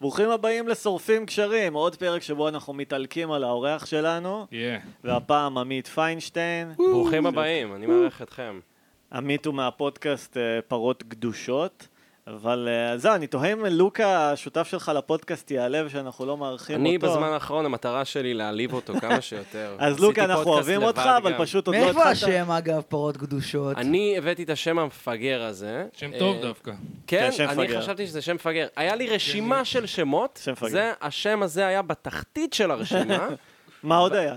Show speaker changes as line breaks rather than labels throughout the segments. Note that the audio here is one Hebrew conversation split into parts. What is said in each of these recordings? ברוכים הבאים לשורפים קשרים, עוד פרק שבו אנחנו מתעלקים על האורח שלנו,
יהיה.
והפעם עמית פיינשטיין.
ברוכים הבאים,
Mm.
אני מארח אתכם.
עמית הוא מהפודקאסט אה, פרות גדושות, אבל אה, זהו, אני תוהה אם לוקה, השותף שלך לפודקאסט, יעלה ושאנחנו לא מארחים אותו.
אני בזמן האחרון, המטרה שלי להעליב אותו כמה שיותר.
אז
עשיתי
לוקה, אנחנו
פודקאסט
אוהבים
לבד
אותך,
גם.
אבל פשוט עוד לא
מאיפה
התחלת.
השם, אגב, פרות קדושות?
אני הבאתי את השם המפגר הזה.
שם
אה,
טוב דווקא.
כן,
כן, שם
אני
מפגר.
חשבתי שזה שם מפגר. היה לי
כן.
רשימה של שמות,
שם מפגר.
זה, השם הזה היה בתחתית של הרשימה.
מה עוד היה?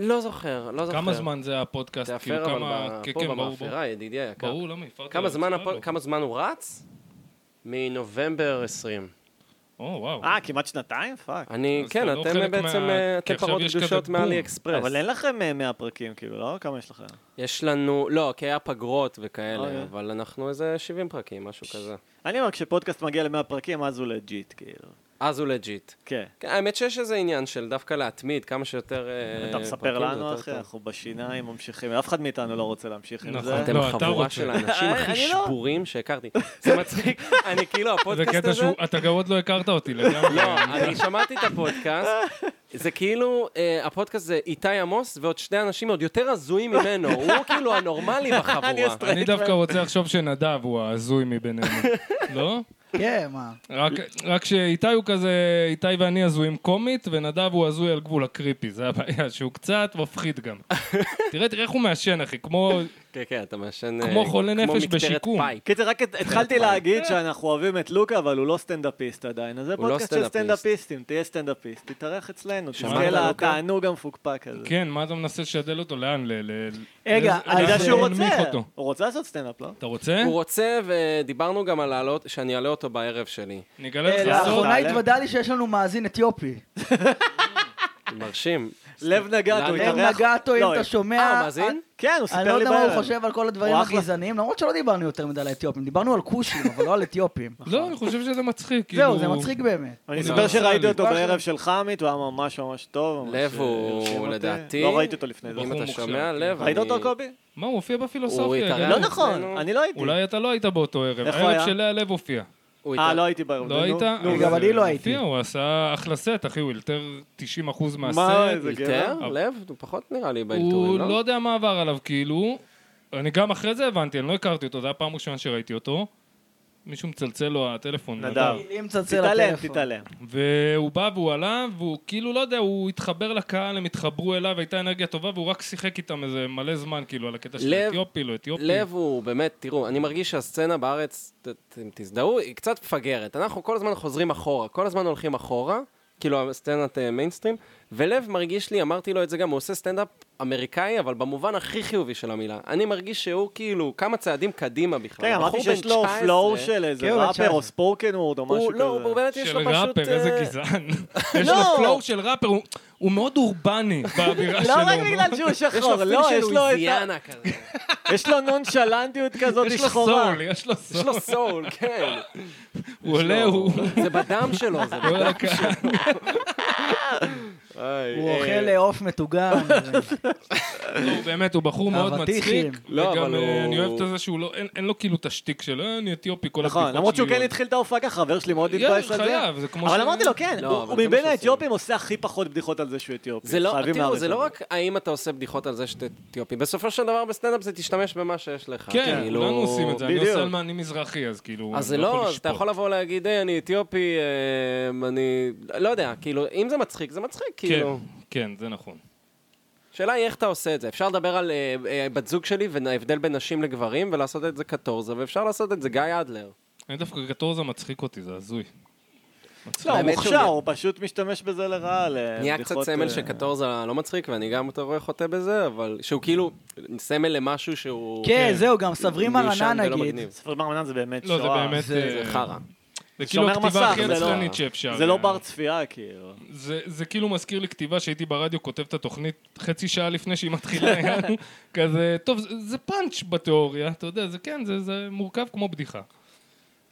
לא זוכר, לא זוכר.
כמה זמן זה הפודקאסט? כאילו
תאפר אבל
כמה...
ב-
כן,
פה
כן, ברור, ברור.
במאפרה, ידידי היקר.
ברור, לא למה? הפרעת
כמה
לו,
זמן
סבבה.
הפוד- כמה זמן הוא רץ? מנובמבר 20.
או, וואו.
אה, כמעט שנתיים? פאק.
אני,
אז
כן,
אתה לא
אתם
חלק
בעצם,
מה-
אה,
כי
אתם
עכשיו
פרות
יש כזה
קדושות
בום.
מעלי אקספרס.
אבל אין לכם אה, 100 פרקים, כאילו, לא? כמה יש לכם?
יש לנו, לא, כי היה פגרות וכאלה,
אוקיי.
אבל אנחנו איזה 70 פרקים, משהו
אה,
כזה.
אני אומר, כשפודקאסט מגיע ל-100 פרקים, אז הוא לג'יט, כאילו.
אז הוא לג'יט.
כן.
כן, האמת שיש איזה עניין של דווקא להתמיד כמה שיותר אה,
אתה מספר
פרקים, זה
לנו,
יותר
אחי,
טוב.
אנחנו בשיניים ממשיכים, אף אחד מאיתנו לא רוצה להמשיך עם
נכון.
זה.
אתם
לא, אתה
חבורה
רוצה.
של האנשים הכי
אני לא.
שבורים שהכרתי. זה מצחיק, אני כאילו,
זה
הפודקאסט
קטע
הזה...
שהוא... אתה גם עוד לא הכרת אותי לגמרי.
לא, אני שמעתי את הפודקאסט. זה כאילו, אה, הפודקאסט זה איתי עמוס ועוד שני אנשים עוד יותר הזויים ממנו. הוא כאילו הנורמלי בחבורה.
אני דווקא רוצה לחשוב שנדב הוא ההזוי מבינינו. לא?
כן, מה?
רק- רק שאיתי הוא כזה, איתי ואני הזויים קומית, ונדב הוא הזוי על גבול הקריפי, זה הבעיה, שהוא קצת מפחיד גם. תראה, תראה איך הוא מעשן, אחי, כמו...
כן, כן, אתה מעשן... אה,
כמו חולה נפש
מקטרת
בשיקום.
פייפ.
קיצר, רק הת- התחלתי להגיד שאנחנו אוהבים את לוקה, אבל הוא לא סטנדאפיסט עדיין. אז זה
הוא לא
פודקאסט של
סטנדאפיסט.
סטנדאפיסטים, תהיה סטנדאפיסט, תתארח אצלנו,
שמעת,
תזכה
לוקה?
לתענוג המפוקפק הזה.
כן, מה אתה מנסה לשדל אותו? לאן? ל... ל-
רגע,
לאיזה-
אני יודע
לאן
שהוא רוצה,
להנמיך אותו.
הוא רוצה לעשות סטנדאפ, לא?
אתה רוצה?
הוא רוצה, ודיברנו גם על לעלות, שאני אעלה אותו בערב שלי.
אני אגלה
אה,
לך סוד.
לאחרונה
תעלה.
התוודע לי שיש לנו מאזין אתיופי.
מרשים.
לב נגטו,
לב
התארח.
לב נגטו,
לא,
אה, אם אתה שומע...
אה, הוא מאזין?
כן, הוא סיפר לי
אני
בערב.
לא יודע מה הוא חושב על כל הדברים
הוא אחלה.
הגזעניים, למרות שלא דיברנו יותר מדי על האתיופים, דיברנו על כושים, אבל לא על אתיופים.
לא, אני חושב שזה מצחיק.
זהו,
כאילו-
זה מצחיק באמת.
אני
הוא
אספר
לא
שראיתי
עשה
אותו
לי.
בערב של חמית, הוא היה ממש ממש טוב. ממש,
לב
אה,
הוא,
הרשים אותי.
לדעתי-
לא ראיתי אותו לפני זה.
בחור
אם אתה
מוכשר,
שומע,
כן.
לב,
ראית
אני- כן.
אותו, קובי?
מה, הוא הופיע
הוא
בפילוסופיה.
התארח.
גיא.
לא
אצלנו.
נכון, אני לא הייתי.
אולי אתה לא היית באותו ערב.
איפה
הערב
היה?
של לאה לב הופיע.
הוא
אה,
איתה.
לא הייתי בערב.
לא
נו.
היית?
נו,
אז
גם אני לא
הוא
הייתי.
הופיע, הוא עשה אחלה סט, אחי, הוא אלתר 90% מהסט.
מה, איזה גבר?
יותר? לב? הוא פחות נראה לי
הוא
באלתורים,
לא
לא?
יודע מה עבר עליו, כאילו. אני גם אחרי זה הבנתי, אני לא הכרתי אותו, זו הייתה הפעם הראשונה שראיתי אותו. מישהו מצלצל לו הטלפון. לא
נדב.
אם מצלצל
תתעלם,
הטלפון.
תתעלם.
והוא בא והוא עלה, והוא כאילו, לא יודע, הוא התחבר לקהל, הם התחברו אליו, הייתה אנרגיה טובה, והוא רק שיחק איתם איזה מלא זמן, כאילו, על הקטע של
לב-
אתיופי, לא אתיופי.
לב הוא באמת, תראו, אני מרגיש שהסצנה בארץ, ת- ת- תזדהו, היא קצת מפגרת. אנחנו כל הזמן חוזרים אחורה, כל הזמן הולכים אחורה, כאילו הסצנת אה, מיינסטרים, ולב מרגיש לי, אמרתי לו את זה גם, הוא עושה סטנדאפ אמריקאי, אבל במובן הכי חיובי של המילה. אני מרגיש שהוא כאילו כמה צעדים קדימה בכלל.
כן, אמרתי
בחור
שיש
בן
לו
19,
פלואו של איזה
כן, הוא בן
ראפר
19.
או ספוקן וורד או משהו
הוא
כזה.
לא, הוא באמת יש
של
לו פשוט...
ראפר, איזה
אה,
גזען. יש לו פלואו של ראפר, הוא- הוא מאוד אורבני באווירה שלו.
לא. לא רק
הוא
בגלל
מאוד-
שהוא
יש לו
שחור,
אפילו
לא,
של
יש לו את
לואיזיאנה כזה.
ה... יש לו נונשלנטיות כזאת
יש לו
שחורה.
סול, יש לו
יש לו
סול.
סול, כן.
הוא עולה, הוא...
זה בדם שלו, זה
הוא
בדם.
על הקהל.
הוא אוכל אה, עוף כן, מטוגן.
לא, הוא באמת, הוא בחור מאוד
אבטיחים.
מצחיק.
לא,
וגם,
אבל
אה,
הוא-
אני אוהב את זה שהוא לא... אין- אין לו כאילו את השטיק שלו, אה, אני אתיופי, כל הבדיחות
נכון, למרות שהוא
שלי
כן
הוא-
התחיל את ההופעה ככה, חבר שלי מאוד
יאללה,
התבאס על
חייב,
זה.
זה כמו
אבל
ש-
אמרתי לו, כן,
לא,
הוא
אבל
הוא
זה מה
מבין
שעושים.
האתיופים עושה הכי פחות בדיחות על זה שהוא אתיופי.
זה לא,
חייבים
תראו,
להעריך
זה
את
לא רק האם אתה עושה בדיחות על זה שאתה אתיופי, בסופו של דבר בסטנדאפ זה תשתמש במה שיש לך.
כן,
כאילו-
כולנו עושים את זה. אני
בדיוק.
עושה על מה אני מזרחי, אז כאילו...
אז זה
אני
לא, אז
לשפוט.
אתה יכול לבוא להגיד, היי, אני אתיופי, אה, אני... לא יודע, כאילו, אם זה מצחיק, זה מצחיק, כאילו.
כן, כן, זה נכון.
השאלה היא איך אתה עושה את זה. אפשר לדבר על אה, אה, בת זוג שלי וההבדל בין נשים לגברים, ולעשות את זה קטורזה, ואפשר לעשות את זה גיא אדלר.
אני דווקא קטורזה מצחיק אותי, זה הזוי.
לא, הוא
האמת שהוא
מוכשר,
נהיה-
הוא פשוט משתמש בזה לרעה לבדיחות...
נהיה קצת סמל
אה,
שקטורזה לא מצחיק, ואני גם אתה רואה חוטא בזה, אבל שהוא כאילו סמל למשהו שהוא...
כן, זהו, גם סברי
מיושן
מרנן
ולא
נגיד.
מגניב.
ספר מרמנן זה באמת
לא,
שואה.
זה באמת... אה,
זה חרא.
זה כאילו
שומר
הכתיבה
מסך,
הכי
זה לא-
עצלנית שאפשר.
זה לא
אה,
בר צפייה, כאילו.
זה, זה כאילו מזכיר לי כתיבה שהייתי ברדיו כותב את התוכנית חצי שעה לפני שהיא מתחילה, יענו, כזה, טוב, זה, זה פאנץ' בתיאוריה, אתה יודע, זה כן, זה, זה מורכב כמו בדיחה.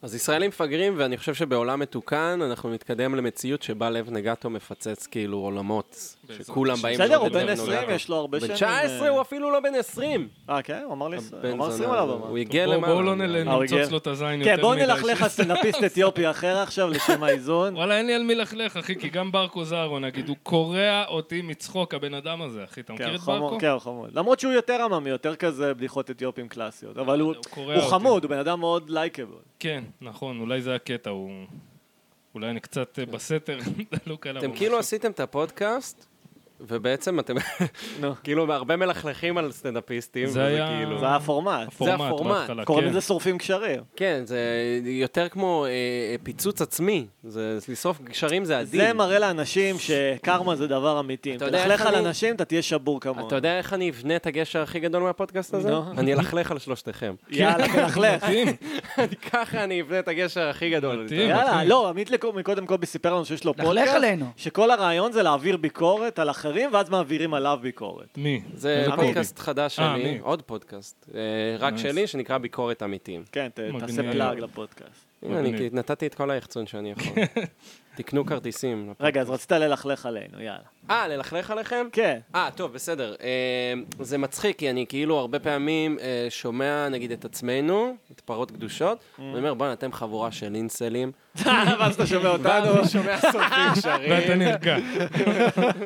אז ישראלים מפגרים, ואני חושב שבעולם מתוקן אנחנו נתקדם למציאות שבה לב נגטו מפצץ כאילו עולמות, שכולם באים...
בסדר, הוא
לראות את
בן
לב
20,
נגטו.
יש לו הרבה שנים.
בן
אה,
19 הוא אפילו לא בן 20.
אה, כן? הוא אמר לי, הוא אמר
בן
עשרים
זונה,
על הבמה.
הוא הגיע
בואו-
למעלה.
בואו לא נל-
אה, הוא הגיע.
נמצוץ לו את הזין יותר מדי.
כן, בואו נלכלך
שיש-
על סטנדאפיסט אתיופי אחר עכשיו, לשם האיזון.
וואלה, אין לי על מי לכלך, אחי, כי גם ברקו זרו, נגיד, הוא קורע אותי מצחוק, הבן אדם הזה, אחי. אתה מכיר
כן,
את ברקו?
חמוד, כן, חמוד. למרות שהוא יותר עממי, יותר כזה בדיחות אתיופים קלאסיות.
אה,
אבל הוא
הוא קורע
הוא
אותי.
חמוד, הוא בן אדם מאוד לייקבל.
כן, נכון, אולי זה הקטע, הוא... אולי אני קצת
כן.
אה, בסתר דלוק עליו.
אתם
או
כאילו
משהו.
עשיתם את הפודקאסט, ובעצם אתם
נו.
כאילו הרבה מלכלכים על סטנדאפיסטים.
זה
וזה
היה-
כאילו-
זה הפורמט.
הפורמט.
בהתחלה,
קוראים
כן.
לזה שורפים קשרים.
כן, זה יותר כמו אה, אה, פיצוץ עצמי. זה לשרוף גשרים זה עדין.
זה מראה לאנשים שקרמה זה דבר אמיתי. אם
אתה יודע
תלכלך
איך
על
אני-
אנשים, אתה תהיה שבור כמוהם.
אתה יודע איך אני אבנה את הגשר הכי גדול מהפודקאסט הזה?
נו.
אני אלכלך על שלושתכם.
יאללה, תלכלך.
מתאים,
ככה אני אבנה את הגשר הכי גדול.
מתאים,
יאללה,
מתאים.
לא, עמית לקו- מקודם קובי סיפר לנו שיש לו
לכלך
פודקאסט,
עלינו.
שכל הרעיון זה להעביר ביקורת על אחרים, ואז מעבירים עליו ביקורת.
מי?
זה
עמית.
פודקאסט חדש
אה,
שלי,
עמית.
עוד פודקאסט, אה, רק
Nice.
שלי, שנקרא ביקורת עמיתים.
כן, ת-
מגניב.
תעשה פלאג לפודקאסט.
הנה, אני
מגניב.
נתתי את כל היחצון שאני יכול. תקנו כרטיסים.
רגע, אז רצית ללכלך עלינו, יאללה.
אה, ללכלך עליכם?
כן.
אה, טוב, בסדר. אה, זה מצחיק, כי אני כאילו הרבה פעמים אה, שומע, נגיד, את עצמנו, את פרות קדושות,
Mm.
ואני אומר, בואנה, אתם חבורה של אינסלים.
ואז אתה שומע אותנו.
ואז אני שומע סופים
ואתה
שרים.
נרגע.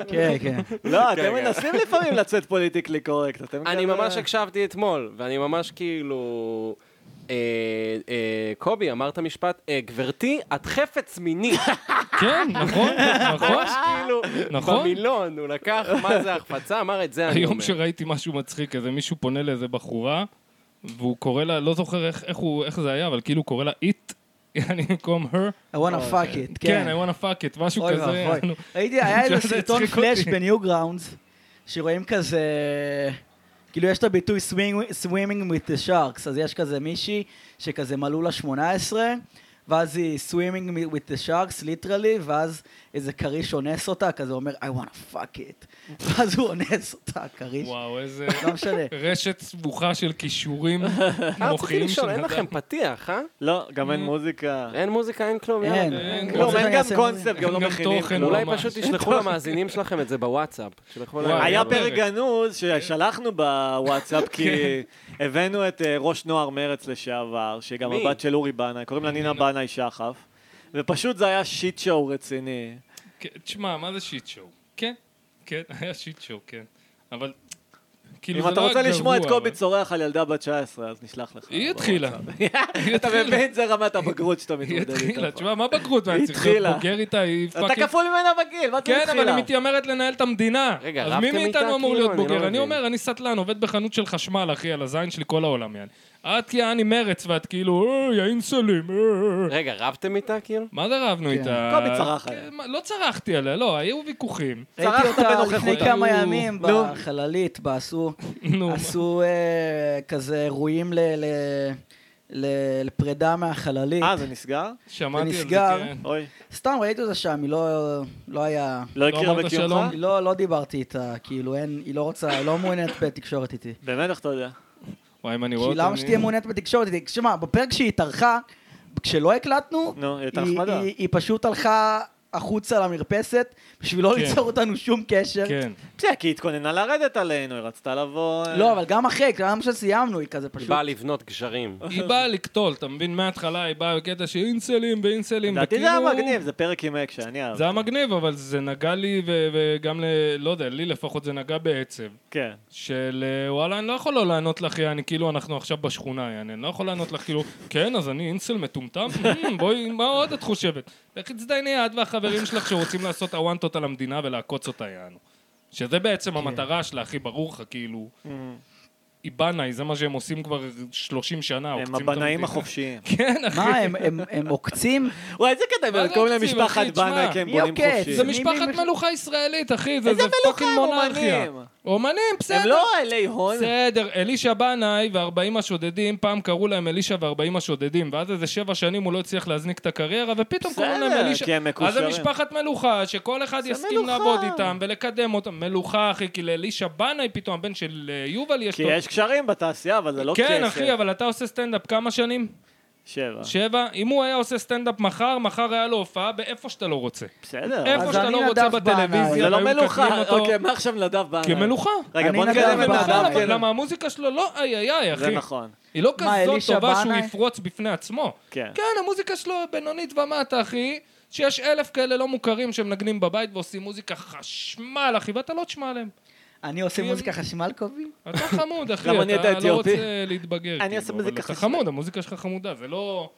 כן, כן.
לא, אתם
כן, כן.
מנסים לפעמים לצאת פוליטיקלי קורקט. אתם
אני
כזה-
אה,
ממש הקשבתי אתמול, ואני ממש כאילו... אה, אה, קובי, אמרת משפט, אה, גברתי, את חפץ מיני.
כן, נכון, נכון.
ממש כאילו,
נכון.
במילון, הוא לקח, מה זה החפצה, אמר את זה אני
היום
אומר.
שראיתי משהו מצחיק, איזה מישהו פונה לאיזה בחורה, והוא קורא לה, לא זוכר איך- איך הוא- איך זה היה, אבל כאילו הוא קורא לה it, אני במקום her.
I wanna fuck it,
כן,
כן.
I wanna fuck it, משהו
אוי
כזה.
ואבוי.
נו.
ראיתי, היה
זה
איזה
הצחיק
סרטון
אותי.
פלאש בניו גראונדס, שרואים כזה... כאילו יש את הביטוי swing- swimming with the sharks, אז יש כזה מישהי שכזה מלאו לה 18, ואז היא swimming with the sharks, ליטרלי, ואז איזה כריש אונס אותה, כזה אומר I wanna fuck it, ואז הוא אונס אותה, הכריש.
וואו, איזה
לא משנה.
רשת סבוכה של כישורים
אה, רציתי
מוחיים של
לשאול, אין לכם
אדם.
פתיח, אה?
לא, גם אין מוזיקה.
אין מוזיקה, אין כלום. יאללה.
אין,
אין.
כלום,
רוצה
אה. אין
שאני
גם
אעשה
קונספט,
אה, מוזיקה?
גם לא
גם
מכינים
תוכן,
כלום.
אולי
ממש.
פשוט תשלחו למאזינים שלהם את זה בוואטסאפ. תשלחו להם.
וואי,
היה
פרק. כן.
פרק גנוז ששלחנו בוואטסאפ, כי הבאנו את אה, ראש נוער מרץ לשעבר, שהיא גם
מי?
הבת של אורי בנאי, קוראים לה
לא-
נינה בנאי שחף, ופשוט זה היה שיט שואו רציני.
כן, תשמע, מה זה שיט שואו? כן, כן, היה שיט שואו, כן. אבל, כאילו,
אם
זה
אתה
לא
רוצה
היה
לשמוע את
גרוע,
קובי
אבל-
צורח על ילדה בת 19, אז נשלח לך.
היא התחילה. היא
אתה
התחילה.
מבין? זה רמת הבגרות שאתה
היא
מתמודד
התחילה,
איתה.
תשמע, מה בגרות? מה, אני צריך להיות
התחילה.
בוגר איתה? היא
אתה
פאקינג...
כפול ממנה בגיל, מה זה
כן, אבל
התחילה?
היא מתיימרת לנהל את המדינה.
רגע,
אז
רבתם
מי מאיתנו
איתה?
אמור
כאילו,
להיות
אני לא
בוגר? אני
מבין.
אומר, אני סטלן, עובד בחנות של חשמל, אחי, על הזין שלי כל העולם, יעני. את יעני מרץ, ואת כאילו, אוי, האינסולים, אה, אה.
רגע, רבתם איתה כאילו?
מה זה רבנו איתה?
קובי צרח
כן,
עליה.
מה, לא צרחתי עליה, לא, היו ויכוחים.
ראיתי
צרחת
אותה
בנוכחות.
לפני כמה ימים
נו.
בחללית, בעשו,
נו, מה?
עשו אה, כזה אירועים ל- ל- ל- לפרידה מהחללית.
אה, זה נסגר?
שמעתי על זה,
נסגר.
כן.
אוי.
סתם ראיתי אותה שם, היא לא- לא היה...
לא
לא
הכירה
אמרת
בקיומך?
שלום?
היא לא לא דיברתי איתה, כאילו, אין, היא לא רוצה, היא לא מעוניינת בתקשורת איתי.
באמת, איך אתה יודע?
וואי, אם אני רואה
כי
אותו...
למה
אני-
שתהיה מעוניינת בתקשורת איתי? שמע, בפרק שהיא התארחה, כשלא הקלטנו,
נו, היא הייתה
היא-
נחמדה.
היא- היא פשוט הלכה החוצה למרפסת, בשביל לא
כן.
ליצור אותנו שום קשר.
כן.
בסדר, כי היא התכוננה לרדת עלינו, היא רצתה לבוא... אה,
לא, אבל גם אחרי, גם כשסיימנו, היא כזה
היא
פשוט...
באה לבנות גשרים.
היא באה לקטול, אתה מבין? מההתחלה היא באה בקטע של אינסלים ואינסלים.
לדעתי זה
וכאילו-
היה מגניב, זה פרק עם אקשן, אני אהב.
זה היה מגניב, אבל זה נגע לי, ו- וגם ל... לא יודע, לי לפחות זה נגע בעצב.
כן.
של אה, וואלה, אני לא יכול לא לענות לך, יעני, כאילו אנחנו עכשיו בשכונה, יעני, אני לא יכול לענות לך, כאילו, כן, אז אני אינסל מטומטם? "אמ, בואי, מה עוד את חושבת? לכי תזדייני את והחברים שלך שרוצים לעשות הוואנטות על המדינה ולעקוץ אותה, יענו. שזה
כן.
בעצם המטרה שלה, אחי, ברור לך, כאילו,
Mm.
היא בנאי, זה מה שהם עושים כבר 30 שנה,
הם
עוקצים את
הבנאים
המדינה.
החופשיים.
כן, אחי.
מה, הם- הם- הם עוקצים?
וואי, איזה קטע,
מה
אבל
זה
קוראים להם
עוקצים,
משפחת
אחי? תשמע, כן,
בנאי, כי הם
מי
בונים
עוקץ?
חופשי.
זה
מי-
משפחת
מי-
מלוכה ישראלית, אחי, זה
איזה
זה פאקינג
מלוכה? הם
מונרכיה.
אומנים.
אומנים,
הם
בסדר.
לא אלי הון.
בסדר, אלישע בנאי ו-40 השודדים, פעם קראו להם אלישע ו-40 השודדים, ואז איזה שבע שנים הוא לא הצליח להזניק את הקריירה, ופתאום
בסדר,
קוראים להם אלישע...
כי הם
אז זה
מקושרים.
משפחת מלוכה, שכל אחד יסכים
מלוכה.
לעבוד איתם ולקדם אותם. מלוכה, אחי, כי לאלישע בנאי פתאום, הבן של אה, יובל יש
כי
לו...
יש קשרים בתעשייה, אבל זה לא כסף. אה.
כן, אחי, אבל אתה עושה סטנדאפ כמה שנים?
שבע.
שבע, אם הוא היה עושה סטנדאפ מחר, מחר היה לו הופעה באיפה שאתה לא רוצה.
בסדר.
איפה
אז-
אז
שאתה
אני
לא רוצה
נדב בנאי.
בטלוויזיה,
אה. זה לא
והיו מקדמים
מלוכה.
אותו
אוקיי, מעכשיו נדב בא.
כמלוכה.
רגע,
אני
בוא
נדב
נתקדם
בנאי.
לנדב.
נכון,
בנאי.
כן.
אבל למה המוזיקה שלו לא איי איי איי,
זה
אחי.
נכון.
היא לא
מה,
כזאת
אלישע
טובה שהוא
בנאי?
יפרוץ בפני עצמו.
כן.
כן, המוזיקה שלו בינונית ומטה, אחי, שיש אלף כאלה לא מוכרים שמנגנים בבית ועושים מוזיקה חשמל, אחי, ואתה לא תשמע עליהם.
אני עושה מוזיקה חשמל קובי?
אתה חמוד, אחי,
גם אני
אתה
הייתי
לא
אתיופי.
רוצה להתבגר.
אני
כאילו,
עושה
אבל
מוזיקה
אתה
חשמל.
חמוד, המוזיקה שלך חמודה, זה לא...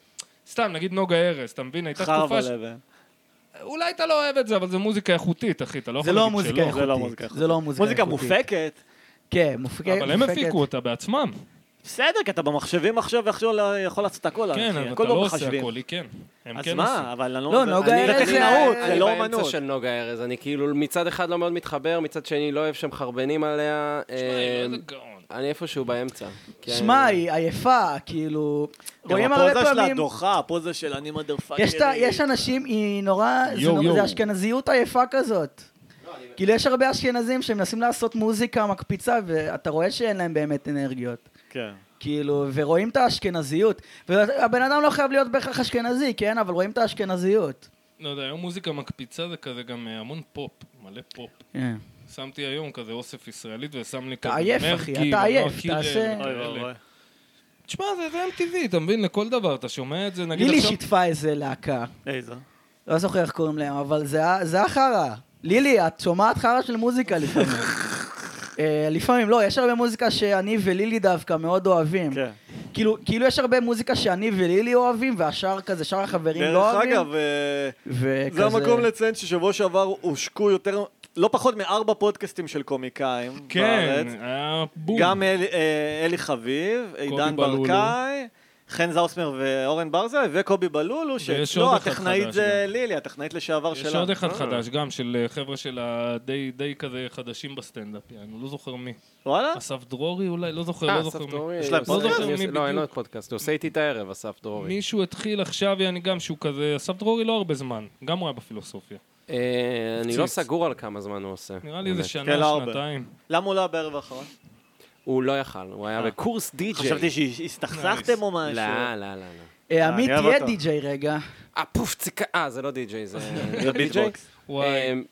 סתם, נגיד נוגה ארז, אתה מבין? הייתה תקופה
חרב
ש...
לבן.
אולי אתה לא אוהב את זה, אבל זו מוזיקה איכותית, אחי, אתה לא
זה
יכול
לא
להגיד
מוזיקה
שלא.
זה לא מוזיקה
איכותית. זה לא מוזיקה
מוזיקה
איכותית.
מופקת.
כן, מופקה- מופקת.
אבל הם הפיקו אותה בעצמם.
בסדר, כי אתה במחשבים עכשיו ועכשיו לא יכול לעשות הכל.
כן,
אחי.
אבל אתה
הכל
לא עושה
במחשבים.
הכל, היא כן. הם
אז
כן עושים.
מה, אבל אני
לא,
אני-
נוגה
אני
ארז זה-
טכנאות, זה
אה, אני
לא
באמצע
אומנות.
של נוגה ארז, אני כאילו מצד אחד לא מאוד מתחבר, מצד שני לא אוהב שמחרבנים עליה.
שמע,
אה,
היא לא איזה גאון.
אני איפשהו באמצע. כי-
שמע, היא עייפה, כאילו...
כן.
רואים
גם
הרבה
הפוזה שלה
פעמים...
דוחה, הפוזה של אני מודר פאקר.
יש את ה- יש אנשים, היא נורא... זה
יואו,
נורא-
יואו.
זה אשכנזיות עייפה כזאת. כאילו, יש הרבה אשכנזים שמנסים לעשות מוזיקה מקפיצה, ואתה רואה שאין להם באמת אנרגיות.
כן.
כאילו, ורואים את האשכנזיות. והבן אדם לא חייב להיות בהכרח אשכנזי, כן? אבל רואים את האשכנזיות.
לא יודע, היום מוזיקה מקפיצה זה כזה גם אה, המון פופ, מלא פופ.
כן.
שמתי היום כזה אוסף ישראלית ושם לי
אתה
כזה
עייף, אחי, אתה
מנוע
עייף,
קירל,
תעשה-
אוי
כאלה.
ואבוי.
תשמע, זה- זה MTV, אתה מבין? לכל דבר, אתה שומע את זה, נגיד
לילי
עכשיו...
שיתפה איזה להקה.
איזה.
לא זוכר איך קוראים להם, אבל זה ה- זה החרא. לילי, את שומעת חרא של מוזיקה לפעמים. אה, לפעמים, לא, יש הרבה מוזיקה שאני ולילי דווקא מאוד אוהבים.
כן.
כאילו, כאילו יש הרבה מוזיקה שאני ולילי אוהבים, והשאר כזה, שאר החברים לא
דרך
אוהבים.
אגב, אה,
וכזה...
זה המקום לציין ששבוע שעבר הושקו יותר, לא פחות מארבע פודקאסטים של קומיקאים
כן,
בארץ.
היה בום.
גם אל, אה, אלי חביב, עידן
בלולו.
ברקאי, חן זאוסמר ואורן ברזל, וקובי בלולו,
ויש
שלא,
עוד אחד
הטכנאית
חדש
זה לילי, הטכנאית לשעבר שלה.
יש עוד אחד
אה.
חדש, גם של אה, חבר'ה של הדי די כזה חדשים בסטנדאפ, יענו, לא זוכר מי.
אה, וואלה?
אסף דרורי אולי? לא זוכר,
אה,
לא
אסף
זוכר מי.
דרורי.
יש להם
הוא עושה-
פודקאסט?
הוא עושה-
בדיוק.
לא, אין לו עוד פודקאסט, הוא עושה איתי את הערב, אסף דרורי.
מישהו התחיל עכשיו, יעני גם שהוא כזה, אסף דרורי לא הרבה זמן, גם הוא היה בפילוסופיה.
אה, אני לא
ציץ.
סגור על כמה זמן הוא עושה.
נראה לי איזה
באמת.
כן, לא
שנה,
הרבה.
שנתיים.
למה הוא לא היה בערב האחרון?
כן.
הוא לא יכל, הוא היה
אה.
בקורס די-ג'יי.
חשבתי שהסתכסכתם או משהו.
לא, לא, לא, לא.
אה, עמית,
אני אוהב
תהיה
אותו.
די-ג'יי רגע.
אה, פוף, ציקה. אה, זה לא די-ג'יי, זה...
זה ביטבוקס.
אה,
וואי,
אמ,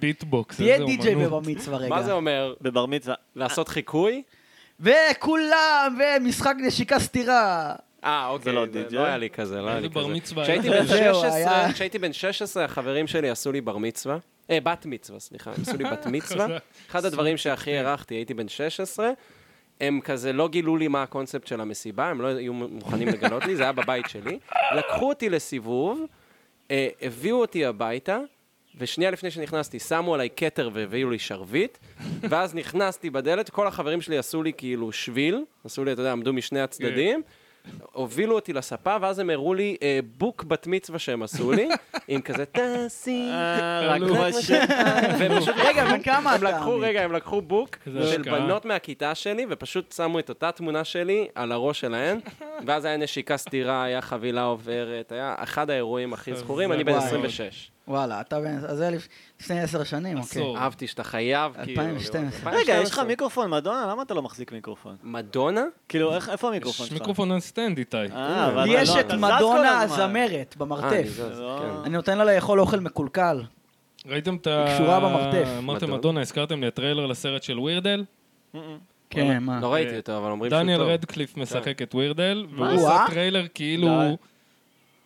ביטבוקס,
תהיה
איזה
די-ג'יי
אומנות.
במצווה רגע.
מה זה אומר?
בבר מצווה.
לעשות חיקוי?
וכולם, ומשחק נשיקה סטירה.
אה, אוקיי,
לא
זה-
די-ג'יי?
לא היה לי כזה, לא היה לי
איזה בר
כזה.
מצווה
כשהייתי
היה.
בן
זהו,
16,
היה.
כשהייתי בן 16, החברים שלי עשו לי בר מצווה. אה, בת מצווה, סליחה, הם עשו לי בת מצווה.
חזק.
אחד הדברים שהכי הערכתי, הייתי בן 16, הם כזה לא גילו לי מה הקונספט של המסיבה, הם לא היו מוכנים לגלות לי, זה היה בבית שלי. לקחו אותי לסיבוב, אה, הביאו אותי הביתה, ושנייה לפני שנכנסתי שמו עליי כתר והביאו לי שרביט, ואז נכנסתי בדלת, כל החברים שלי עשו לי כאילו שביל, עשו לי, אתה יודע, עמדו משני הצדדים. הובילו אותי לספה, ואז הם הראו לי אה, בוק בת מצווה שהם עשו לי, עם כזה טסי,
אה, רק
אלוף.
מה ש...
והם פשוט
רגע, בן כמה
הם
אתה?
לקחו,
עמית?
רגע, הם לקחו בוק
כזה
של
השקעה.
בנות מהכיתה שלי, ופשוט שמו את אותה תמונה שלי על הראש שלהן, ואז היה נשיקה סתירה, היה חבילה עוברת, היה אחד האירועים הכי
חזק
זכורים, אני בן
מאוד.
26.
וואלה, אתה בן... אז זה לפ- לפני עשר שנים, אוקיי.
עשור.
אהבתי שאתה חייב, כאילו.
2012.
לראות.
רגע, יש לך מיקרופון מדונה? למה אתה לא מחזיק מיקרופון?
מדונה? אה,
כאילו, איך- איפה המיקרופון
יש
שלך?
מיקרופון אין סטנד איתי.
אה, אבל
יש
לא,
את
אתה זז כל
מדונה
הזמן.
הזמרת
אה,
במרתף.
אני זז,
לא.
כן.
אני נותן לה לאכול אוכל מקולקל.
ראיתם את ה...
היא קשורה במרתף.
אמרתם
מדון.
מדונה, הזכרתם לי הטריילר לסרט של ווירדל.
כן, מה?
לא ראיתי אותו, אבל אומרים שהוא טוב.
אה, אוקיי. דניאל רדקליף משחק את ווירדל, והוא
כן. מה?
עשה
וואה.
טריילר
די.
כאילו...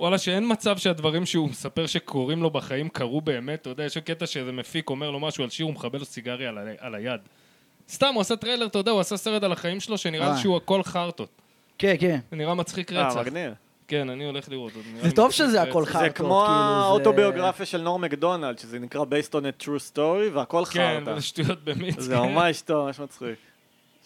וואלה, שאין מצב שהדברים שהוא מספר שקורים לו בחיים קרו באמת, אתה יודע, יש קטע שאיזה מפיק אומר לו משהו על שיר, הוא מכבה לו סיגריה על ה- על היד. סתם, הוא עשה טריילר, אתה יודע, הוא עשה סרט על החיים שלו, שנראה
אה.
לי שהוא הכל חרטות.
כן, כן.
זה נראה מצחיק
אה,
רצח.
מגניב.
כן, אני הולך לראות. נראה לי
זה טוב
מצחיק
שזה
רצח.
הכל חרטות,
זה
כאילו.
כמו
זה-
האוטוביוגרפיה של נור מקדונלד, שזה נקרא Based on a True Story, והכל
כן,
חרטא.
וזה שטויות במיץ. כן.
זה ממש טוב, ממש מצחיק.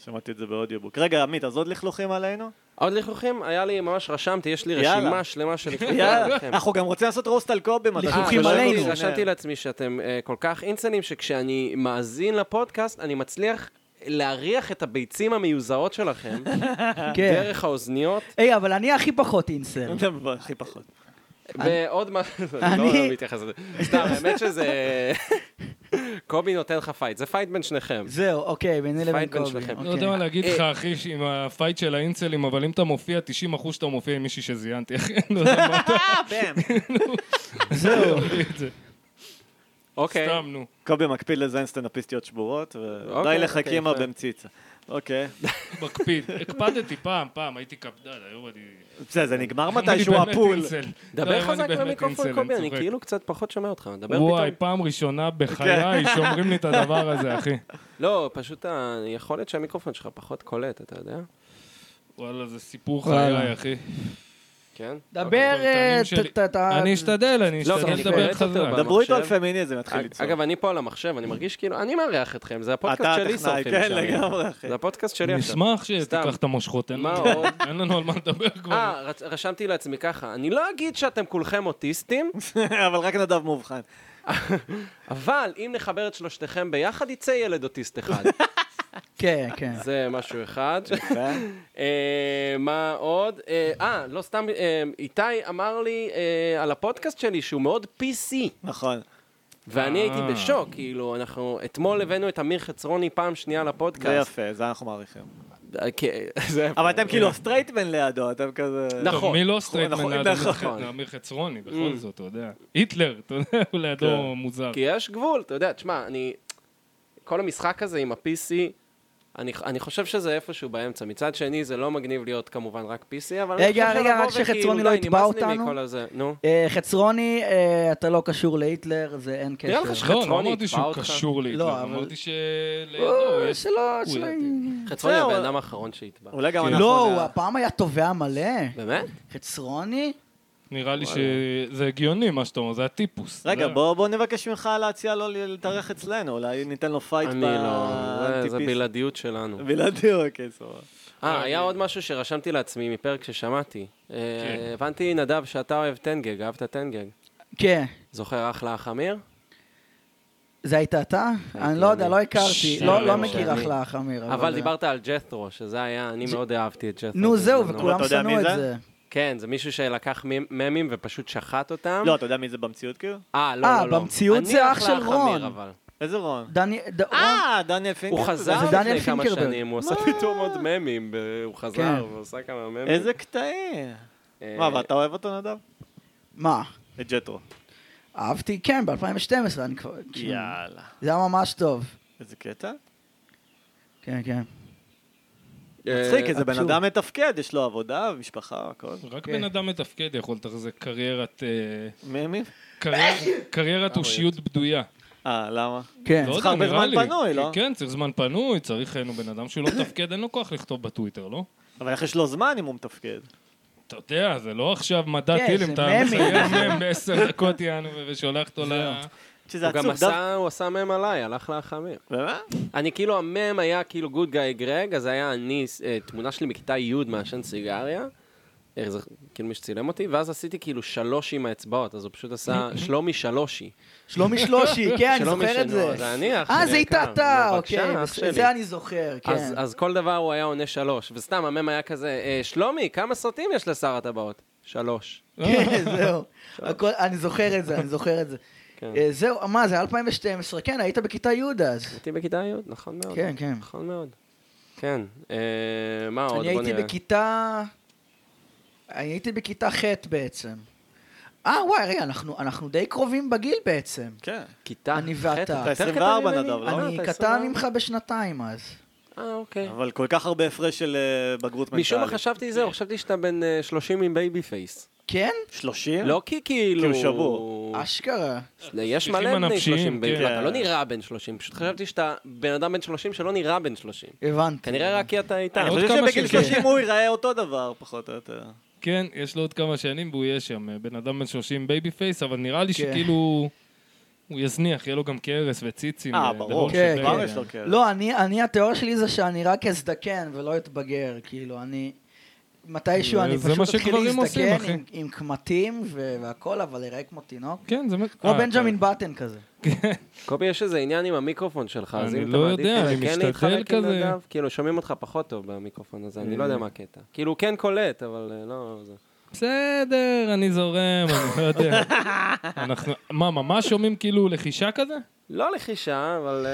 שמעתי את זה באודיובוק. רגע, עמית, אז עוד לכלוכים עלינו?
עוד לכלוכים? היה לי, ממש רשמתי, יש לי
יאללה.
רשימה שלמה של לכלוכים.
יאללה,
עליכם.
אה,
אה,
אנחנו גם רוצים לעשות רוסט על קובי. מתי
לכלוכים
שהוא חוזר.
עלינו.
רשמתי לעצמי שאתם אה, כל כך אינסנים, שכשאני מאזין לפודקאסט, אני מצליח להריח את הביצים המיוזעות שלכם
כן.
דרך האוזניות,
היי, אבל אני הכי פחות אינסל.
זה הכי פחות.
ועוד מה... לא, אני
אני-
לא מתייחס לזה. סתם, האמת שזה... קובי נותן לך פייט, זה פייט בין שניכם.
זהו, אוקיי, ביני לבין
פייט בין
קובי.
שניכם.
לא
אוקיי.
יודע מה להגיד
אה.
לך, אחי, ש- עם הפייט של האינסלים, אבל אם אתה מופיע, 90% שאתה מופיע עם מישהי שזיינתי, אחי, אני לא יודע מה אתה
אה,
בם.
זהו.
אומר את זה.
אוקיי.
סתם, נו.
קובי מקפיד לזיין סטנדאפיסטיות שבורות,
אוקיי,
ודי לחכימה
אוקיי, יפה.
במציצה. אוקיי.
מקפיד. הקפדתי פעם, פעם, הייתי קפדן, היום אני...
בסדר, זה נגמר
היום אני
מתישהו
באמת
הפול.
אינסל. לא,
דבר
היום אני
חזק
באמת
למיקרופון,
אינסל,
קובי, אני
צוחק.
כאילו קצת פחות שומע אותך, דבר
וואי,
פתאום. אוקיי.
פעם ראשונה בחיי שאומרים לי את הדבר הזה, אחי.
לא, פשוט היכולת שהמיקרופון שלך פחות קולט, אתה יודע?
וואלה, זה סיפור
וואלה.
חיי, אחי.
כן?
דבר, אה,
שלי.
ת- ת- ת-
אני אשתדל, אני
לא,
אשתדל
אני
לדבר
קולט אותו
חזק.
במחשב.
דברו איתו על פמיניזם, יתחיל
אה? אג-
ליצור.
אגב, אני פה על המחשב, אני מרגיש כאילו, אני מארח אתכם, זה
אתה
הפודקאסט שלי
הטכנאי,
שורפים
כן,
שם.
לגמרי, אחי.
זה הפודקאסט שלי עכשיו.
נשמח
סתם.
שתיקח את המושכות, אין
מה
לנו-
עוד?
אין לנו על מה לדבר כבר.
אה, רצ- רשמתי לעצמי ככה, אני לא אגיד שאתם כולכם אוטיסטים,
אבל רק נדב מאובחן.
אבל אם נחבר את שלושתכם ביחד, יצא ילד אוטיסט אחד.
כן, כן.
זה משהו אחד. כן? אה, מה עוד? אה, אה, לא סתם, אה, איתי אמר לי אה, על הפודקאסט שלי שהוא מאוד PC,
נכון.
ואני
אה.
הייתי בשוק, כאילו, אנחנו אתמול הבאנו את אמיר חצרוני פעם שנייה
זה
לפודקאסט.
יפה, זה אנחנו מעריכים.
אה, כן, זה כן. יפה. כן.
אבל אתם כאילו הסטרייטמן לידו, אתם כזה...
נכון. Mm.
טוב, מי לא
נכון,
סטרייטמן לידו
נכון.
אמיר חצרוני, בכל זאת, אתה יודע. היטלר, אתה יודע, הוא
כן.
לידו מוזר.
כי יש גבול, אתה יודע, תשמע, אני... כל המשחק הזה עם ה-PC, אני, אני חושב שזה איפשהו באמצע. מצד שני, זה לא מגניב להיות כמובן רק PC, אבל אני
רגע,
חושב
רגע,
שלבוא
רק
וכאילו,
שחצרוני לא
די,
יתבע
נמאס לי
אותנו.
מכל הזה, נו.
אה, חצרוני, אה, אתה לא קשור להיטלר, זה אין קשר.
נראה לך ש-
לא, לא
חצרוני
אמרתי
יתבע
שהוא
אותך?
קשור
לא,
להיטלר,
אבל-
אמרתי שלידו
או,
יש...
שלא,
הוא
שלא...
ידע.
חצרוני
זהו,
הבן
אה.
אדם האחרון שיתבע.
אולי גם
כן.
אנחנו... אה,
לא,
נ-
הוא הפעם היה תובע מלא.
באמת?
חצרוני?
נראה לי שזה הגיוני מה שאתה אומר, זה הטיפוס. לא.
רגע,
זה-
בוא בוא נבקש ממך להציע לא להתארח אצלנו, אולי ניתן לו
לא
פייט
אני לא, זה
באנטיפיסט.
בלעדיות שלנו.
בלעדי, אוקיי, סבבה.
אה, היה עוד משהו שרשמתי לעצמי מפרק ששמעתי. אה,
כן.
הבנתי, נדב, שאתה אוהב טנגג, אהבת טנגג.
כן.
זוכר אחלה אח אמיר?
זה הייתה אתה? אני לא יודע, לא הכרתי.
שאני,
לא לא
שאני.
מכיר אחלה אחלה אמיר.
אבל דיברת על ג'ת'רו, שזה היה, אני מאוד אהבתי את ג'ת'רו.
נו, זהו,
בזמנו.
וכולם
אתה יודע
שנאו
מי
את
זה?
זה.
כן, זה מישהו שלקח מ- ממים ופשוט שחט אותם.
לא, אתה יודע מי זה במציאות כאילו?
אה, לא,
אה,
לא, לא.
במציאות
אני
זה אח
אחלה
של רון.
אמיר, אבל.
איזה רון?
דני... ד- רון-
אה, דניאל פינקר.
הוא חזר
זה דניאל
לפני כמה
פינקרברג.
שנים, הוא עשה פתאום עוד ממים, ב- הוא
כן.
חזר ועשה כמה ממים.
איזה קטעים.
אה,
מה, ואתה אוהב אותו, נדב?
מה?
את ג'טרו.
אהבתי, כן, ב-2012, אני כבר...
יאללה.
זה היה ממש טוב.
איזה קטע?
כן, כן.
אה,
מצחיק, איזה בן
עצוב.
אדם מתפקד, יש לו עבודה ומשפחה, הכל.
רק
כן.
בן אדם מתפקד יכול לתחזק קריירת... אה,
מי מי?
קרייר- קריירת אושיות בדויה.
אה, למה?
כן.
לא
צריך
יודע,
הרבה
נראה
זמן
לי.
פנוי, לא?
כן, צריך זמן פנוי, צריך, נו, בן אדם שהוא לא מתפקד, אין לו כוח לכתוב בטוויטר, לא?
אבל איך יש לו זמן אם הוא מתפקד?
אתה יודע, זה לא עכשיו מדע
כן,
טילים,
זה
אתה
ממים.
מצייר מם בעשר דקות, יענו, ו- ושולח אותו ל...
שזה
הוא
עצוב,
גם
דווקא.
עשה, הוא עשה מם עליי, הלך לאח אמיר.
באמת?
אני כאילו, המם היה כאילו גוד גיא גרג, אז היה אני, אה, תמונה שלי מכיתה י' מעשן סיגריה, אה, זה כאילו מי שצילם אותי, ואז עשיתי כאילו שלוש עם האצבעות, אז הוא פשוט עשה שלומי שלושי.
שלומי שלושי, כן, אה, אני
שלומי
זוכר את
שלנו,
זה.
אז אני, אח
אה,
שלי
זה
יקר.
איתה אתה,
נו,
אוקיי.
בבקשה, אח
זה-
שלי.
זה אני זוכר, כן.
אז, אז כל דבר הוא היה עונה שלוש, וסתם המם היה כזה, אה, שלומי, כמה סרטים יש לשר הטבעות? שלוש.
כן, זהו. הכל- אני זוכר את זה, אני זוכר את זה.
אה, כן.
אה, זהו, מה, זה היה 2012, כן, היית בכיתה י' אז.
הייתי בכיתה י', נכון מאוד.
כן, כן.
נכון מאוד. כן, אה, מה עוד?
אני
בוא
הייתי
נראה.
בכיתה... אני הייתי בכיתה ח' בעצם. אה, וואי, רגע, אנחנו אנחנו די קרובים בגיל בעצם.
כן.
כיתה
אני
ח',
ואתה.
יותר
אתה
קטן
24
ממני? אה,
נדב, לא?
אני
אתה
קטן
24?
ממך בשנתיים אז.
אה, אוקיי.
אבל כל כך הרבה הפרש של אה, בגרות מנטלית.
משום מה חשבתי זהו, חשבתי שאתה בן אה, 30 עם בייבי פייס.
כן?
30?
לא כי כאילו...
כי הוא שבור.
אשכרה.
יש
השליחים
מלא בני 30
הנפשיים,
בייבי
כן.
אתה לא נראה בן 30, פשוט חשבתי שאתה בן אדם בן 30 שלא נראה בן 30.
הבנתי.
כן.
כנראה רק כי אתה איתה.
אני
עוד
חושב
כמה
שבגיל
שנים.
30 הוא ייראה אותו דבר, פחות או יותר.
כן, יש לו עוד כמה שנים והוא יהיה שם, אה, בן אדם בן 30 בייבי פייס, אבל נראה לי
כן.
שכאילו... הוא יזניח, יהיה לו גם קרס וציצים.
אה,
אה,
ברור,
כן,
כבר
כן.
יש לו כאלה.
לא, אני, אני, התיאוריה שלי זה שאני רק אזדקן ולא אתבגר, כאילו, אני... מתישהו
זה-
אני
זה מה
פשוט אתחיל
שגברים עושים,
להזדקן
אחי.
עם, עם קמטים ו- והכל, אבל אראה כמו תינוק.
כן, זה...
כמו
אה,
בנג'מין בטן כזה.
קובי, יש איזה עניין עם המיקרופון שלך, אז
אני
אם אתה
לא
מעדיף
יודע,
כזה
אני
כן
משתדל
להתחלק עם
כזה.
נדב, כאילו שומעים אותך פחות טוב במיקרופון הזה, אני לא יודע מה הקטע. כאילו, הוא כן קולט, אבל אה, לא... זה-
בסדר, אני זורם, אני לא יודע. אנחנו, מה, ממש שומעים כאילו לחישה כזה?
לא לחישה, אבל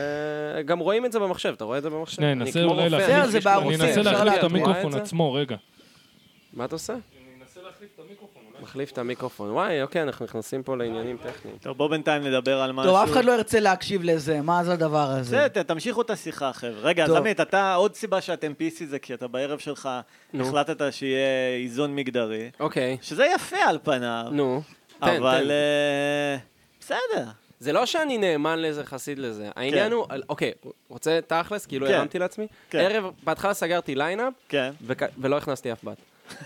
אה, גם רואים את זה במחשב, אתה רואה את זה במחשב?
שנייה,
אני
ננסה
כמו
אולי
רופא,
להחליף.
אני
זה
מרגיש
בערוץ,
אני
שאני-
אפשר
אנסה להחליף את
להתראות.
המיקרופון
רואה את זה?
עצמו, רגע.
מה אתה עושה?
אני אנסה להחליף את המיקרופון, אולי.
מחליף את המיקרופון. וואי, אוקיי, אנחנו נכנסים פה לעניינים טכניים.
טוב, בוא בינתיים נדבר על משהו.
טוב, אף אחד לא ירצה להקשיב לזה, מה זה הדבר הזה?
בסדר, ת- תמשיכו את השיחה, חבר'ה. רגע, אז
טוב.
עמית, אתה, עוד סיבה שאתם PC זה כי אתה בערב שלך
נו.
החלטת שיהיה איזון מגדרי,
אוקיי,
שזה יפה על פניו,
נו. תן, תן.
אבל אה, בסדר.
זה לא שאני נאמן לזה, חסיד לזה. העניין
כן.
הוא, אל- אוקיי, רוצה תכלס, כאילו
כן.
הרמתי לעצמי?
כן.
ערב, בהתחלה סגרתי ליינאפ,
כן.
וכ- ולא הכנסתי אף בת.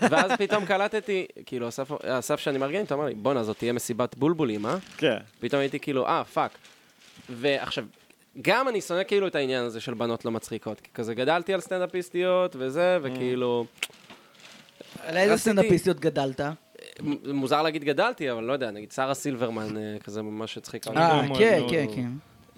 ואז פתאום קלטתי, כאילו, אסף- אסף שאני מארגן, אתה אומר לי, בואנה, זאת תהיה מסיבת בולבולים, אה?
כן.
פתאום הייתי כאילו, אה, פאק. ועכשיו, גם אני שונא כאילו את העניין הזה של בנות לא מצחיקות, כי כזה גדלתי על סטנדאפיסטיות וזה,
Mm.
וכאילו,
על איזה
רציתי-
סטנדאפיסטיות גדלת?
מ- מוזר להגיד גדלתי, אבל לא יודע, נגיד שרה סילברמן, אה, כזה ממש הצחיקה. אותי.
אה,
גם
כן,
מאוד-
כן, כן.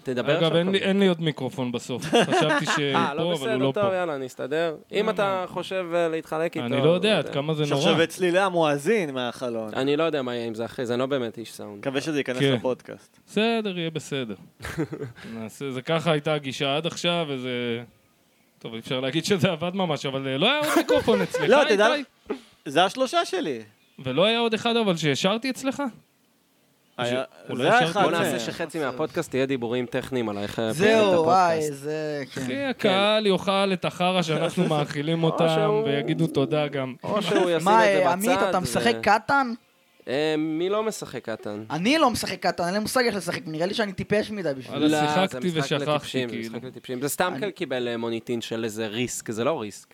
תדבר
אגב, אין לי-
קודם.
אין לי עוד מיקרופון בסוף. חשבתי
אה,
שהוא
לא
פה, אבל הוא
בסדר,
לא
טוב,
פה.
יאללה, אני אסתדר. אם אתה חושב אה, להתחלק איתו... אה,
אני לא יודע עד כמה זה נורא.
שעכשיו את צלילי המואזין מהחלון.
אני לא יודע מה יהיה עם זה אחרי, זה אני לא באמת איש סאונד.
מקווה שזה ייכנס
כן.
לפודקאסט.
בסדר, יהיה בסדר. נעשה, זה ככה הייתה הגישה עד עכשיו, וזה... טוב, אי אפשר להגיד שזה עבד ממש, אבל אה, לא היה עוד מיקרופון אצלך,
לא, תדע
איתי?
זה השלושה שלי.
ולא היה עוד אחד אבל שהשארתי אצלך?
כן.
היה-
אולי
זה
אפשר-
האחד.
בוא
זה.
נעשה שחצי מהפודקאסט יהיה דיבורים טכניים על איך... אה, פותחים את
זהו, וואי,
הפודקאסט.
זה... כן.
כי הקהל יאכל את החרא שאנחנו מאכילים אותם,
שהוא-
ויגידו תודה גם.
או שהוא ישים
מה,
את זה בצד.
אה, עמית, אתה
ו-
משחק קטן?
אה, מי לא משחק קטן?
אני לא משחק קטן, אין לי מושג איך לשחק, נראה לי שאני טיפש מדי בשביל...
אבל
לא, זה
שיחקתי
משחק
ושכחתי,
לטיפשים, זה
כאילו.
משחק לטיפשים. זה סתם קיבל אה, מוניטין של איזה ריסק, זה לא ריסק.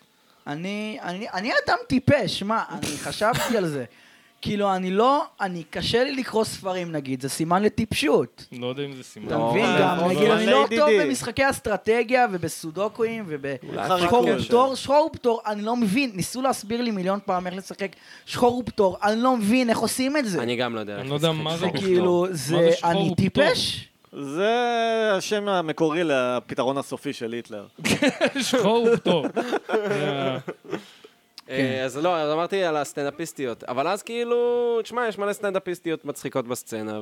אני, אני, אני אדם טיפש, מה, אני חשבתי על זה. כאילו, אני לא, אני, קשה לי לקרוא ספרים נגיד, זה סימן לטיפשות.
לא יודע אם זה סימן.
אתה
לא,
מבין?
אה,
גם,
לא,
נגיד,
לא,
אני
לא,
לא
ADD.
טוב במשחקי אסטרטגיה ובסודוקואים
אולי
ובשחור
פאקינג
ופטור, שחור ופטור, אני לא מבין, ניסו להסביר לי מיליון פעם איך לשחק שחור ופטור, אני לא מבין איך עושים את זה.
אני גם לא יודע.
אני
איך
לא יודע
לשחק
מה
זה
זה
שחור.
כאילו, זה,
שחור
אני
ופטור?
טיפש?
זה השם המקורי לפתרון הסופי של היטלר.
שחור וטוב. אה,
אה, אז לא, אז אמרתי על הסטנדאפיסטיות. אבל אז כאילו, תשמע, יש מלא סטנדאפיסטיות מצחיקות בסצנה,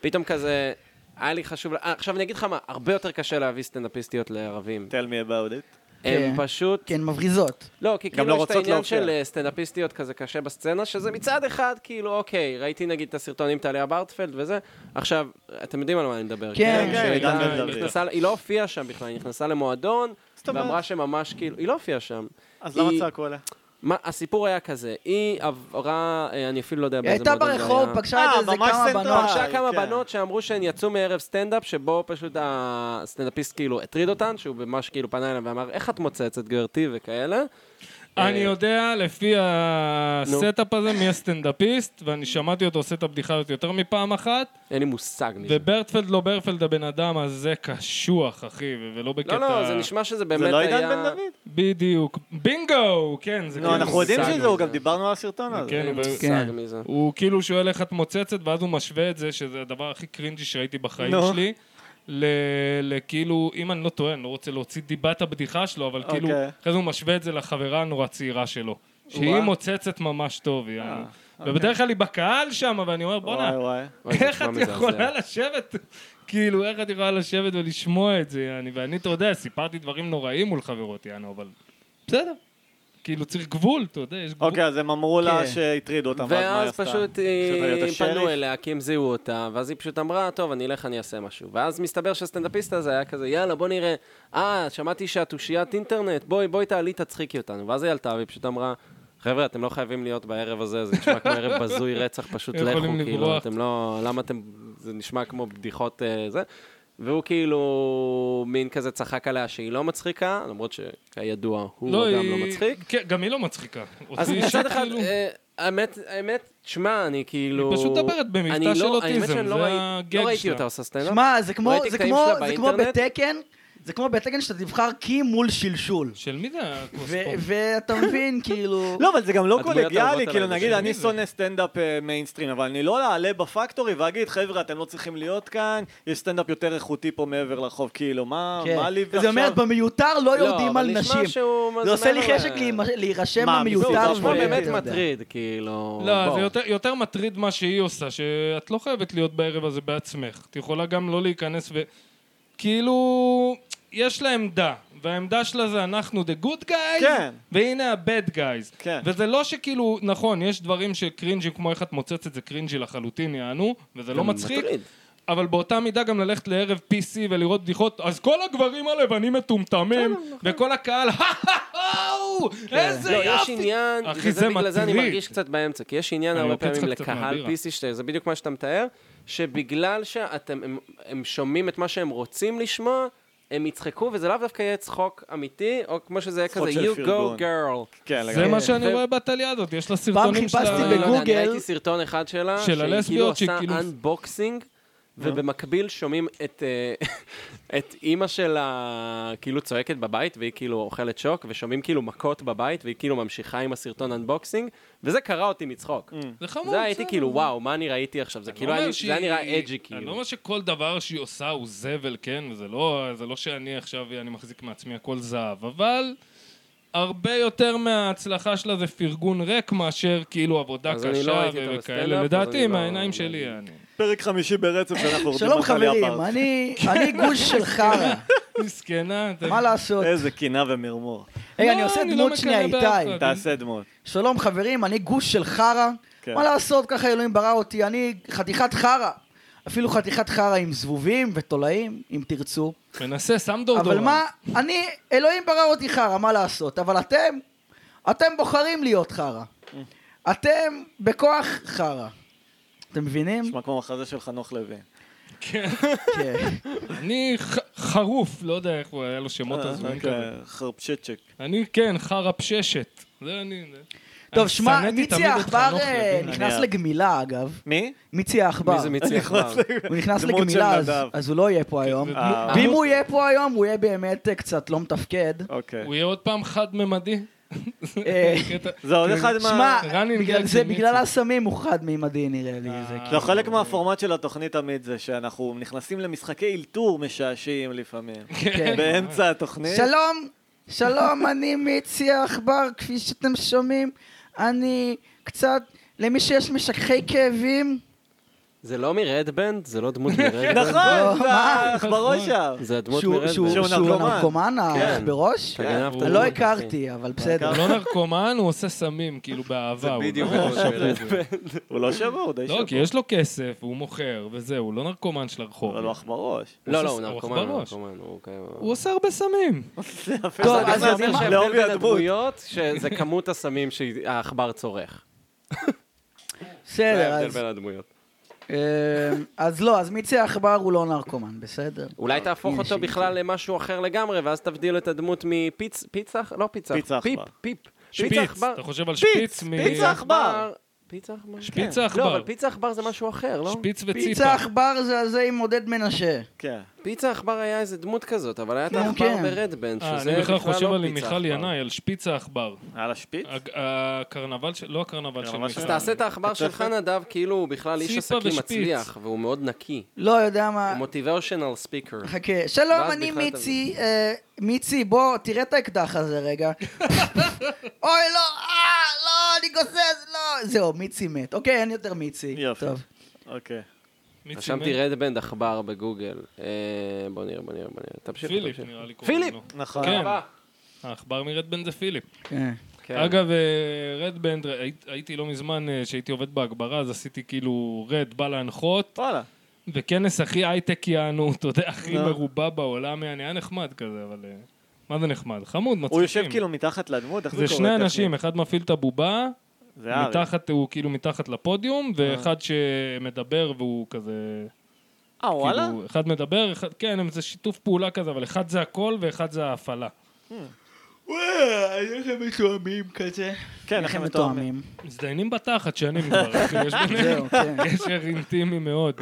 ופתאום כזה, היה לי חשוב... אה, עכשיו אני אגיד לך מה, הרבה יותר קשה להביא סטנדאפיסטיות לערבים.
tell me about it.
הם
כן.
פשוט...
כן, מבריזות.
לא, כי
לא
כאילו יש את
רוצות
העניין
להופיע.
של אה, סטנדאפיסטיות כזה קשה בסצנה, שזה מצד אחד, כאילו, אוקיי, ראיתי נגיד את הסרטון עם טליה ברטפלד וזה, עכשיו, אתם יודעים על מה אני מדבר.
כן,
כן,
שהייתה-
עידן בן דוד.
נכנסה- היא לא הופיעה שם בכלל, היא נכנסה למועדון,
זאת אומרת.
ואמרה שממש כאילו, היא לא הופיעה שם.
אז למה
היא-
צעקו עליה?
מה, הסיפור היה כזה, היא עברה, אה, אני אפילו לא יודע
היא
באיזה
הייתה
מועדון זה
ברחוב,
היה.
פגשה
אה,
את איזה
ממש
כמה
סנטרל.
בנות.
אה,
פגשה כמה
כן.
בנות שאמרו שהן יצאו מערב סטנדאפ, שבו פשוט הסטנדאפיסט כאילו הטריד אותן, שהוא ממש כאילו פנה אליהם ואמר, איך את מוצצת גברתי וכאלה.
אני
אה.
יודע לפי הסטאפ הזה מי הסטנדאפיסט, ואני שמעתי אותו עושה את הבדיחה הזאת יותר מפעם אחת,
אין לי מושג מי זה.
וברטפלד לא ברטפלד הבן אדם הזה קשוח, אחי, ו- ולא בקטע...
לא, לא, זה נשמע שזה באמת
זה
היה...
לא עידן בן דוד?
בדיוק. בינגו! כן, זה
נו, לא, אנחנו יודעים
מושג
שזה, הוא
מזה.
גם דיברנו על הסרטון הזה.
כן,
אין לי
אבל-
מושג
כן.
מי זה.
הוא כאילו שואל איך את מוצצת, ואז הוא משווה את זה, שזה הדבר הכי קרינג'י שראיתי בחיים
נו.
שלי, ל- לכאילו, אם אני לא טועה, אני לא רוצה להוציא דיבת הבדיחה שלו, אבל כאילו,
אוקיי.
אחרי זה הוא משווה את זה לחברה הנורא צעירה שלו. שהיא
וואו.
מוצצת ממש טוב, יעני.
אוקיי.
ובדרך כלל היא בקהל שם, ואני אומר, בואנה,
וואי וואי.
וואי, זה
איך
נשמע
את
מזעזע.
יכולה לשבת, כאילו, איך את יכולה לשבת ולשמוע את זה, יעני, ואני, אתה יודע, סיפרתי דברים נוראים מול חברות, יענו, אבל בסדר. כאילו, צריך גבול, אתה יודע, יש גבול.
אוקיי, אז הם אמרו לה
כן.
שהטרידו אותם, ואז מה היא
ואז
עשתה?
פשוט
פשוט
אה,
ראית
פנו
שריף?
אליה, כי הם זיהו אותה, ואז היא פשוט אמרה, טוב, אני אלך, אני אעשה משהו. ואז מסתבר שהסטנדאפיסט הזה היה כזה, יאללה, בוא נראה. אה, שמעתי שאת אושיית אינטרנט, בואי, בואי תעלי, תצחיקי אותנו. ואז היא עלתה, והיא פשוט אמרה, חבר'ה, אתם לא חייבים להיות בערב הזה, זה נשמע כמו ערב בזוי רצח, פשוט
יכולים
לכו, כאילו,
לברוח.
אתם לא... למה אתם... זה נשמע כמו בדיחות אה, זה. והוא כאילו מין כזה צחק עליה שהיא לא מצחיקה, למרות שכידוע הוא גם לא מצחיק.
כן, גם היא לא מצחיקה.
אז
אותי
מצד
אישית,
אחד,
כאילו,
אה, האמת, האמת, תשמע, אני כאילו...
היא פשוט מדברת במבטא
אני לא-
של אוטיזם,
האמת שאני לא
זה
ראיתי-
הגג
לא ראיתי
שלה.
אותה עושה סטנדאפ.
שמע, זה כמו,
ראיתי
זה
קטעים
כמו,
שלה
זה כמו
באינטרנט.
בתקן, זה כמו בטקן שאתה תבחר קי מול שלשול.
של מי זה הכוס
ו-
פה?
ואתה מבין, כאילו...
לא, אבל זה גם לא
הדמויות אהובות
קולגיאלי,
עליי
כאילו נגיד
בשביל
אני
זה.
שונא סטנדאפ אה, מיינסטרים, אבל אני לא אעלה בפקטורי ואגיד, חבר'ה, אתם לא צריכים להיות כאן, יש סטנדאפ יותר איכותי פה מעבר לרחוב, כאילו, מה
כן.
מה לי
זה
ועכשיו?
אומר, במיותר לא יורדים
אבל
על
נשמע
נשים.
שהוא- מה
זה עושה לי
מעבר
חשק
ל-
להימ- להירשם
מה,
למיותר.
מיותר
לא, זה
פה,
נשמע
אה,
באמת
אתה יודע.
מטריד, כאילו...
לא,
בוא.
זה יותר- יותר מטריד מה שהיא עושה, שאת לא חייבת להיות בערב הזה בעצמך. את יכולה גם לא להיכנס ו... כאילו, יש לה עמדה, והעמדה שלה זה אנחנו the good guys,
כן.
והנה ה-bad guys.
כן.
וזה לא שכאילו, נכון, יש דברים שקרינג'י, כמו איך את מוצצת, זה קרינג'י לחלוטין, יענו, וזה לא
גם
מצחיק,
מטריד.
אבל באותה מידה גם ללכת לערב PC ולראות בדיחות, אז כל הגברים הלבנים מטומטמים, וכל הקהל, איזה
נכון. לא, יש
יופי!
עניין,
אחי,
אחי,
זה
זה בגלל זה אני
מטריד.
מרגיש קצת באמצע, כי יש עניין
אני
הרבה
לוקח
פעמים
לך קצת
לקהל
מהבירה.
PC, שאתה- זה בדיוק מה שאתה מתאר, שבגלל שאתם, הם- הם שומעים את מה שהם רוצים לשמוע, הם יצחקו, וזה לאו דווקא יהיה צחוק אמיתי, או כמו שזה יהיה
צחוק
כזה,
של
you
פרגון."
go girl.
כן,
זה
לגמרי.
מה שאני
ו-
רואה בטליה הזאת, יש לה סרטונים שלה.
חיפשתי
לא, לא, לא,
בגוגל-
אני ראיתי סרטון אחד שלה,
של הלסביות, אה.
שהיא כאילו
שכאילו-
עושה אנבוקסינג, ובמקביל שומעים את, אה, את אימא שלה כאילו צועקת בבית, והיא כאילו אוכלת שוק, ושומעים כאילו מכות בבית, והיא כאילו ממשיכה עם הסרטון אנבוקסינג, וזה קרע אותי מצחוק.
זה חמוד.
זה הייתי
אה. בסדר.
כאילו, וואו, מה אני ראיתי עכשיו? זה כאילו,
לא אומר
אני-
שהיא-
זה היה נראה אג'י
אני לא
כאילו.
אומר שכל דבר שהיא עושה הוא זבל, כן? וזה לא, זה לא שאני עכשיו, אני מחזיק מעצמי הכל זהב, אבל הרבה יותר מההצלחה שלה זה פרגון ריק מאשר כאילו עבודה
אז אני לא
קשה
ראיתי אותה בסטנדאפ,
וכאלה.
אז
לדעתי,
אני לא-
מהעיניים
לא
שלי,
יודע.
אני...
פרק חמישי ברצף שאנחנו יורדים
שלום
על טליה
חברים,
בארץ.
אני אני גוש של חרא,
מסכנה. אתה-
מה לעשות?
איזה קינה ומרמור.
רגע,
לא,
אני עושה
אני לא
דמות
מקנא
שנייה,
באף
איתי.
אחד.
תעשה דמות.
שלום חברים, אני גוש של חרא.
כן.
מה לעשות, ככה אלוהים ברא אותי, אני חתיכת חרא. אפילו חתיכת חרא עם זבובים ותולעים, אם תרצו.
מנסה, שם דורדורן.
אבל מה, אני, אלוהים ברא אותי חרא, מה לעשות? אבל אתם, אתם בוחרים להיות חרא. אתם בכוח חרא. אתם מבינים?
נשמע כמו מחזה של חנוך לוין.
כן.
כן.
אני ח- חרוף, לא יודע איך הוא, היה לו שמות הזויים
אוקיי.
כאלה.
אה, חרפצ'צ'ק.
אני, כן, חרא פששת. זה אני... זה-
טוב,
אני
שמע,
שנאתי
מיצי
תמיד את
העכבר
חנוך
אה,
לוין.
נכנס
אני-
לגמילה, אגב.
מי?
מיצי העכבר.
מי זה מיצי עכבר?
הוא נכנס
דמות של
לגמילה, אז-
נדב.
אז הוא לא יהיה פה היום.
דמות-
אה.
ואם הוא יהיה פה היום, הוא יהיה באמת אה, קצת לא מתפקד.
אוקיי.
הוא יהיה עוד פעם חד-ממדי?
אה,
קטע.
זה עוד אחד
שמע,
מה...
רן
בגלל
אינגל
זה-
של
בגלל
מיצי.
הסמים הוא חד-מימדי נראה לי. זה
אה.
לא, חלק מהפורמט של התוכנית תמיד זה שאנחנו נכנסים למשחקי אלתור משעשעים לפעמים.
אה.
כן.
באמצע התוכנית.
שלום, שלום, אני מיצי העכבר, כפי שאתם שומעים, אני קצת, למי שיש משככי כאבים,
זה לא מרדבנד? זה לא דמות
כן.
מרדבנד?
נכון, זה
לא, מה?
העכברוש שם.
זה הדמות
שהוא- שהוא
שהוא
מרדבנד.
שהוא
נרקומן.
נרקומן, האח
כן.
בראש?
אתה גנבת
הוא-
את
אני לא
הדמות,
הכרתי, אבל בסדר.
הוא לא נרקומן, הוא עושה סמים, כאילו באהבה. הוא
בדיוק
לא-
כמו מרדבנד.
הוא לא שבור, הוא די שבור.
לא, כי יש לו כסף, הוא מוכר, וזהו, הוא לא נרקומן של הרחוב.
אבל הוא עכברוש.
לא, לא, הוא
עושה- הוא
נרקומן, הוא
עכברוש.
נרקומן. הוא כאילו-
הוא עושה הרבה סמים.
טוב,
אז
אז
אני
יודעים
אומר
מה-
שההבדל
לעובי
בין
הדמות.
הדמויות, שזה כמות הסמים שהעכבר צורך. זה
בסדר,
ההבדל
כן, אז...
בין הדמויות.
אמ, אז לא, אז מיצי העכבר הוא לא נרקומן, בסדר.
אולי תהפוך
הנה,
אותו
שיניתי.
בכלל למשהו אחר לגמרי, ואז תבדיל את הדמות מפיץ, פיצה, לא פיצה,
פיצה
פיפ,
עכבר.
פיפ, פיצה
שפיץ,
עכבר,
אתה חושב על שפיץ? מ-
פיצה עכבר.
פיצה עכבר,
שפיץ
כן.
העכבר.
לא, אבל פיצה עכבר זה משהו אחר, לא?
שפיץ
פיצה
וציפה.
עכבר זה הזה עם עודד מנשה.
כן.
פיצה עכבר היה איזה דמות כזאת, אבל היה את
כן,
העכבר
כן.
ברדבנד, שזה
אה,
בכלל לא
אני
פיצה
בכלל חושב על
עכבר.
מיכל ינאי, על שפיץ העכבר.
על השפיץ?
הג- הקרנבל של... לא הקרנבל של
הקרנבל
מיכל.
אז תעשה את העכבר שלך, נדב, כאילו הוא בכלל איש
ציפה
עסקים
ושפיץ.
מצליח, והוא מאוד נקי.
לא יודע מה...
הוא מוטיביישנל ספיקר.
חכה, שלום,
ואז
אני
בכלל אתה-
מיצי, אה, מיצי, בוא, תראה את האקדח הזה רגע. אוי, לא, אה, לא, אני גוסס, לא. זהו, מיצי מת. אוקיי, אין יותר מיצי.
יופי.
טוב.
אוקיי.
מיצי
רשמתי
מת.
רדבנד עכבר בגוגל. אה, בוא נראה, בוא נראה, בוא נראה. תמשיך,
פיליפ
תמשיך.
נראה לי קוראים
פיליפ!
לו.
נכון.
כן.
הבא.
העכבר מרדבן זה פיליפ.
כן.
כן.
אגב, אה, רד בנד, ראי- הייתי לא מזמן, אה, שהייתי עובד בהגברה, אז עשיתי כאילו רד בא להנחות,
וואלה.
וכנס הכי הייטק יענו, אתה יודע, הכי
לא.
מרובע בעולם, יעני, היה נחמד כזה, אבל... אה, מה זה נחמד? חמוד, מצחיקים.
הוא יושב כאילו מתחת לדמות, איך זה
זה
קורה?
שני
טכנית?
אנשים, אחד מפעיל את הבובה,
זה ארי.
מתחת, הוא כאילו מתחת לפודיום, ואחד שמדבר והוא כזה...
אה, וואלה?
כאילו, אחד מדבר, אחד... כן, הם- זה שיתוף פעולה כזה, אבל אחד זה הכל ואחד זה ההפעלה.
וואי, איך הם מתואמים כזה?
כן,
איך הם מתואמים.
מזדיינים בתחת שנים כבר, אחי, יש ביניהם
זהו, כן.
קשר אינטימי מאוד.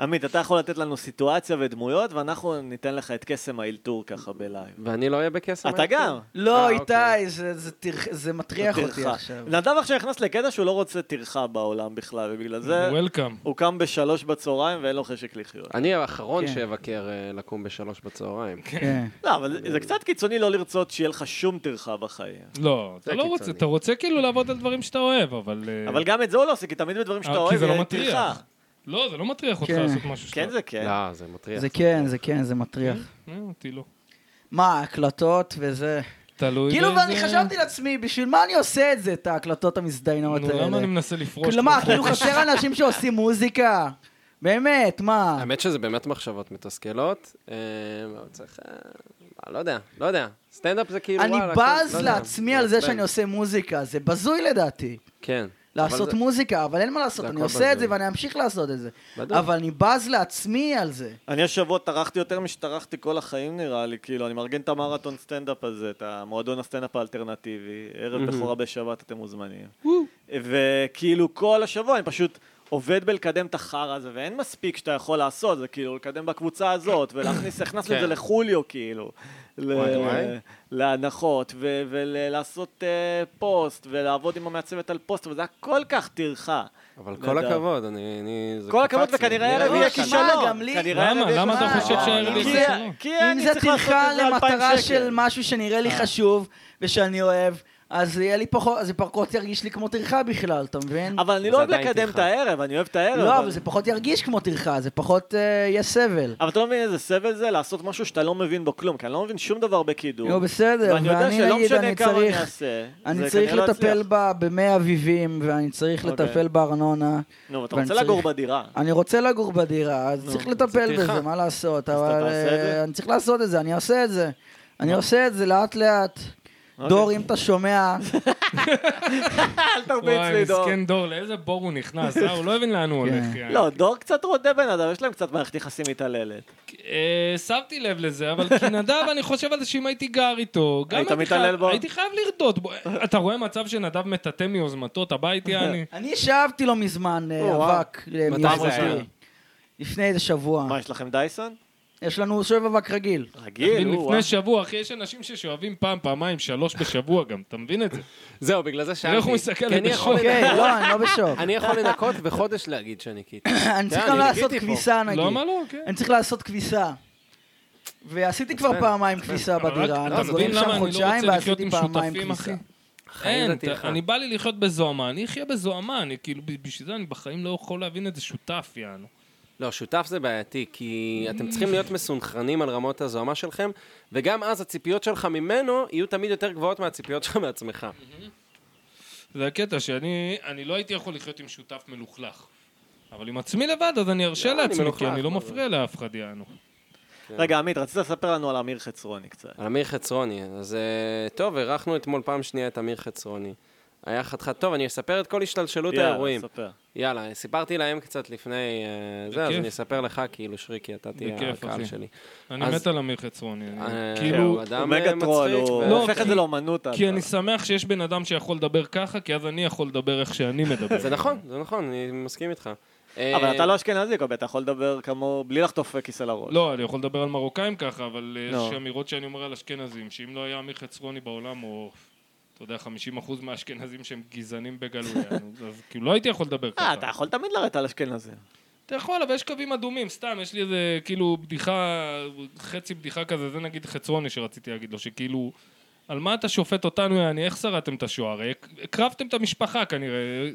עמית, אתה יכול לתת לנו סיטואציה ודמויות, ואנחנו ניתן לך את קסם האלתור ככה בלייב.
ואני לא אהיה בקסם.
אתה גם.
לא,
אה,
איתי,
אוקיי.
זה- זה טרח- זה מטריח אותי
טרחה.
עכשיו.
נדב עכשיו נכנס לקטע שהוא לא רוצה טרחה בעולם בכלל, ובגלל זה
וולקאם.
הוא קם בשלוש בצהריים ואין לו חשק לחיות.
אני האחרון
כן.
שאבקר אה, לקום בשלוש בצהריים.
כן.
לא, אבל זה- זה קצת קיצוני לא לרצות שיהיה לך שום טרחה בחיים.
לא, אתה
זה
לא
קיצוני.
רוצה, אתה רוצה כאילו לעבוד על דברים שאתה אוהב, אבל... אה,
אבל גם את זה הוא לא עושה, כי תמיד בדברים שאתה
אה, כי
אוהב,
זה לא
יהיה
מטריח.
טרחה.
לא, זה לא מטריח אותך
כן.
לעשות משהו שאתה...
כן זה כן.
לא, זה מטריח.
זה כן, זה כן, זה מטריח.
אה, אותי לא.
מה, הקלטות וזה?
תלוי
כאילו,
באיזה-
ואני חשבתי לעצמי, בשביל מה אני עושה את זה, את ההקלטות המזדיינות
נו, למה אני
האלה?
מנסה לפרוש?
כלומר,
פה?
אה, כאילו חסר אנשים שעושים מוזיקה. באמת, מה?
האמת שזה באמת מחשבות מתסכלות. אה, אבל צריך... אה, לא יודע, לא יודע. סטנדאפ זה כאילו...
אני
וואלה,
בז
לא יודע,
לעצמי על זה
מעצבן.
שאני עושה מוזיקה, זה בזוי לדעתי.
כן.
לעשות מוזיקה, אבל אין מה לעשות,
זה
אני
הכל
עושה את זה
בזוי.
ואני אמשיך לעשות את זה.
בדיוק.
אבל אני בז לעצמי על זה.
אני השבוע טרחתי יותר משטרחתי כל החיים נראה לי, כאילו, אני מארגן את המרתון סטנדאפ הזה, את המועדון הסטנדאפ האלטרנטיבי, ערב בכורה בשבת אתם מוזמנים. וכאילו כל השבוע אני פשוט עובד בלקדם את החרא הזה, ואין מספיק שאתה יכול לעשות, זה כאילו לקדם בקבוצה הזאת, ולהכניס, הכנסנו את זה
כן.
לחוליו כאילו. ל-
וואי, וואי.
להנחות, ו- ולעשות אה, פוסט, ולעבוד עם המעצבת על פוסט, וזה היה כל כך טרחה.
אבל
נדב.
כל הכבוד, אני... אני- זה
כל הכבוד,
קפץ לי.
וכנראה
נראה
הערב
לי
יהיה
שמע,
כישלון.
גם לי.
כנראה
למה?
הערב יהיה
למה אתה
כישלון.
חושב שהערב
כי-
יהיה כישלון?
אה, כי
אם
אני
זה
צריך לעשות
טרחה
את זה 2,000
למטרה
שקל. אה.
של משהו שנראה לי חשוב ושאני אוהב, אז יהיה לי פחות, אז זה פחות ירגיש לי כמו טרחה בכלל, אתה מבין?
אבל אני
זה
לא אוהב
עדיין
לקדם את
טרחה.
הערב, אני אוהב את הערב.
לא, אבל זה פחות ירגיש כמו טרחה, זה פחות אה, יהיה סבל.
אבל אתה לא מבין איזה סבל זה לעשות משהו שאתה לא מבין בו כלום, כי אני לא מבין שום דבר בקידום.
נו, לא, בסדר,
ואני יודע
ואני
שלא
נגיד,
משנה
אני
כמה אני
צריך...
אעשה,
אני
זה
צריך
כנראה לא
לטפל
יצליח.
בה במי אביבים, ואני צריך
אוקיי.
לטפל בארנונה.
נו, ואתה
ואני
רוצה
צריך-
לגור בדירה.
אני רוצה לגור בדירה, אז
נו,
צריך
זה
לטפל
טרחה.
בזה, מה לעשות?
אתה
אבל
תעשה את
אה,
זה?
אני צריך לעשות את זה, אני עושה את זה. אני עושה את זה לאט-לאט.
אוקיי.
דור, אם אתה שומע,
אל תרביץ
וואי,
לי, דור.
מסכן דור, לאיזה בור הוא נכנס, אה? הוא לא הבין לאן הוא
כן.
הולך. יעני.
לא, דור קצת רודה בן אדם, יש להם קצת מערכת יחסים מתעללת.
אה, שמתי לב לזה, אבל כנדב, אני חושב על זה שאם הייתי גר איתו, גם
היית
הייתי
מתעלל
חייב-
בו?
הייתי חייב לרדות בו. אתה רואה מצב שנדב מטאטא מיוזמתו את הבית, יעני?
אני שאבתי לו מזמן אה,
או, וואו.
אבק אה,
מתי
מיוזמתי.
זה היה?
לפני איזה שבוע.
מה, יש לכם דייסון?
יש לנו שואב אבק רגיל.
רגיל,
תבין,
נו, אה.
לפני שבוע, אחי, יש אנשים ששואבים פעם, פעמיים, שלוש בשבוע גם, אתה מבין את זה?
זהו, בגלל זה שאלתי.
איך הוא מסתכל
כי אני
עליי
יכול
כן.
אוקיי,
לנקות-
לא, אני לא בשוק.
אני יכול לנקות וחודש להגיד שניקיתי.
אני צריך
לא,
כן,
גם
אני
לעשות
ניקיתי פה.
כביסה, נגיד.
לא, מה לא, כן.
אני צריך לעשות כביסה. ועשיתי כבר
בסדר,
פעמיים כביסה
אבל רק-
בדירה,
אתה
אנחנו
מבין
גרים
למה
שם
אני לא
חודשיים
רוצה לחיות
ועשיתי
עם
פעמיים
שותפים,
כביסה.
אחי?
חיים
אין,
דתי
אתה-
לך.
אני בא לי לחיות בזוהמה, אני אחיה בזוהמה, אני כאילו, ב- בשביל זה אני בחיים לא יכול להבין את זה שותף, יענו.
לא, שותף זה בעייתי, כי אתם צריכים להיות מסונכרנים על רמות הזוהמה שלכם, וגם אז הציפיות שלך ממנו יהיו תמיד יותר גבוהות מהציפיות שלך מעצמך.
זה הקטע שאני אני לא הייתי יכול לחיות עם שותף מלוכלך. אבל עם עצמי לבד, אז אני ארשה
לא, אני
לעצמי,
מלוכלך,
כי אני לא
מה
מפריע לאף אחד, יענו.
רגע, עמית, רצית לספר לנו על אמיר חצרוני קצת.
על אמיר חצרוני. אז אה, טוב, אירחנו אתמול פעם שנייה את אמיר חצרוני. היה חתיכת טוב, אני אספר את כל השתלשלות האירועים.
ספר.
יאללה, סיפרתי להם קצת לפני אה, זה, אז
בכיף.
אני אספר לך, כאילו, שריקי, אתה תהיה
בכיף,
הקהל
אחי.
שלי.
אני
אז-
מת על אמיר חצרוני. אני-
אה,
כאילו,
הוא אדם
הוא
אה,
מגה טרול,
מצחיק,
הוא
ו-
לא,
הופך את
כי-
זה לאומנות.
כי
ההתחלה.
אני שמח שיש בן אדם שיכול לדבר ככה, כי אז אני יכול לדבר איך שאני מדבר.
זה נכון, זה נכון, אני מסכים איתך.
אבל אתה לא אשכנזי, קובי, אתה יכול לדבר כמו... בלי לחטוף כיסא לראש.
לא, אני יכול לדבר על מרוקאים ככה, אבל אה,
לא.
יש אמירות שאני אומר על אשכנזים, שאם לא היה אמיר חצרוני בעולם, או, אתה יודע, 50% מהאשכנזים שהם גזענים בגלוי, יענו, אז כאילו לא הייתי יכול לדבר ככה.
אה, אתה יכול תמיד לרדת על אשכנזים.
אתה יכול, אבל יש קווים אדומים, סתם, יש לי איזה, כאילו, בדיחה, חצי בדיחה כזה, זה נגיד חצרוני שרציתי להגיד לו, שכאילו, על מה אתה שופט אותנו, יעני, איך שרדתם את השואה? הרי הקרבתם את המשפחה כנראה,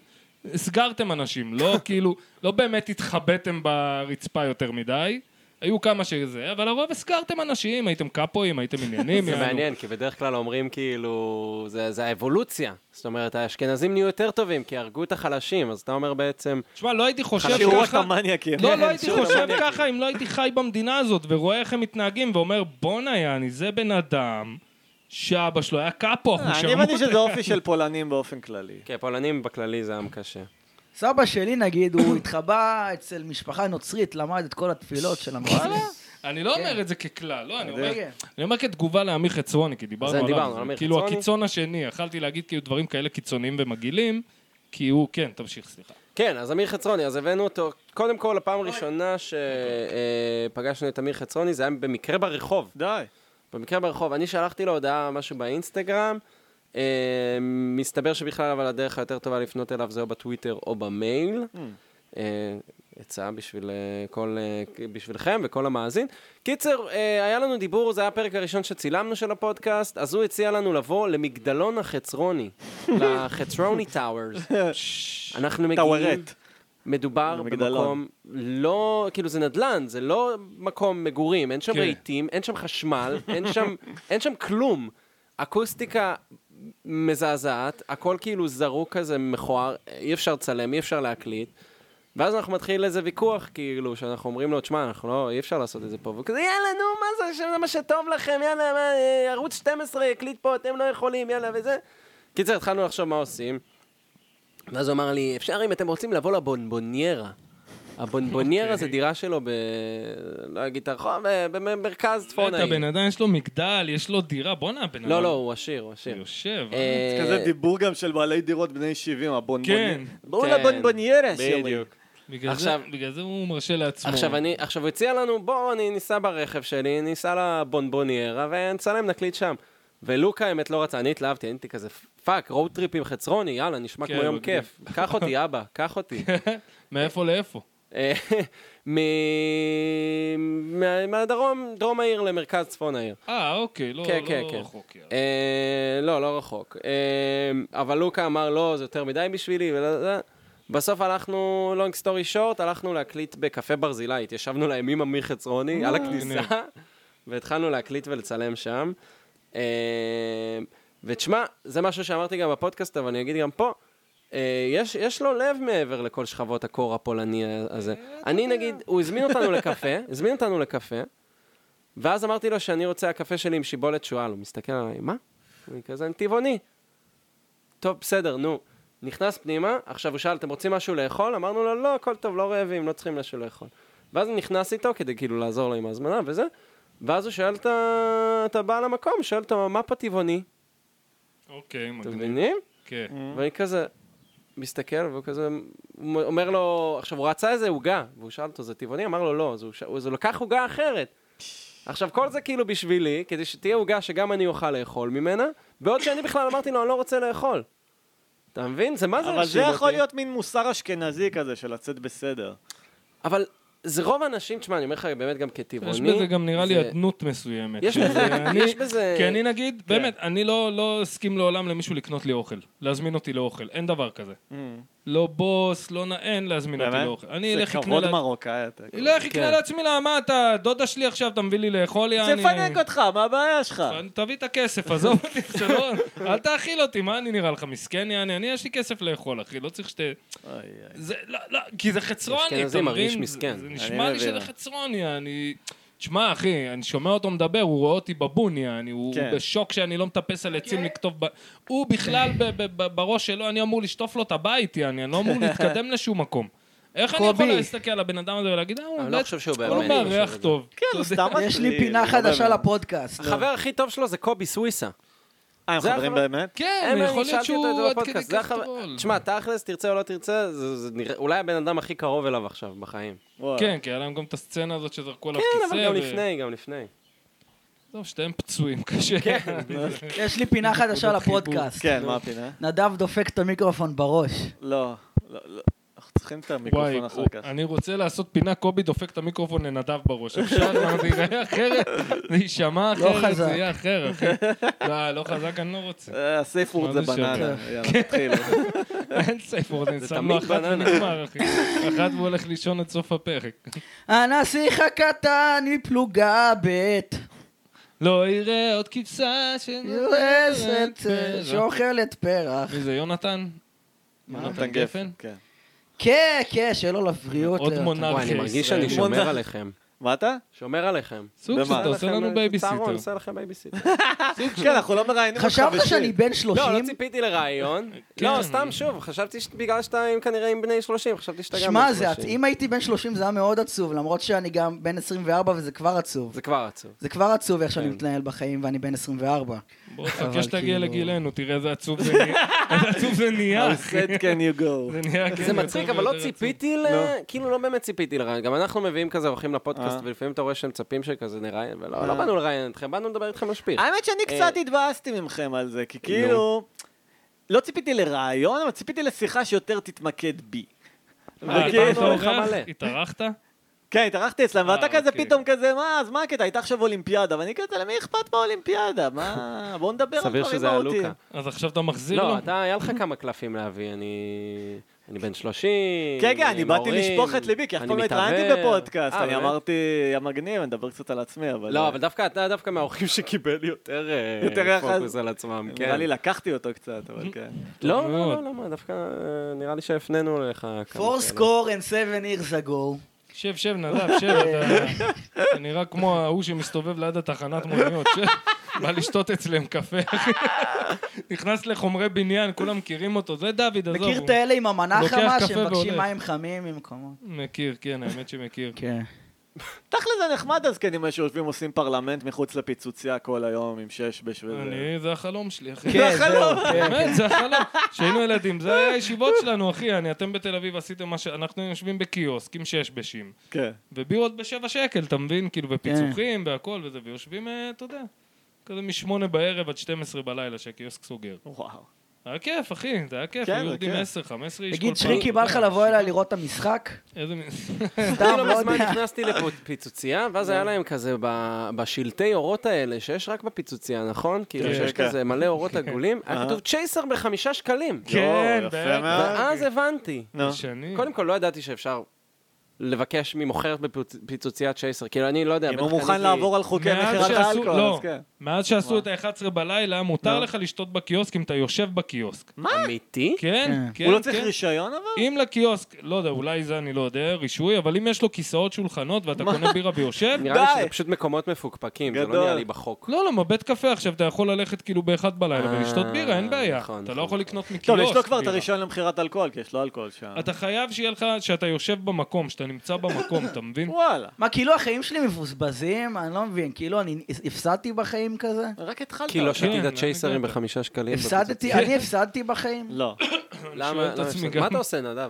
הסגרתם אנשים, לא כאילו, לא באמת התחבאתם ברצפה יותר מדי. היו כמה שזה, אבל הרוב הסגרתם אנשים, הייתם קאפואים, הייתם עניינים.
זה
יענו.
מעניין, כי בדרך כלל אומרים כאילו, זה, זה האבולוציה. זאת אומרת, האשכנזים נהיו יותר טובים, כי הרגו את החלשים, אז אתה אומר בעצם,
תשמע, לא הייתי חושב
שיעור
ככה...
המניאקים.
כן,
לא, לא הייתי
שיעור
חושב
המניאקים.
ככה אם לא הייתי חי במדינה הזאת ורואה איך הם מתנהגים ואומר בואנה יעני זה בן אדם שאבא שלו היה קאפו,
אה,
אנחנו
אני הבנתי שזה אופי של פולנים באופן כללי.
כן, פולנים בכללי זה עם קשה.
סבא שלי, נגיד, הוא התחבא אצל משפחה נוצרית, למד את כל התפילות של המדינה.
אני
כן.
לא אומר את זה ככלל, לא, אני אומר-
רגע.
אני אומר כתגובה לאמיר חצרוני, כי דיברנו
אז
עליו.
דיברנו, על אמיר
כאילו
חצרוני.
הקיצון השני, יכלתי להגיד כאילו דברים כאלה קיצוניים ומגעילים, כי הוא, כן, תמשיך, סליחה.
כן, אז אמיר חצרוני, אז הבאנו אותו, קודם כל, הפעם הראשונה שפגשנו את אמיר חצרוני, זה היה במקרה ברחוב.
די.
במקרה ברחוב, אני שלחתי לו הודעה, משהו באינסטגרם, אה, מסתבר שבכלל אבל הדרך היותר טובה לפנות אליו זה או בטוויטר או במייל. אה, עצה בשביל אה, כל, אה, בשבילכם וכל המאזין. קיצר, אה, היה לנו דיבור, זה היה הפרק הראשון שצילמנו של הפודקאסט, אז הוא הציע לנו לבוא למגדלון החצרוני, לחצרוני טאוורס. אנחנו מגיעים...
טאוורט.
מדובר
במגדלון.
במקום לא, כאילו זה נדל"ן, זה לא מקום מגורים, אין שם
כן.
רהיטים, אין שם חשמל, אין שם, אין שם כלום. אקוסטיקה מזעזעת, הכל כאילו זרוק כזה מכוער, אי אפשר לצלם, אי אפשר להקליט. ואז אנחנו מתחיל איזה ויכוח, כאילו, שאנחנו אומרים לו, תשמע, אנחנו לא, אי אפשר לעשות את זה פה. והוא כזה, יאללה, נו, מה זה, זה מה שטוב לכם, יאללה, מה, אה, ערוץ 12 הקליט פה, אתם לא יכולים, יאללה, וזה. קיצר, התחלנו לחשוב מה עושים. ואז הוא אמר לי, אפשר אם אתם רוצים לבוא לבונבוניירה. הבונבוניירה
אוקיי.
זה דירה שלו ב... לא אגיד את הרחוב, אה, במרכז צפון
אתה
העיר.
בן אדם, יש לו מגדל, יש לו דירה, בואנה, בן אדם.
לא, לא, הוא עשיר, הוא עשיר.
יושב.
אה,
זה כזה דיבור גם של בעלי דירות בני 70, הבונבוניירה.
כן.
בואו
כן.
לבונבוניירה,
בדיוק.
בגלל
עכשיו-
זה- בגלל זה הוא מרשה לעצמו.
עכשיו, אני, עכשיו הוא הציע לנו, בואו, אני ניסע ברכב שלי, ניסע לבונבוניירה, ונצלם, נקליט שם. ולוקה, האמת, לא רצה, אני התלהבתי, הייתי כזה, פאק, רואוד טריפ עם חצרוני, יאללה, נשמע
כן,
כמו יום
בדיוק.
כיף. קח אותי, אבא, קח אותי.
מאיפה לאיפה?
אה, מ- מה- מהדרום, דרום העיר למרכז צפון העיר.
אה, אוקיי, לא
כן,
לא
כן, כן.
רחוק. יאללה.
אה, לא, לא רחוק. אה, אבל לוקה אמר, לא, זה יותר מדי בשבילי, ולא... זה." בסוף הלכנו, לונג סטורי שורט, הלכנו להקליט בקפה ברזילי, התיישבנו להם עם אמיר חצרוני על הכניסה,
אה, הנה.
והתחלנו להקליט ולצלם שם. אה, ותשמע, זה משהו שאמרתי גם בפודקאסט, אבל אני אגיד גם פה, אה, יש, יש לו לב מעבר לכל שכבות הקור הפולני הזה.
אה,
אני נגיד, הוא הזמין אותנו לקפה, הזמין אותנו לקפה, ואז אמרתי לו שאני רוצה הקפה שלי עם שיבולת שועל. הוא מסתכל עליי, מה? אני כזה, אני טבעוני. טוב, בסדר, נו. נכנס פנימה, עכשיו הוא שאל, אתם רוצים משהו לאכול? אמרנו לו, לא, הכל טוב, לא רעבים, לא צריכים משהו לאכול. ואז אני נכנס איתו כדי כאילו לעזור לו עם ההזמנה וזה, ואז הוא שואל את ה- את הבעל המקום, שואל אותו, מה פה טבעוני?
אוקיי,
אתם
מגניב.
מבינים?
כן.
ואני כזה מסתכל, והוא כזה הוא אומר לו, עכשיו הוא רצה איזה עוגה, והוא שאל אותו, זה טבעוני? אמר לו, לא, אז הוא, ש... הוא, אז הוא לקח עוגה אחרת. עכשיו, כל זה כאילו בשבילי, כדי שתהיה עוגה שגם אני אוכל לאכול ממנה, בעוד שאני בכלל אמרתי לו, אני לא רוצה לאכול. אתה מבין? זה מה זה
אבל זה
הרשים
יכול
אותי?
להיות מין מוסר אשכנזי כזה של לצאת בסדר.
Mm,
אבל זה רוב האנשים, תשמע, אני אומר לך באמת גם כטבעוני.
יש בזה גם נראה לי
זה-
אדנות מסוימת.
יש
שזה-
בזה-
אני-
יש אה, בזה-
כי אני נגיד, באמת, אני לא לא אסכים לעולם למישהו לקנות לי אוכל. להזמין אותי לאוכל. אין דבר כזה. לא בוס, לא נאן להזמין אותי
אה, באמת?
לאוכל. לא. אני
זה
אלך אקנה
כבוד
לה- לא,
מרוקאי אתה. כאילו.
אלך אקנה לעצמי, לה, מה אתה, דודה שלי עכשיו, אתה מביא לי לאכול, יעני?
זה מפנק אותך, מה הבעיה שלך?
תביא את הכסף, עזוב אותי, שלא, אל תאכיל אותי, מה אני נראה לך, מסכן יעני? אני, יש לי כסף לאכול, אחי, לא צריך שת...
אוי, אוי.
זה, לא, לא, כי זה חצרוני,
אשכנזי
אתה
מרגיש
מבין?
מסכן. לא
זה- זה
אני
נשמע לי
מבין.
שזה חצרוני, אני... תשמע, אחי, אני שומע אותו מדבר, הוא רואה אותי בבון, יעני, הוא
כן.
בשוק שאני לא מטפס על עצים לכתוב ב... הוא בכלל ב- ב- ב- בראש שלו, אני אמור לשטוף לו את הבית, יעני, אני לא אמור להתקדם לשום מקום. איך אני יכול
קובי.
להסתכל על הבן אדם הזה ולהגיד, אה, הוא
אני לא
באמת-
חושב שהוא
הוא לא
באמת חושב
מארח
את זה."
טוב.
כן, הוא סתם
יש
מצליל,
לי פינה
לא
חדשה
באמת.
לפודקאסט.
החבר הכי טוב שלו זה קובי סוויסה.
אה, הם
זה
חברים
החבר-
באמת?
כן,
אין,
יכול
אני
להיות
שאלתי אותו
שהוא
את זה
עד כדי
בפודקאסט, זה
כך
החבר-
טרול.
תשמע, תכלס, תרצה או לא תרצה, זה זה נראה- אולי הבן אדם הכי קרוב אליו עכשיו בחיים.
וואו.
כן, כי היה להם גם את הסצנה הזאת שזרקו עליו
כן,
כיסא.
אבל גם
ו-
לפני, גם לפני.
טוב, שתיהם פצועים קשה.
כן.
יש לי פינה חדשה
נקודת
לפודקאסט.
כן, מה הפינה?
נדב דופק את המיקרופון בראש.
לא, לא, לא. אנחנו צריכים את
וואי,
המיקרופון אחר
הוא-
כך.
אני רוצה לעשות פינה קובי דופק את המיקרופון לנדב בראש. אפשר, למה זה ייראה אחרת? זה יישמע
לא
אחרת, זה
חזק.
יהיה אחר, אחי. לא, לא חזק, אני לא רוצה.
אה, הסייף
מה
וורד זה
זה כן.
בננה,
שווה?
יאללה, תתחיל.
אין ספר, אני
זה
שם לו
תמיד
אחת
בננה.
ונגמר, אחי. אחת והוא הולך לישון עד סוף הפרק.
הנסיך הקטן מפלוגה ב'
לא יראה עוד כבשה שנורסת
יועסת אה, שאוכלת פרח.
מי זה, יונתן? יונתן גפן?
כן.
כן, כן, שיהיה לו לבריאות.
עוד
להיות.
מונרכיה
וואי, אני
ישראלית.
מרגיש שאני
שומר
שומר
מונח.
עליכם.
מה אתה?
שומר עליכם.
סוג
במה?
שאתה עושה לנו בייביסיטר.
צהרון עושה לכם בייביסיטר.
אה.
כן, אנחנו לא מראיינים אותך
חשבת
בשביל.
שאני בן
לא, לא
30?
ציפיתי לרעיון.
כן.
לא, סתם שוב, חשבתי שבגלל שאתה עם- כנראה עם בני 30, חשבתי שאתה גם לא בן 30.
שמע, זה- אם הייתי בן 30 זה היה מאוד עצוב, למרות שאני גם בן 24 וזה כבר עצוב.
זה כבר עצוב.
זה כבר עצוב איך שאני
כן.
מתנהל בחיים ואני בן 24.
בוא
אבל
חכה שתגיע
כאילו-
לגילנו, תראה איזה עצוב זה נהיה. איזה עצוב זה נהיה,
How
אחי.
sad can you go?
זה נהיה כן,
זה
יותר
מצחיק, אבל
ויותר
לא
עצוב.
ציפיתי ל...
לא.
כאילו לא באמת ציפיתי לרעיון. גם אנחנו מביאים כזה אורחים
אה.
לפודקאסט, ולפעמים אתה רואה שהם מצפים שכזה נראיין, ולא
אה.
לא באנו לראיין אתכם, באנו לדבר איתכם על שפיך.
האמת שאני
אה.
קצת התבאסתי מכם על זה, כי כאילו... לא ציפיתי לרעיון, אבל ציפיתי לשיחה שיותר תתמקד בי.
אה,
וכאילו-
אתה אתה
לך
אורח?
מלא.
התארחת?
כן, התארחתי אצלם,
אה,
ואתה כזה
אוקיי.
פתאום כזה, מה, אז מה הקטע? הייתה עכשיו אולימפיאדה, ואני כזה, למי אכפת באולימפיאדה? מה, בואו נדבר על
סביר
דברים
שזה היה
מהותיים.
לוקה.
אז עכשיו אתה מחזיר לו?
לא, אתה, היה לך כמה קלפים להביא, אני... אני בן 30,
כן, כן, אני
עם
באתי
ההורים,
לשפוך את ליבי, כי אף
אני
פעם לא התראיינתי
מתעוור.
בפודקאסט.
אה,
אני
באמת?
אמרתי, יא מגניב, אני אדבר קצת על עצמי, אבל...
לא, אבל דווקא אתה דווקא מהאורחים שקיבל יותר אה,
יותר יחס.
פוקוס על עצמם, כן.
אה, נראה לי לקחתי אותו קצת, אבל כן.
לא, לא,
מאוד.
לא, לא, מה, דווקא אה, נראה לי שהפנינו לך כמה
Four
כאלה. כאילו,
score and seven years ago.
שב, שב, נדב, שב, אתה- אתה נראה כמו ההוא שמסתובב ליד התחנת מוניות, שב, בא לשתות אצלם קפה. נכנס לחומרי בניין, כולם מכירים אותו, זה דוד, עזוב.
מכיר
הוא-
את האלה עם המנה
לוקח
חמה
קפה
שמבקשים
והולך.
מים חמים ממקומות?
מכיר, כן, האמת שמכיר.
כן.
תכל'ס זה נחמד הזקנים האלה שיושבים עושים פרלמנט מחוץ לפיצוציה כל היום עם שש בשביל...
אני, זה החלום שלי, אחי.
כן, זהו. כן.
באמת, זה החלום. כשהיינו ילדים, זה היה הישיבות שלנו, אחי. אני, אתם בתל אביב עשיתם מה ש... אנחנו יושבים בקיוסק עם שש בשים.
כן.
ובירות בשבע שקל, אתה מבין? כאילו, בפיצוחים והכל וזה, ויושבים, אה, אתה יודע, כזה משמונה בערב עד 12 בלילה שהקיוסק סוגר.
וואו.
היה כיף, אחי, זה היה כיף.
כן,
היו
זה
יורדים
כיף.
10, 15 איש כל פעם. לא.
תגיד, שריקי, בא לך לבוא אליי לראות את המשחק?
איזה מין...
סתם,
אני
לא
לא מזמן
יודע.
נכנסתי לפיצוצייה, ואז
כן.
היה להם כזה ב- בשלטי אורות האלה, שיש רק בפיצוצייה, נכון? כאילו
כן,
שיש
כן.
כזה מלא אורות עגולים, היה כתוב צ'ייסר בחמישה שקלים.
כן,
יואו, יפה
בעד.
מאוד.
ואז הבנתי.
נו.
שנים.
קודם כל, לא ידעתי שאפשר לבקש ממוכרת בפיצוצייה צ'ייסר. כאילו, אני לא יודע.
אם
בטח
הוא מוכן
קניתי-
לעבור על חוקי
מאז
כן, מכירת
שעשו-
האלכוהול,
לא.
אז כן.
מאז שעשו את ה-11 בלילה, מותר
נו.
לך לשתות בקיוסק אם אתה יושב בקיוסק.
אמיתי?
כן, כן,
הוא לא צריך
כן.
רישיון אבל?
אם לקיוסק, לא יודע, אולי זה אני לא יודע, רישוי, אבל אם יש לו כיסאות שולחנות ואתה קונה בירה ויושב,
נראה לי
די.
שזה פשוט מקומות מפוקפקים, זה
גדול.
לא נראה לי בחוק.
לא, למה, בית קפה עכשיו אתה יכול ללכת כאילו באחד בלילה
אה,
ולשתות בירה, אין בעיה.
נכון,
אתה לא
נכון.
יכול לקנות מקיוסק.
טוב, יש לו כבר את
בירה. אה,
הרישיון למכירת אלכוהול, כי יש לו אלכוהול שם.
אתה חייב שיהיה לך, שאתה יושב במקום, שאתה נמצא במקום, אתה מבין?
וואלה.
מה, כאילו החיים שלי מבוזבזים? אני לא מבין. כאילו, אני הפסדתי בחיים כזה?
רק התחלת.
כי לא
כן,
שתית
לאן
צ'ייסרים
הגעת?
בחמישה שקלים.
הפסדתי? אני הפסדתי בחיים?
לא.
בפיצוצייה.
שואל
למה?
את
למה
עצמי
הפסדת?
גם.
מה אתה עושה, נדב?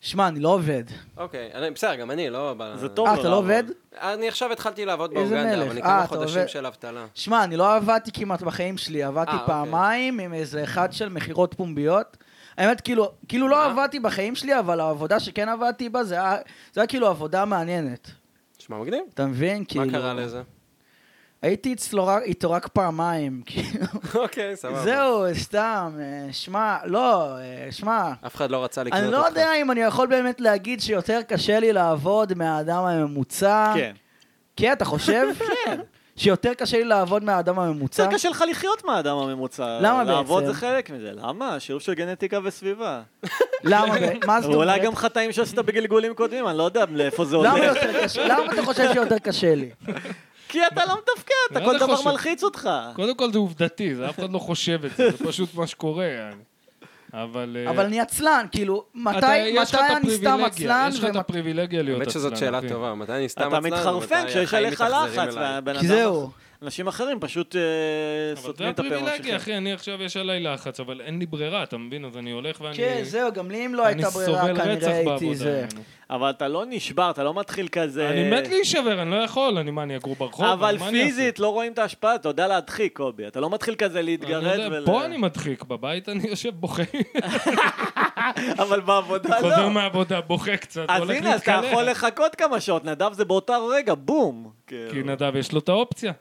שמע, אני לא עובד.
אוקיי, אני- בסדר, גם אני, לא... ב-
זה טוב.
אה, אתה לא עובד?
אני עכשיו התחלתי לעבוד
איזה
באוגנדה,
מלך.
אבל אני
אה,
כמה
אתה עובד-
חודשים של אבטלה.
שמע, אני לא עבדתי כמעט בחיים שלי,
אה,
עבדתי
אוקיי.
פעמיים עם איזה אחד של מכירות פומביות. האמת, כאילו, כאילו לא
מה?
עבדתי בחיים שלי, אבל העבודה שכן עבדתי בה, זה היה, זה היה כאילו עבודה מעניינת.
נשמע מגניב.
אתה מבין?
מה
כאילו...
קרה לזה?
הייתי אצלו רק- איתו רק פעמיים, כאילו.
אוקיי, סבבה.
זהו, סתם, אה, שמע, לא, אה, שמע.
אף אחד לא רצה לקנות
אני
אותך.
לא יודע אם אני יכול באמת להגיד שיותר קשה לי לעבוד מהאדם הממוצע.
כן.
כן, אתה חושב? כן. שיותר קשה לי לעבוד מהאדם הממוצע?
יותר קשה לך לחיות מהאדם הממוצע.
אה. למה
לעבוד
בעצם?
זה חלק מזה. למה? שילוב של גנטיקה וסביבה.
למה? מה זאת אומרת?
ואולי גם חטאים שעשית בגלגולים קודמים, אני לא יודע לאיפה זה
למה
הולך.
יותר קשה? למה אתה חושב שיותר קשה לי?
כי אתה לא מתפקד, אתה
מה
כל
אתה
דבר
חושב?
מלחיץ אותך.
קודם כל זה עובדתי, זה אף אחד לא חושב את זה, זה פשוט מה שקורה, יעני. אבל... אה,
אבל אני עצלן, כאילו, מתי
אתה- יש לך
מתי
את
אני סתם
הפריבילגיה,
עצלן?
יש לך את
ומת-
הפריבילגיה להיות עצלן.
האמת שזאת שאלה
אחי.
טובה, מתי אני סתם
אתה
עצלן?
מתחרפן
ומתי
כשיש
החיים
עליך
מתאכזרים
לחץ,
אליי?
והבן אדם...
כי זהו.
אנשים אחרים פשוט אה,
אבל זה
סותמים את הפה
הפריבילגיה,
ממשיכים.
אחי, אני עכשיו יש עליי לחץ, אבל אין לי ברירה, אתה מבין? אז אני הולך ואני...
כן, זהו, גם לי אם לא
אני
הייתה ברירה,
סובל רצח
כנראה הייתי
בעבודה.
זה.
יעני.
אבל אתה לא נשבר, אתה לא מתחיל כזה...
אני מת להישבר, אני לא יכול, אני מה, אני אגור ברחוב?
אבל
מה אני אעשה?
פיזית לא רואים את ההשפעה, אתה יודע להדחיק, קובי. אתה לא מתחיל כזה
אני לא
להתגרד
יודע,
ול...
פה אני מדחיק, בבית אני יושב בוכה.
אבל בעבודה לא.
חוזר מהעבודה, בוכה קצת,
אז
הולך
הנה, אז אתה
להתקלח.
יכול לחכות כמה שעות, נדב זה באותו רגע, בום. כאילו.
כי נדב, יש לו את האופציה.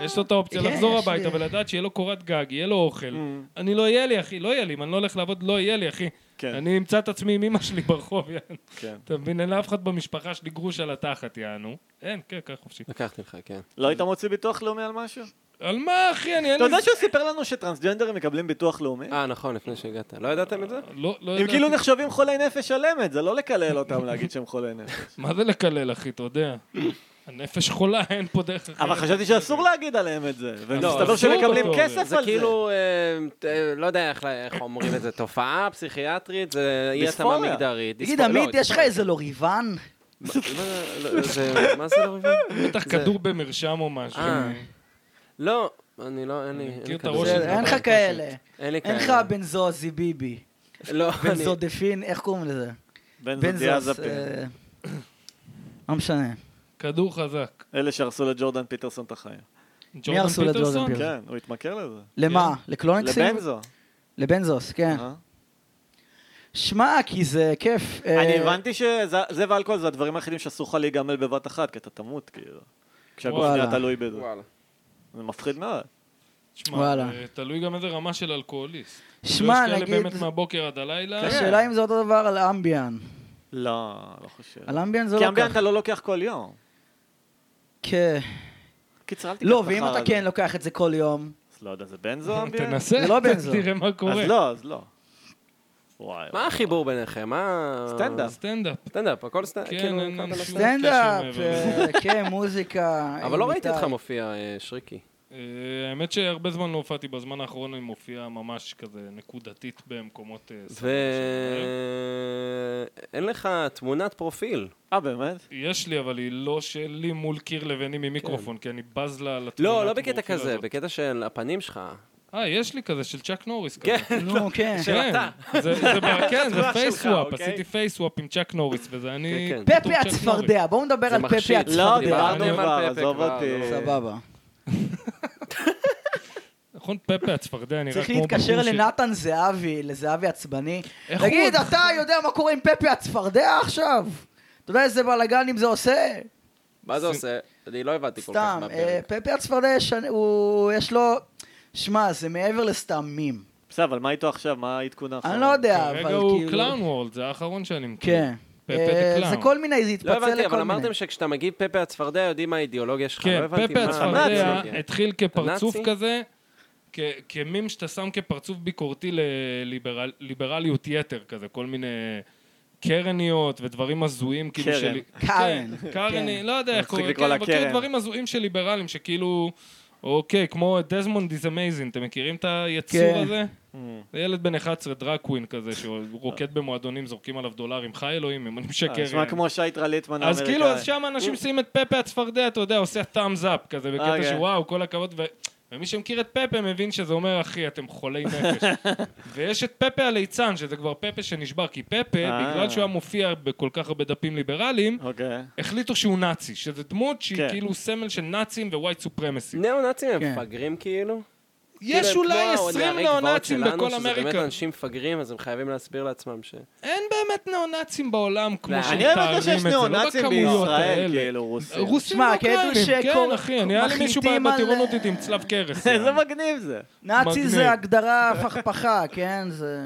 יש לו את האופציה
כן,
לחזור
יש
הביתה
לי.
ולדעת שיהיה לו קורת גג, יהיה לו
Mm,
אוכל.
אה.
אני לא יהיה לי, אחי, לא יהיה לי. אם אני לא הולך לעבוד, לא יהיה לי, אחי.
כן.
אני אמצא את עצמי עם אמא שלי ברחוב, יענו.
כן.
אתה מבין? אין לאף אחד במשפחה שלי גרוש על התחת, יענו. אין, כן, ככה חופשי.
לקחתי לך, כן.
לא היית מוציא ביטוח לאומי על משהו?
על מה, אחי? אני אין
אתה
לי...
יודע שהוא סיפר לנו שטרנסג'נדרים מקבלים ביטוח לאומי?
אה, נכון, לפני שהגעת. לא ידעתם את זה?
לא, לא
הם
ידעתי.
כאילו נחשבים חולי נפש על אמת, זה לא לקלל אותם להגיד שהם חולי נפש.
מה זה לקלל, אחי? אתה יודע. הנפש חולה, אין פה דרך אחרת.
אבל חשבתי שאסור להגיד עליהם את זה,
לא,
ומסתבר
אסור
שמקבלים
בתור-
כסף
זה
על זה.
כאילו, אה, אה, לא יודע איך- איך אומרים את זה, תופעה פסיכיאטרית, זה אי התאמה
דיספוריה.
מגדרית.
תגיד,
דיספור- לא,
עמית, יש לך איזה לוריבן?
לא, לא, זה- מה זה לא מבין?
בטח כדור במרשם או משהו.
אה, לא, אני לא, אין לי- אין
מכיר
לי
את הראש
כדורגל.
של
אין לך
פשוט.
כאלה.
כן.
אין לי
אין
כאלה.
לך בנזוזי ביבי.
לא, אני...
בנזודפין, איך קוראים לזה?
בנזודיאזפין.
בנזוס. אה, לא משנה.
כדור חזק.
אלה שהרסו לג'ורדן פיטרסון את החיים.
ג'ורדן
הרסו לג'ורדן
פיטרסון?
פיטרסון?
כן, הוא התמכר לזה.
למה? לקלונקסים?
לבנזו.
לבנזוס, כן.
כן. אה?
שמע, כי זה כיף.
אני
אה,
הבנתי שזה ואלכוהול זה הדברים היחידים שאסור לך להיגמל בבת אחת, כי אתה תמות, כאילו. כשהגוף
וואלה.
נהיה תלוי בזה.
וואלה.
זה מפחיד מאוד.
תשמע,
וואלה.
זה אה, תלוי גם איזה רמה של אלכוהוליסט.
שמע,
יש
נגיד,
כאלה באמת מהבוקר עד הלילה.
כן.
השאלה אם זה אותו דבר על אמביאן.
לא, לא חושב.
על אמביאן זה
כי
לא
אמביאן
ככה.
אתה לא לוקח כל יום.
כן.
קיצר, אל תיקח
לא,
את
ואם
החרא
אתה
הזה.
כן לוקח את זה כל יום,
אז לא יודע, זה בנזו אמביאן?
תנסה,
זה לא
קצת
בנזו.
תראה מה קורה.
אז לא, אז לא. וואי.
מה החיבור ביניכם? מה...
סטנדאפ.
סטנדאפ.
סטנדאפ, הכל סטנדאפ.
כן,
כאילו,
אין
הכרת
לנו
על
שום-
הסטנדאפ.
סטנדאפ,
קשר מעבר
אה, כן, מוזיקה.
אבל לא ראיתי
מיטה.
אותך מופיע, אה, שריקי.
אה, האמת שהרבה זמן לא הופעתי, בזמן האחרון אני מופיע ממש כזה נקודתית במקומות... אה,
ו...
סבבה שלהם.
אין לך תמונת פרופיל. לא,
אה, באמת?
יש לי, אבל היא לא שלי מול קיר לבני ממיקרופון, כי אני בז לה לתמונת
כן. לא, לא בקטע
פרופיל
כזה,
הזאת.
בקטע של הפנים שלך.
אה, יש לי כזה של צ'אק נוריס כזה.
כן.
נו, כן.
כן, זה- זה ב- כן, זה
התמונה שלך,
פייסוואפ,
אוקיי?
עשיתי פייסוואפ עם צ'אק נוריס, וזה אני...
כן,
כתוב
כן.
פפי
צ'אק
הצפרדע, בואו נדבר
זה
על פפי
מחשיד.
לא,
דיברנו
דיברנו
על
כבר,
פלפק
עזוב
כבר,
אותי.
לא.
סבבה.
נכון, פפה הצפרדע נראה כמו...
צריך להתקשר
בחור ש-
לנתן זהבי, לזהבי עצבני.
איך הוא
תגיד,
עוד-
אתה יודע מה קורה עם פפי הצפרדע עכשיו? אתה יודע איזה בלאגנים זה עושה?
מה זה
זה-
עושה? אני לא הבנתי כל כך
סתם, אה,
מהפרק.
פפי הצפרדע, יש- הוא- יש לו... שמע, זה מעבר לסתם מים.
בסדר, אבל מה איתו עכשיו? מה העדכון
נכון.
האחרון?
אני לא יודע, אבל
כרגע
כאילו...
הוא קלאון וורלד, זה האחרון שאני מכיר.
כן.
פפה
אה,
דה
זה
קלאון.
כל מיני, זה
לא
התפצל
הבנתי, אבל
לכל מיני.
אמרתם שכשאתה מגיב פפה הצפרדע יודעים מה האידיאולוגיה שלך. לא
כן,
הבנתי
פפה
מה- מה
הצפרדע אה,
האידיאולוגיה.
התחיל
אוקיי.
כפרצוף
הנאצי?
כזה, כ- כמים שאתה שם כפרצוף ביקורתי לליברליות יתר כזה, כל מיני קרניות ודברים הזויים כאילו
קרן.
של...
קרן,
כן,
כן.
קרן, לא יודע איך
מצחיק
קוראים,
לקרוא
כן,
לה
אבל כאילו
קרן.
דברים הזויים של ליברלים שכאילו... אוקיי, כמו דזמונד איז אמייזינג, אתם מכירים את היצור
כן.
הזה?
אה.
זה ילד בן 11, דראקווין כזה, שרוקד במועדונים, זורקים עליו דולרים, חי אלוהים, אם אני משקר.
אה, נשמע
אה,
כמו שייט רליטמן
אז
האמריקאי.
כאילו, אז שם אנשים שמים את פפה הצפרדע, אתה יודע, עושה thumbs up כזה,
אה,
בקטע
כן.
אוקיי.
שוואו, כל הכבוד, ו... ומי שמכיר את פפה מבין שזה אומר, אחי, אתם חולי נפש. ויש את פפה הליצן, שזה כבר פפה שנשבר, כי פפה,
אה.
בגלל שהוא היה מופיע בכל כך הרבה דפים
אה.
ליברליים,
אוקיי.
החליטו שהוא נאצי, שזה דמות שהיא
כן.
כאילו סמל של נאצים ווייט סופרמסי.
ניאו-נאצים הם
כן.
מפגרים כאילו?
יש
כאילו, הם
אולי
כמו הנערי
20
גבעות
נאו-נאצים
שלנו,
בכל
שזה באמת
אמריקה.
אנשים מפגרים, אז הם חייבים להסביר לעצמם
לא,
ש...
אין באמת נאו-נאצים בעולם כמו
לא,
שמתארים
אני
את
אוהב
זה,
את זה שיש
לא
נאו-נאצים
בכמויות
בישראל,
האלה.
כאילו, רוסים.
רוסים
שמע,
ואוקראינים,
כאילו
כן
שקור-
אחי, נראה לי מישהו בא
מחליטים על-
בטירונות איתי עם צלב קרס.
איזה מגניב זה.
נאצי
מגניב.
זה הגדרה פכפכה, כן? זה...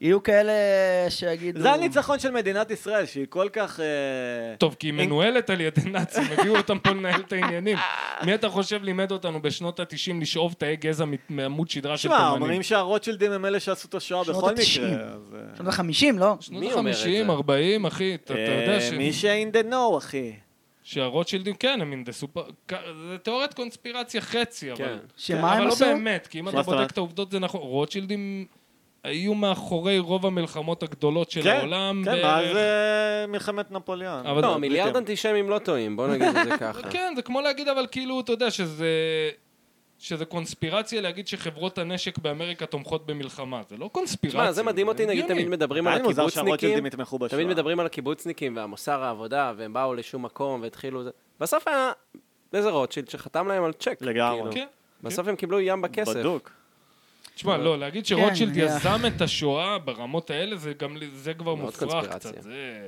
יהיו כאלה שיגידו...
זה הניצחון של מדינת ישראל, שהיא כל כך... אה,
טוב, כי היא מנוהלת על ידי נאצים, הביאו אותם פה לנהל את העניינים. מי אתה חושב לימד אותנו בשנות ה-90 לשאוב תאי גזע מת- מעמוד שדרה של
תשמע,
תימנים?
אומרים שהרוטשילדים הם אלה שעשו את השואה
שנות
בכל
התשעים.
מקרה. אז, אה,
שנות החמישים, לא?
שנות
מי אומר את
ה-50,
זה?
40, אחי, אתה אתה יודע
אה,
ש-
מי ש-in the know, אחי.
שהרוטשילדים, כן, הם הנדסו... פ- כ- זה תיאוריית קונספירציה חצי, אבל...
כן.
שמה
אבל
הם
לא
עשו?
באמת, כי אם
מה
אתה
זאת אומרת?
בודק את העובדות זה נכון. רוטשילדים היו מאחורי רוב המלחמות הגדולות של
כן,
העולם.
כן,
בערך.
אז אה, מלחמת נפוליאון.
אבל
לא,
זה-
מיליארד אנטישמים לא טועים, בוא נגיד את זה ככה.
כן, זה כמו להגיד, אבל כאילו, אתה יודע, שזה... שזה קונספירציה להגיד שחברות הנשק באמריקה תומכות במלחמה. זה לא קונספירציה.
תשמע, זה מדהים אותי, נגיד,
הגיוני.
תמיד מדברים על
עדיין מוזר
הקיבוצניקים,
שהרוטשילדים יתמכו בשואה.
תמיד מדברים על הקיבוצניקים והמוסר העבודה, והם באו לשום מקום והתחילו זה. בסוף היה איזה רוטשילד שחתם להם על צ'ק.
לגמרי.
כאילו.
כן.
בסוף הם קיבלו ים בכסף.
בדוק.
תשמע, לא, להגיד
כן,
שרוטשילד
יא.
יזם את השואה ברמות האלה, זה גם, זה כבר
מאוד
מופרך
קונספירציה.
קצת. זה...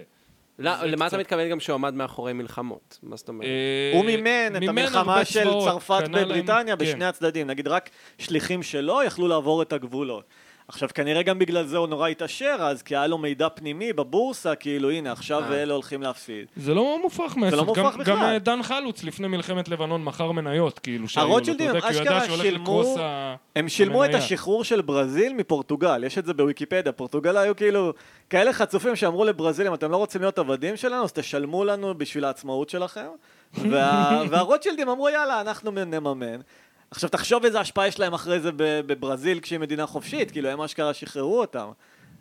לא,
זה
למה אתה
קצת-
מתכוון גם שהוא עמד מאחורי מלחמות? מה זאת אומרת?
אה,
הוא מימן את המלחמה
הרבה
של
צבאות,
צרפת
קנה להם-
בבריטניה
כן.
בשני הצדדים. נגיד, רק שליחים שלו יכלו לעבור את הגבולות. עכשיו, כנראה גם בגלל זה הוא נורא התעשר אז, כי היה לו מידע פנימי בבורסה, כאילו, הנה, עכשיו
אה.
אלה הולכים להפסיד.
זה לא מופרך מהסוף.
לא מופרך
גם-
בכלל.
גם אה, דן חלוץ לפני מלחמת לבנון מכר מניות, כאילו, שהיו לו, אתה
הרוטשילדים
יודע,
הם
כי הוא ידע
אשכרה
שהולך
שילמו-
לקרוס ה...
הם שילמו את
המניה.
השחרור של ברזיל מפורטוגל, יש את זה בוויקיפדיה. פורטוגל היו כאילו כאלה חצופים שאמרו לברזיל, אם אתם לא רוצים להיות עבדים שלנו, אז תשלמו לנו בשביל העצמאות שלכם. וה... והרוטשילדים אמרו, יאללה, אנחנו נממן. עכשיו, תחשוב איזה השפעה יש להם אחרי זה בב- בברזיל, כשהיא מדינה חופשית, כאילו, הם אשכרה שחררו אותם.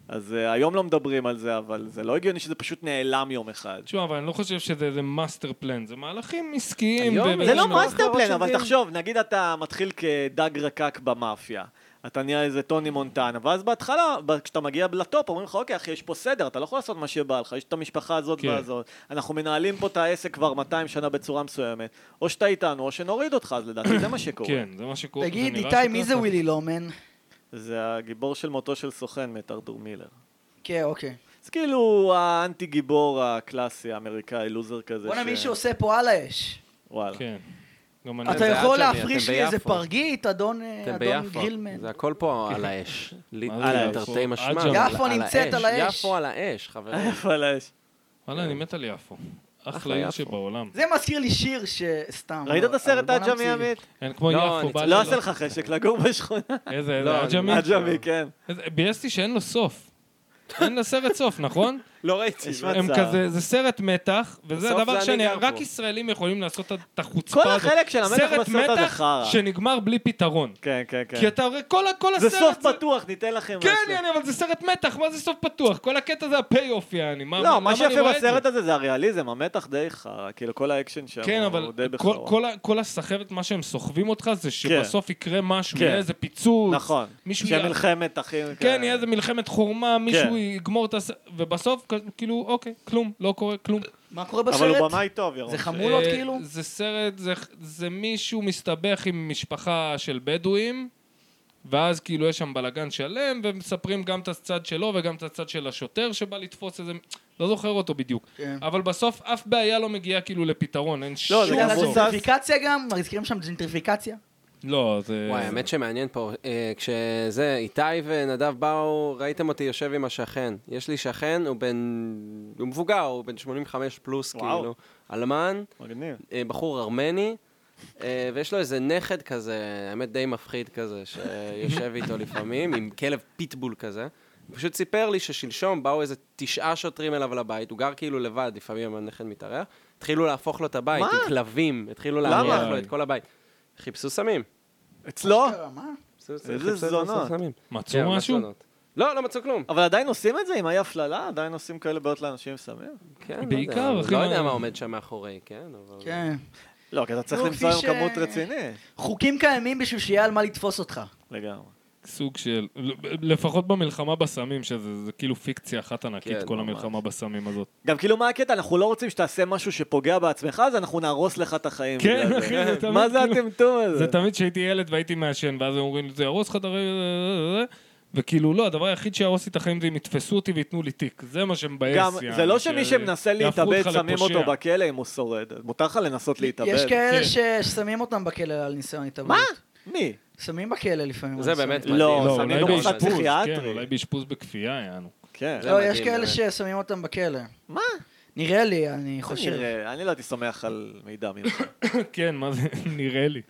אז uh, היום לא מדברים על זה, אבל זה לא הגיוני שזה פשוט נעלם יום אחד.
תשמע, אבל אני לא חושב שזה איזה מאסטר פלן, זה מהלכים עסקיים.
היום
ו-
זה לא
אבל
מאסטר פלן,
הרוטשילדים-
אבל תחשוב, נגיד אתה מתחיל כדג רקק במאפיה. אתה נהיה איזה טוני מונטנה, ואז בהתחלה, ב- כשאתה מגיע לטופ, אומרים לך, אוקיי, אחי, יש פה סדר, אתה לא יכול לעשות מה שבא לך, יש את המשפחה הזאת
כן.
והזאת. אנחנו מנהלים פה את העסק כבר 200 שנה בצורה מסוימת, או שאתה איתנו, או שנוריד אותך, אז לדעתי זה מה שקורה.
כן, זה מה שקורה.
תגיד,
נראה
איתי, מי
שככה.
זה ווילי לומן?
זה הגיבור של מותו של סוכן מאת ארתור מילר.
כן, אוקיי.
זה כאילו האנטי גיבור הקלאסי, האמריקאי, לוזר כזה.
בואנה,
ש-
מישהו עושה פה על האש.
וואלה.
כן. גם אני...
אתה
זה
יכול
את שלי,
להפריש
אתם
לי איזה
ביפו.
פרגית, אדון אה,
אתם
אדון
ביפו,
גרילמן.
זה הכל פה על האש. לי-
על האש.
תרתי משמע.
עג'מי.
על-
יפו
על
נמצאת על האש.
יפו על האש, חברים.
איפה לאש?
וואלה, אני מת על יפו. אחלה
אחלה
עיר
יפו.
שבעולם.
זה מזכיר לי שיר שסתם.
ראית
לא,
את הסרט
אבל בוא
עג'מי
נמציא.
עמית?
אין כמו
לא,
יפו.
אני
בא
צ-
לי
לא עושה לך חשק לגור בשכונה.
איזה,
לא,
איזה עג'מי?
עג'מי, כן.
איזה- ביאסתי שאין לו סוף. אין לסרט סוף, נכון?
לא ראיתי.
יש
מה-
הם
מצב.
כזה, זה סרט מתח, וזה
בסוף
הדבר
זה אני גר
שרק
פה.
ישראלים יכולים לעשות את- את החוצפה הזאת.
כל החלק של המתח בסרט הזה חרא.
סרט מתח שנגמר בלי פתרון.
אה, כן, כן, כן.
כי אתה הרי, כל ה- כל
זה
הסרט...
סוף פתוח, ניתן לכם משהו.
כן, יעני, אבל זה סרט מתח, מה זה סוף פתוח? כל הקטע זה הפי-אוף, יעני.
לא, מה
למה אני
שיפה
רואה את זה?
בסרט הזה זה הריאליזם, המתח די חרא, כאילו כל האקשן שם
כן,
הוא
אבל
די
כל,
בחרא.
כל, ה- כל הסחבת, מה שהם סוחבים אותך, זה שבסוף יקרה משהו,
כן.
יהיה איזה פיצוץ.
נכון,
מישהו
של
יהיה-
מלחמת אחים.
כן, יהיה איזה מלחמת חורמה, מישהו
כן.
יגמור את הס... ובסוף, כ- כאילו, אוקיי, כלום, לא קורה כלום.
מה קורה
אבל הוא
בסרט?
במאי טוב, ירון.
זה חמולות
אה,
כאילו?
זה סרט, זה, זה מישהו מסתבך עם משפחה של בדואים, ואז כאילו יש שם בלאגן שלם, ומספרים גם את הצד שלו וגם את הצד של השוטר שבא לתפוס איזה... לא זוכר אותו בדיוק.
כן.
אבל בסוף אף בעיה לא מגיעה כאילו לפתרון, אין שום...
לא, זה
בגלל
גם
סוף.
מבוסס-
הג'נטריפיקציה גם? מזכירים שם ג'נטריפיקציה?
לא, זה...
וואי, האמת שמעניין פה, אה, כשזה, איתי ונדב באו, ראיתם אותי יושב עם השכן. יש לי שכן, הוא בן... הוא מבוגר, הוא בן 85 פלוס,
וואו.
כאילו. אלמן,
מגניב.
אה, בחור ארמני, אה, ויש לו איזה נכד כזה, האמת די מפחיד כזה, שיושב איתו לפעמים, עם כלב פיטבול כזה. הוא פשוט סיפר לי ששלשום באו איזה תשעה שוטרים אליו לבית, הוא גר כאילו לבד, לפעמים הנכד מתארח, התחילו להפוך לו את הבית,
מה?
עם כלבים, התחילו
למה?
להריח לו את כל הבית. חיפשו סמים.
אצלו?
אה, מה?
איזה זונות.
כן,
מצאו משהו?
לא, לא מצאו כלום.
אבל עדיין עושים את זה עם אי הפללה? עדיין עושים כאלה בעיות לאנשים סמים?
כן,
בעיקר,
לא יודע,
אחי,
לא
מה-
יודע מה עומד שם מאחורי, כן, אבל...
כן.
לא, כי אתה צריך
לא,
למצוא
כפי
היום
ש-
כמות
אה,
רצינית.
חוקים קיימים בשביל שיהיה על מה לתפוס אותך.
לגמרי.
סוג של... לפחות במלחמה בסמים, שזה זה כאילו פיקציה אחת ענקית,
כן,
כל
ממש.
המלחמה בסמים הזאת.
גם כאילו מה הקטע? אנחנו לא רוצים שתעשה משהו שפוגע בעצמך, אז אנחנו נהרוס לך את החיים.
כן,
בגלל
אחי, זה תמיד
מה זה
כאילו-
הטמטום הזה?
זה תמיד כשהייתי ילד והייתי מעשן, ואז הם אומרים לי, זה יהרוס לך את הרגל, וכאילו, לא, הדבר היחיד שיהרוס לי את החיים זה אם יתפסו אותי וייתנו לי תיק. זה מה שמבאס.
גם, זה
יעני,
לא
ש-
שמי שמנסה
יהפכו
להתאבד,
אותך
שמים
לפושע.
אותו בכלא אם הוא שורד. מותר לך לנסות להתאבד.
יש כאלה
כן.
ש- ששמים אותם בכלא על ניסיון התאבדות.
מה? מי?
שמים בכלא לפעמים. על
זה
ניסיון.
באמת
לא,
מדהים.
לא,
שמים
אולי
לו מוסד
באשפוז, כן,
פסיכיאטרי.
אולי באשפוז בכפייה, יענו.
כן.
זה
לא,
מדהים,
יש כאלה
באמת.
ששמים אותם בכלא.
מה?
נראה לי, אני
חושב.
חושב.
אני לא הייתי שמח על מידע ממך.
כן, מה זה, נראה לי.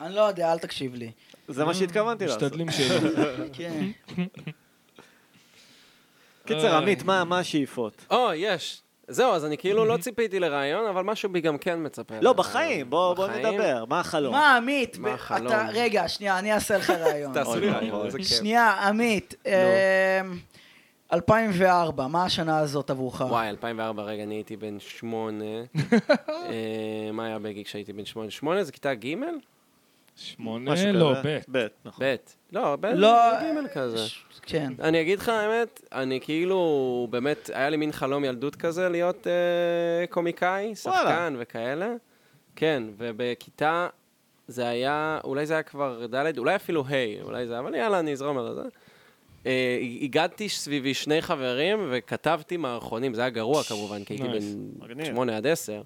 אני לא יודע, אל תקשיב לי.
זה מה שהתכוונתי לעשות.
אה, משתדלים שלא.
כן.
קיצר,
אה,
עמית, מה מה השאיפות?
או, יש. זהו, אז אני כאילו לא ציפיתי לרעיון, אבל משהו בי גם כן מצפה.
לא,
לרעיון.
בחיים, בוא בוא
בחיים?
נדבר, מה החלום?
אה,
אה,
מה, עמית?
לא. מה
ב-
החלום?
אתה- רגע, שנייה, אני אעשה לך רעיון.
תעשו לי
אוי,
רעיון,
אוי.
איזה כיף.
שנייה, עמית.
לא.
אמ, 2004, מה השנה הזאת עבורך?
וואי, 2004, רגע, אני הייתי בן שמונה. אה, מה היה בגיל כשהייתי בן שמונה? שמונה זה כיתה ג'?
שמונה,
משהו
לא,
כזה.
ב'.
ב', נכון.
ב'. לא, ב'
לא,
ג' כזה.
אה,
ש- כן.
אני אגיד לך האמת, אני כאילו, באמת, היה לי מין חלום ילדות כזה להיות אה, קומיקאי,
וואלה.
שחקן וכאלה. כן, ובכיתה זה היה, אולי זה היה כבר ד', אולי אפילו ה', אולי זה, אבל יאללה, אני אזרום על זה. אה, הגעתי סביבי שני חברים וכתבתי מערכונים, זה היה גרוע כמובן, כי הייתי
Nice.
בן
מגניב.
8 עד 10.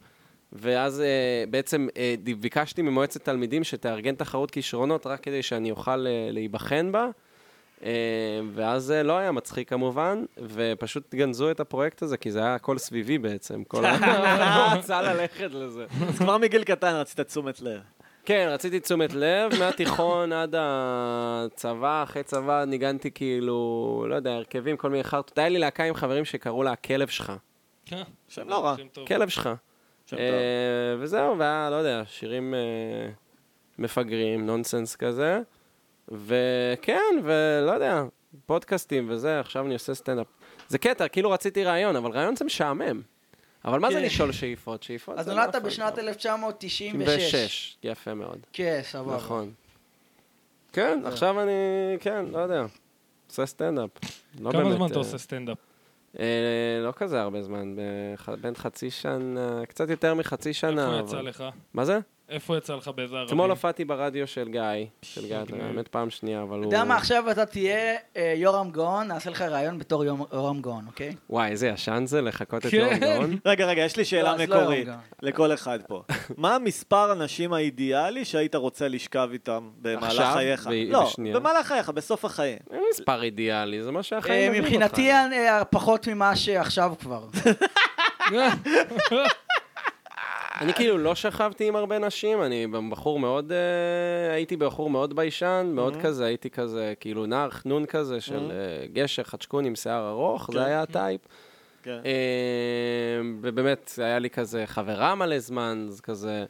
ואז אה, בעצם אה, ד- ביקשתי ממועצת תלמידים שתארגן תחרות כישרונות רק כדי שאני אוכל אה, להיבחן בה. אה, ואז זה לא היה מצחיק כמובן, ופשוט גנזו את הפרויקט הזה, כי זה היה הכל סביבי בעצם. כל העולם רצה ללכת לזה.
אז כבר מגיל קטן רצית תשומת לב.
כן, רציתי תשומת לב, מהתיכון עד הצבא, אחרי צבא ניגנתי כאילו, לא יודע, הרכבים, כל מיני חרטות. היה לי להקה עם חברים שקראו לה הכלב שלך.
כן.
שם לא רע.
שם טוב.
כלב שלך.
שם
אה,
טוב.
וזהו, והיה, לא יודע, שירים אה, מפגרים, נונסנס כזה. וכן, ולא יודע, פודקאסטים וזה, עכשיו אני עושה סטנדאפ. זה קטע, כאילו רציתי רעיון, אבל רעיון זה משעמם. אבל מה זה
כן.
לשאול שאיפות? שאיפות
אז
זה
נולדת
לא
בשנת
פאנטה.
1996.
יפה מאוד.
כן, סבבה.
נכון. כן, עכשיו אני, כן, לא יודע. עושה סטנדאפ. לא
כמה
באמת,
זמן אתה
אה,
עושה סטנדאפ?
אה, לא כזה הרבה זמן, בח- בין חצי שנה, קצת יותר מחצי שנה.
איפה
אבל-
יצא לך?
מה זה?
איפה יצא לך באיזה ערבים?
אתמול הופעתי ברדיו של גיא, של גיא,
מגניב.
האמת פעם שנייה, אבל הוא...
אתה יודע מה, עכשיו אתה תהיה אה, יורם גאון, נעשה לך ראיון בתור יום- יורם גאון, אוקיי?
וואי, איזה ישן זה לחכות את
כן.
יום גאון.
רגע, רגע, יש לי שאלה
אז לא
מקורית
יום
לכל אחד פה. מה מספר הנשים האידיאלי שהיית רוצה לשכב איתם במהלך
עכשיו?
חייך?
ב-
לא,
בשנייה.
במהלך חייך, בסוף החיים.
אין אה, מספר אידיאלי, זה מה
לא
אה,
שהחיים... מביאים
מבחינתי
אותך.
אה, פחות ממה שעכשיו כבר.
אני כאילו לא שכבתי עם הרבה נשים, אני בחור מאוד... אה, הייתי בחור מאוד ביישן, מאוד כזה, הייתי כזה, כאילו נער חנון כזה של אה, גשר, חדשקון עם שיער ארוך,
כן.
זה היה הטייפ.
כן.
אה, ובאמת, היה לי כזה חברה מלא זמן, אז כזה,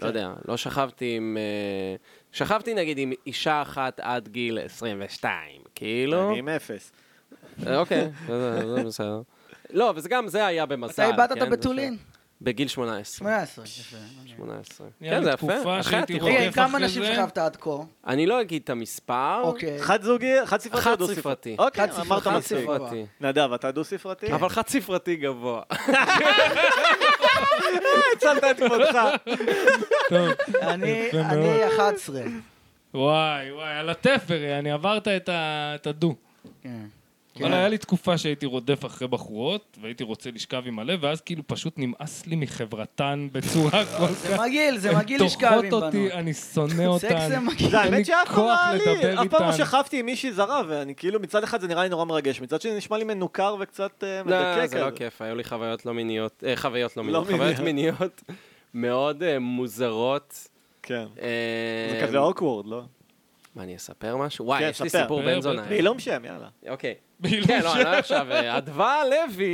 לא יודע, לא שכבתי עם... אה, שכבתי נגיד עם אישה אחת עד גיל 22, כאילו.
אני עם אפס.
אה, אוקיי, זה זה בסדר. לא, וזה גם, זה היה במזל.
אתה איבדת את
כן?
הבתולין?
בגיל 18.
18, יפה. אוקיי.
18.
נראה
כן,
לי
זה
תקופה
יפה. אחרי
שהייתי
התיכון.
רודף
רגע, עם כמה
אחרי
נשים
זה?
שכבת עד כה?
אני לא אגיד את המספר.
אוקיי.
חד זוגי, חד ספרתי או דו ספרתי?
חד-ספרתי.
אוקיי,
חד-ספרתי.
אמרת
חד
מספיק.
חד-ספרתי.
ספרתי.
נדב, אתה דו ספרתי?
אבל חד ספרתי גבוה.
הצלת את כבודך.
טוב.
אני
יפה מאוד.
אני 11.
וואי, וואי, על התפר, יעני, עברת את ה- את הדו.
כן.
אבל היה לי תקופה שהייתי רודף אחרי בחורות, והייתי רוצה לשכב עם מלא, ואז כאילו פשוט נמאס לי מחברתן בצורה כל
זה
כך...
מגעיל, זה מגעיל
הן
לשכב עם
דוחות
בנות.
אותי, אני שונא אותן.
סקס זה מגעיל.
זה
אין לי
האמת שאף פעם לא
כוח
היה לי,
לדבר
אף פעם לא
איתן.
שכבתי עם מישהי זרה, ואני כאילו, מצד אחד זה נראה לי נורא מרגש, מצד שני נשמע לי מנוכר וקצת אה, מדכא
לא,
כזה.
זה לא כיף, היו לי חוויות לא מיניות, אה, חוויות לא
לא
מיניות, חוויות
מיניות.
מיניות מאוד אה, מוזרות.
כן.
אה,
זה כזה אוקוורד, לא?
מה, אני אספר משהו? וואי,
כן,
יש לי
ספר.
סיפור
אה,
בן זונה.
בעילום שם, לא יאללה.
אוקיי.
בעילום
כן, לא,
שם.
לא עכשיו, אה, אדווה לוי...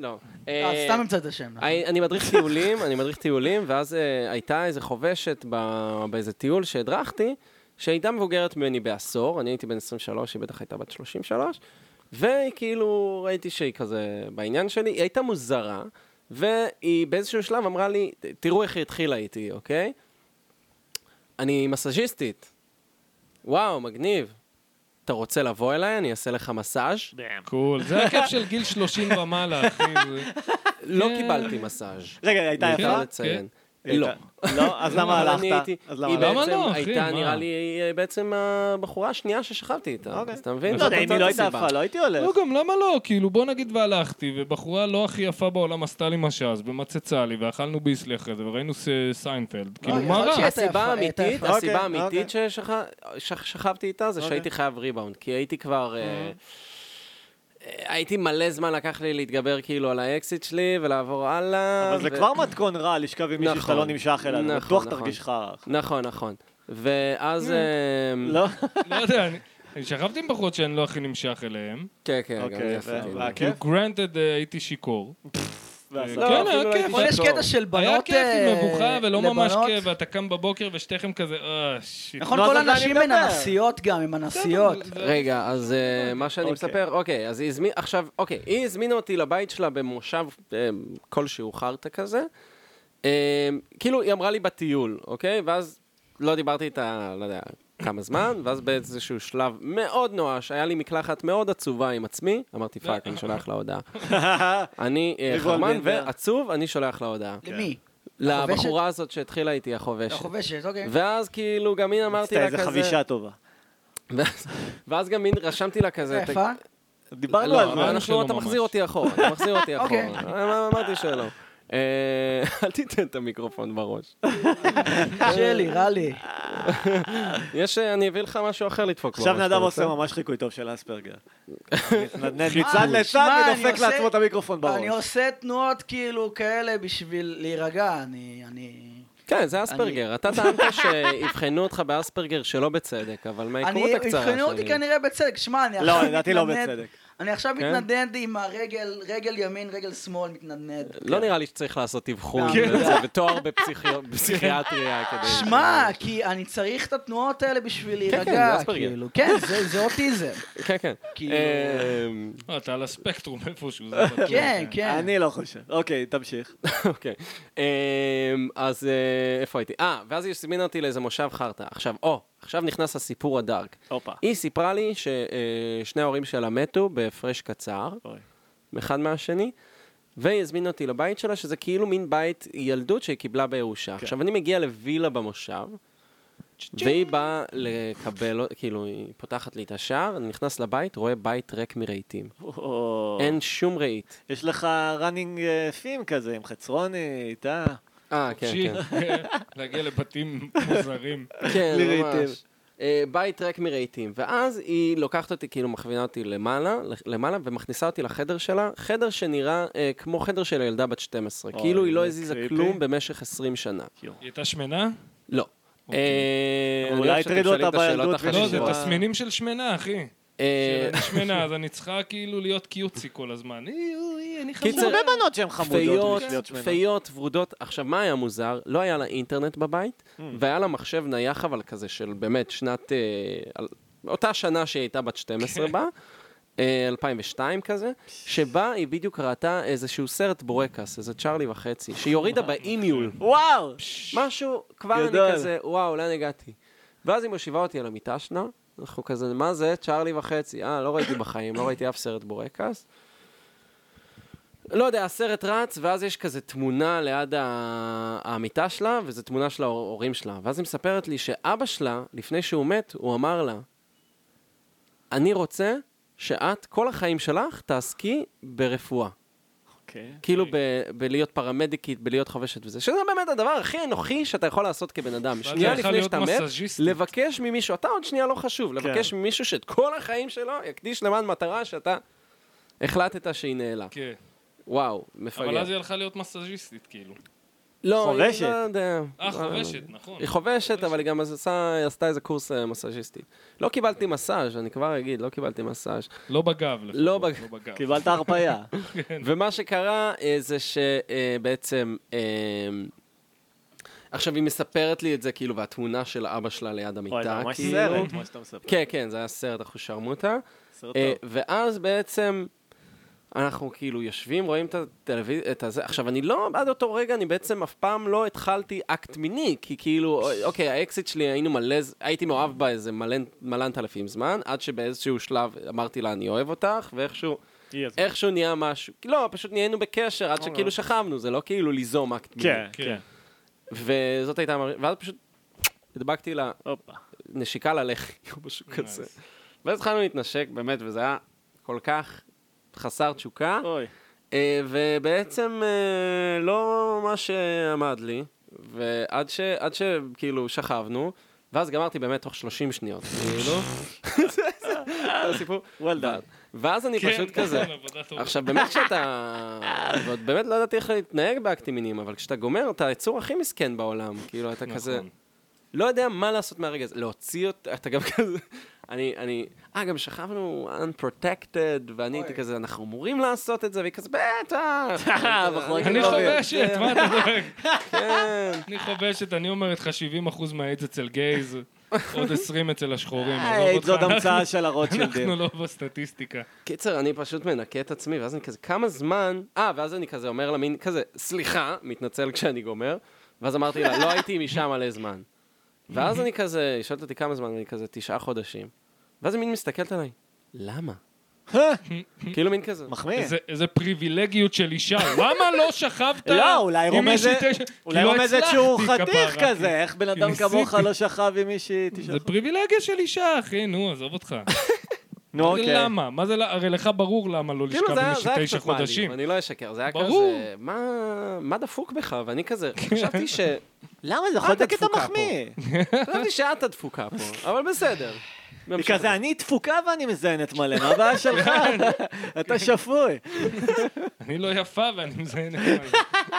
לא.
אה,
אה,
סתם המצאת שם. נכון?
אני אני מדריך טיולים, אני מדריך טיולים, ואז אה, הייתה איזה חובשת ב- באיזה טיול שהדרכתי, שהייתה מבוגרת ממני בעשור, אני הייתי בן 23, היא בטח הייתה בת 33, והיא כאילו, ראיתי שהיא כזה בעניין שלי, היא הייתה מוזרה, והיא באיזשהו שלב אמרה לי, "ת- תראו איך היא התחילה איתי, אוקיי? אני מסאז'יסטית. וואו, מגניב. אתה רוצה לבוא אליי? אני אעשה לך מסאז'.
לא.
קול, זה הכיף של גיל 30 ומעלה, אחי. זה-
לא
כן.
קיבלתי מסאז'.
רגע, הייתה
מיותר
יפה?
לציין.
הייתה.
לא.
לא? אז למה
אבל אני
הלכת?
הייתי-
אז למה
היא
באה-
הלכת?
למה
בעצם
לא, אחי?
הייתה
מה?
נראה לי היא בעצם הבחורה השנייה ששכבתי איתה.
אוקיי.
אז אתה מבין?
לא יודע, אם היא לא
זאת אוקיי.
הייתה
הסיבה.
יפה, לא הייתי הולך.
לא, גם למה לא? כאילו, בוא נגיד והלכתי, ובחורה לא הכי יפה בעולם עשתה לי משאז, ומצצה לי, ואכלנו ביסלי אחרי זה, וראינו ס- סיינפלד. כאילו, מה
לא, יכול
רע?
להיות שהיא
הסיבה
הייתה יפה,
האמיתית,
הייתה
יפה.
הסיבה
אוקיי,
האמיתית ששכבתי איתה זה
אוקיי.
שהייתי חייב ריבאונד, כי הייתי כבר... אה,
אוקיי.
אה, הייתי מלא זמן לקח לי להתגבר כאילו על האקזיט שלי ולעבור הלאה.
אבל זה
ו-
כבר מתכון רע לשכב עם מישהו שאתה
נכון.
לא נמשך אליו,
נכון,
בטוח
נכון.
תרגיש חרא.
נכון, נכון. ואז... אה,
לא?
לא יודע, אני- אני שכבתי עם בחורות שאני לא הכי נמשך אליהן.
כן, כן, גם
אוקיי,
זה עשיתי.
והיה
כאילו,
כיף?
גרנטד הייתי שיכור.
ועשה.
לא, כן, היה
אפילו לא
כיף,
הייתי
אבל יש
שיכור.
קטע של בנות...
היה כיף
אה,
עם מבוכה ולא ממש
לבנות.
כיף, ואתה קם בבוקר ושתיכם כזה, אה, שיט.
נכון,
נו, אז
כל
על זה אני
הנשים
מדבר.
הן אנסיות גם, הן אנסיות.
זה-
רגע, אז אה, מה שאני
אוקיי.
מספר, אוקיי, אז היא הזמינה, עכשיו, אוקיי, היא הזמינה אותי לבית שלה במושב אה, כלשהו חרטא כזה. אה, כאילו, היא אמרה לי בטיול, אוקיי? ואז לא דיברתי איתה, לא יודע, כמה זמן, ואז באיזשהו שלב מאוד נואש, היה לי מקלחת מאוד עצובה עם עצמי, אמרתי, פאק, אני שולח לה הודעה. אני אה,
ריבון
חרמן
בן דן.
ועצוב, אני שולח לה הודעה.
למי?
לבחורה הזאת שהתחילה איתי,
לא.
החובשת.
החובשת, אוקיי.
ואז כאילו, גם היא אמרתי
עשתה
לה
איזה
כזה...
חבישה טובה.
ואז- ואז גם מין, רשמתי לה כזה... "תק-
יפה?
דיברנו
לא,
על זה.
אבל
שלא
אנחנו, אתה
ממש.
מחזיר אותי אחורה, אתה מחזיר אותי אחורה.
אוקיי.
אה, אמרתי שלא. אה, אל תיתן את המיקרופון בראש.
שלי, רע לי.
יש, אה, אני אביא לך משהו אחר לדפוק בראש.
עכשיו
אתה
נדב
רוצה?
עושה ממש חיקוי טוב של אספרגר. מתנדנד מצד לצד
אה, שמע, אני
ודופק
עושה-
לעצמו את המיקרופון בראש.
אני עושה תנועות כאילו כאלה בשביל להירגע, אני... אני...
כן, זה אספרגר. אתה טענת שאבחנו אותך באספרגר שלא בצדק, אבל מההיכרות
אני...
הקצרה שלי...
יבחנו אותי כנראה בצדק, שמע, אני
לא,
עכשיו
לדעתי לא
מתנדנד-
בצדק.
אני עכשיו
כן?
מתנדנד עם הרגל, רגל ימין, רגל שמאל מתנדנד.
לא נראה לי שצריך לעשות אבחון
כן.
וזה, ותואר בפסיכיו- בפסיכיאטריה כדי...
שמע, כי אני צריך את התנועות האלה בשביל
כן, זה
להירגע,
אספרגר.
כאילו. כן, זה- זה אוטיזם.
כן, כן.
כאילו-
אמ,
אה, אתה על הספקטרום איפשהו, זה בטוח.
כן, כן.
אני לא חושב. אוקיי, תמשיך.
אוקיי. אמ, אז אה, איפה הייתי? אה, ואז היא הזמינה אותי לאיזה מושב חרטא. עכשיו, או, עכשיו נכנס הסיפור הדארק.
הופה.
היא סיפרה לי ששני ההורים שלה מתו בהפרש קצר,
אוי.
אחד מהשני, והיא הזמינה אותי לבית שלה, שזה כאילו מין בית ילדות שהיא קיבלה בירושה. עכשיו, אני מגיע לווילה במושב, והיא באה לקבל, כאילו, היא פותחת לי את השער, אני נכנס לבית, רואה בית ריק מרהיטים.
או.
אין שום רהיט.
יש לך running אה, theme כזה עם חצרונית, אה?
אה, כן,
חופשי,
כן.
להגיע לבתים מוזרים.
כן,
בלי רהיטים.
ממש. אה, בית ריק מרהיטים. ואז היא לוקחת אותי, כאילו מכווינה אותי למעלה, למעלה, ומכניסה אותי לחדר שלה, חדר שנראה אה, כמו חדר של ילדה בת 12.
אוי,
כאילו היא לא
זה
הזיזה
קריפי.
כלום במשך 20 שנה.
היא הייתה שמנה?
לא. אה, אני
אוקיי. אולי
אוהב שאתם
הטרידו
שואלים
אותה
את השאלות
בילדות
לא,
ונשמע-
זה
החשובות.
תסמינים של שמנה, אחי.
אה,
כשאני שמנה, אז אני צריכה כאילו להיות קיוצי כל הזמן. אי, אוי, אני
יש
קיצר,
חמודה.
הרבה בנות שהן חמודות
פיות,
בשביל להיות שמנות.
פיות, ורודות. עכשיו, מה היה מוזר? לא היה לה אינטרנט בבית, והיה לה מחשב נייח אבל כזה של באמת שנת... אה, על- אותה שנה שהיא הייתה בת 12 בה, אה, 2002 כזה, שבה היא בדיוק ראתה איזשהו סרט בורקס, איזה צ'ארלי וחצי, שהיא הורידה באימיול.
וואו!
משהו, כבר
גדול.
אני כזה, וואו, לאן הגעתי? ואז היא מושיבה אותי על המיטה שלה, אנחנו כזה, מה זה? צ'ארלי וחצי. אה, לא ראיתי בחיים, לא ראיתי אף סרט בורקס. לא יודע, הסרט רץ, ואז יש כזה תמונה ליד ה- המיטה שלה, וזו תמונה של ההורים שלה. ואז היא מספרת לי שאבא שלה, לפני שהוא מת, הוא אמר לה, אני רוצה שאת, כל החיים שלך, תעסקי ברפואה.
אוקיי.
כאילו ב- בלהיות פרמדיקית, בלהיות חובשת וזה, שזה באמת הדבר הכי אנוכי שאתה יכול לעשות כבן אדם.
בכלל
שנייה
זה יכול
לפני
להיות כן.
שאתה מת,
מסאז'יסטית.
לבקש ממישהו, אתה עוד שנייה לא חשוב, לבקש ממישהו שאת כל החיים שלו יקדיש למען מטרה שאתה החלטת שהיא נעלה.
כן.
וואו,
אבל
מפגר.
אז היא הלכה להיות מסאז'יסטית, כאילו.
לא,
חובשת.
היא לא יודע.
אה,
לא,
חובשת,
לא.
נכון.
היא חובשת, אבל היא גם עשה- היא עשתה איזה קורס אה, מסאז'יסטי. לא קיבלתי מסאז', אני כבר אגיד, לא קיבלתי מסאז'.
לא בגב. לפחות,
לא בג-
בגב.
קיבלת הרפאיה.
ומה שקרה אה, זה שבעצם... עכשיו, היא מספרת לי את זה, כאילו, והתמונה של אבא שלה ליד
וואי, זה
המיטה,
ממש
כאילו.
סרט, כמו שאתה מספר.
כן, כן, זה היה סרט אחושרמוטה.
סרט
אה,
טוב.
ואז בעצם אנחנו כאילו יושבים, רואים את הטלוויזיה, את הזה. עכשיו, אני לא, עד אותו רגע אני בעצם אף פעם לא התחלתי אקט מיני, כי כאילו, אוי, אוקיי, האקזיט שלי, היינו מלא, הייתי מאוהב בה איזה מלן- מלנת אלפים זמן, עד שבאיזשהו שלב אמרתי לה, אני אוהב אותך, ואיכשהו...
היא יזמה.
איכשהו נהיה משהו. לא, פשוט נהיינו בקשר עד שכאילו שכבנו, זה לא כאילו ליזום אקט מיני.
כן, כן.
כן.
וזאת הייתה... המר- ואז פשוט הדבקתי לה
הופה.
נשיקה ללחי או משהו כזה. ואז התחלנו להתנשק, באמת, וזה היה כל כך חסר תשוקה,
אוי.
אה, ובעצם אה, לא מה שעמד לי, ועד ש... עד שכאילו שכבנו, ואז גמרתי באמת תוך 30 שניות, כאילו. זה- זה- זה הסיפור.
well done.
ואז אני
כן,
פשוט כזה,
נכון, עבודה טובה.
עכשיו, באמת כשאתה... ועוד באמת לא ידעתי איך להתנהג באקטים מיניים, אבל כשאתה גומר, אתה היצור הכי מסכן בעולם. כאילו, אתה כזה...
נכון.
לא יודע מה לעשות מהרגע הזה. להוציא אותה, אתה גם כזה... אני, אני... אה, גם שכבנו unprotected, ואני הייתי כזה, אנחנו אמורים לעשות את זה, והיא כזה, בטח!
בחורה
אני חובשת, מה אתה דואג?
כן.
אני חובשת, אני אומר לך 70% מהאיידס אצל גייז, עוד 20 אצל השחורים.
היי,
עזוב
אה, זאת
אותך,
המצאה
אה, אנחנו- לא
של הרוטשילדים.
אנחנו לא בסטטיסטיקה.
קיצר, אני פשוט מנקה את עצמי, ואז אני כזה, כמה זמן... אה, ואז אני כזה אומר לה מין כזה, סליחה, מתנצל כשאני גומר, ואז אמרתי לה, לא הייתי משם מלא זמן. ואז אני כזה, היא שואלת אותי כמה זמן, ואני כזה, תשעה חודשים. ואז היא מין מסתכלת עליי, למה? כאילו מין כזה.
אה, מחמיא.
איזה- איזה פריבילגיות של אישה, למה לא שכבת
לא, אולי
עם
רומזת
מישהי תשע-
אולי
כי לא
רומזת
הצלחתי,
שהוא
כפרה,
חתיך
כי-
כזה, איך בן אדם
ניסיתי.
כמוך לא שכב עם מישהי תשעה
זה פריבילגיה של אישה, אחי, נו, עזוב אותך.
נו, אוקיי.
למה? מה זה, ל- הרי לך ברור למה לא
כאילו
לשכב
זה היה-
עם
זה
מישהו
היה
תשע
קצת מעליב,
חודשים.
אני לא אשקר, זה היה
ברור. כן.
כזה, "מה- מה דפוק בך? ואני כזה, חשבתי ש...
למה זה
יכול להיות הקטע מחמיא. חשבתי שאת הדפוקה פה, אבל בסדר.
היא כזה, אני תפוקה ואני מזיינת מלא, מה הבעיה שלך? אתה שפוי.
אני לא יפה ואני מזיין את זה.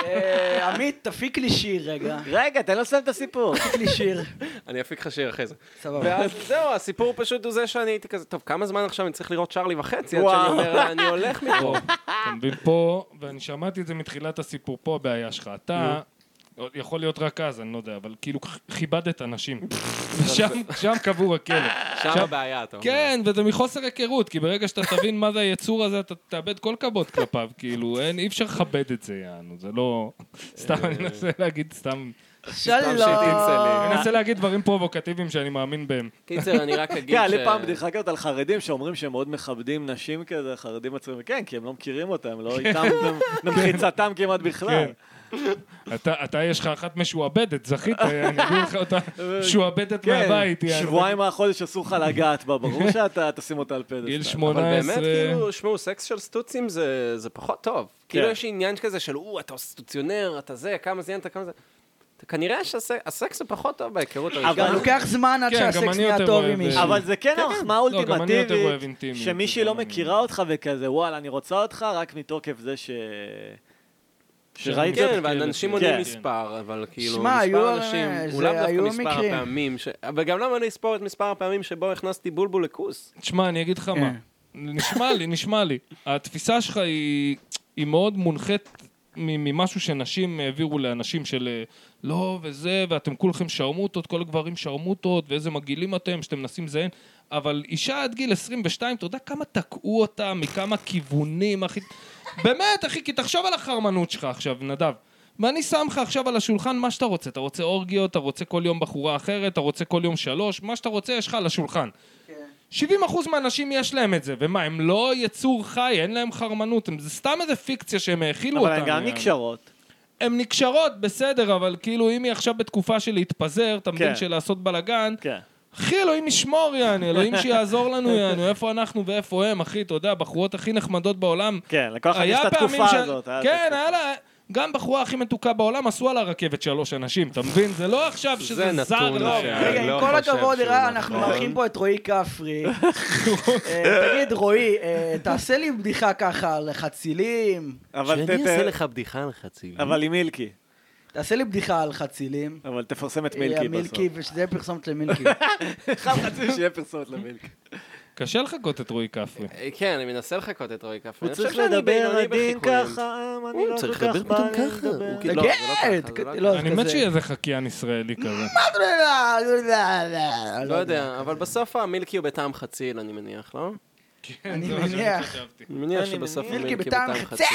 אה, עמית, תפיק לי שיר רגע.
רגע, תן לו לסיים את הסיפור.
תפיק לי שיר.
אני אפיק לך שיר אחרי זה.
סבבה.
ואז זהו, הסיפור פשוט הוא זה שאני הייתי כזה, טוב, כמה זמן עכשיו אני צריך לראות צ'ארלי וחצי, עד שאני
וואו.
אומר, אני הולך מפה.
אתה מבין פה, ואני שמעתי את זה מתחילת הסיפור, פה הבעיה שלך. אתה, יכול להיות רק אז, אני לא יודע, אבל כאילו כ- כיבדת אנשים. ושם- שם קבור הכלב.
שם
שם-
הבעיה, אתה אומר.
כן, וזה מחוסר היכרות, כי ברגע שאתה תבין מה זה היצור הזה, אתה תאבד כל כבוד כלפיו, כאילו, אין, אי אפשר לכבד את זה, יענו, זה לא... סתם, אני מנסה להגיד סתם...
סתם
שלום.
שהיא
אני מנסה להגיד דברים פרובוקטיביים שאני מאמין בהם.
קיצר, אני רק אגיד
כן,
ש...
לי פעם בדיחה כזאת על חרדים שאומרים שהם מאוד מכבדים נשים כזה, חרדים עצמם, כן, כי הם לא מכירים אותם, הם לא
כן.
איתם במחיצתם כמעט בכלל.
אתה, אתה יש לך אחת משועבדת, זכית, אני אביא לך אותה משועבדת
כן,
מהבית, יענו.
שבועיים מהחודש אסור לך לגעת בה, ברור שאתה תשים אותה על פדסטל.
גיל
אבל
18...
באמת, כאילו, שמעו, סקס של סטוצים זה זה פחות טוב. כאילו, יש עניין כזה של, או, אתה סטוציונר, אתה זה, כמה זיינת, כמה זה... כנראה שהסקס הוא פחות טוב בהיכרות הראשונה.
גם לוקח זמן עד
כן, גם
שהסקס
אני
נהיה
יותר
טוב
אוהב,
עם
אה,
מישהו.
אבל זה כן המחמאה
לא, גם אני יותר אוהב
האולטימטיבית,
אינטימיות,
שמישהי
זה
לא
גם אני.
מכירה אותך וכזה, וואלה, אני רוצה אותך רק מתוקף זה ש... שראיתי
כן,
אותך.
כן,
כאילו,
ואנשים
כן.
עונים
כן.
מספר, אבל כאילו,
שמע, היו
מספר
הרי-
אנשים,
זה
הוא לאו דווקא
היו
מספר
מקרים.
הפעמים, ש- אבל גם למה אני אספור את מספר הפעמים שבו הכנסתי בולבול לכוס?
תשמע, אני אגיד לך מה. נשמע לי, נשמע לי. התפיסה שלך היא, היא מאוד מונחית מ- ממשהו שנשים העבירו לאנשים של אה, לא וזה, ואתם כולכם שרמוטות, כל הגברים שרמוטות, ואיזה מגעילים אתם, שאתם מנסים לזיין. אבל אישה עד גיל 22, אתה יודע כמה תקעו אותה, מכמה כיוונים, אחי... באמת, אחי, כי תחשוב על החרמנות שלך עכשיו, נדב. ואני שם לך עכשיו על השולחן מה שאתה רוצה. אתה רוצה אורגיות, אתה רוצה כל יום בחורה אחרת, אתה רוצה כל יום שלוש, מה שאתה רוצה יש לך על השולחן. 70% מהאנשים יש להם את זה, ומה, הם לא יצור חי, אין להם חרמנות, הם, זה סתם איזה פיקציה שהם האכילו
אבל
אותם.
הן גם
יעני.
נקשרות.
הן נקשרות, בסדר, אבל כאילו אם היא עכשיו בתקופה של להתפזר, אתה מבין
כן.
שלעשות בלאגן,
כן.
אחי, אלוהים ישמור, יעני, אלוהים שיעזור לנו, יעני, איפה אנחנו ואיפה הם, אחי, אתה יודע, הבחורות הכי נחמדות בעולם.
כן, לכל אחד יש
היה
את
פעמים
התקופה
ש-
הזאת. אה, היה את
כן,
התקופה.
היה לה... גם בחורה הכי מתוקה בעולם עשו על הרכבת שלוש אנשים, אתה מבין? זה לא עכשיו שזה
נתון
זר
ש-
לו.
רגע,
לא
עם כל
חושב
הכבוד,
שהוא
ערן,
נכון.
אנחנו מארחים פה את רועי כפרי. אה, תגיד, רועי, אה, תעשה לי בדיחה ככה על חצילים.
אבל ת- ת-
בדיחה על חצי.
אבל עם מילקי.
תעשה לי בדיחה על חצילים.
אבל תפרסם את מילקי
אה,
בסוף.
ושזה יהיה פרסומת למילקי.
לא,
חם חצי שיהיה פרסומת למילקי.
קשה לחכות את רועי כפרי.
כן, אני מנסה לחכות את רועי כפרי.
הוא
אני חושב
צריך
שאני
לדבר
בינוני
עדין
בחיקויים.
ככה, אני
הוא
לא כל
צריך
כך
לדבר
בא
פתאום
לי
ככה. הוא
לדבר.
כאילו- לא, זה לא
תגיד!
ככה, זה לא
לא, זה
אני
כזה- לא,
מת שיהיה איזה חקיין ישראלי כזה.
לא יודע, אבל בסוף המילקי הוא בטעם חציל, אני מניח, לא?
אני זה מה שאני מניח.
אני מניח
אני
שבסוף
מניח.
המילקי
מילקי
בטעם
בטעם
חציל.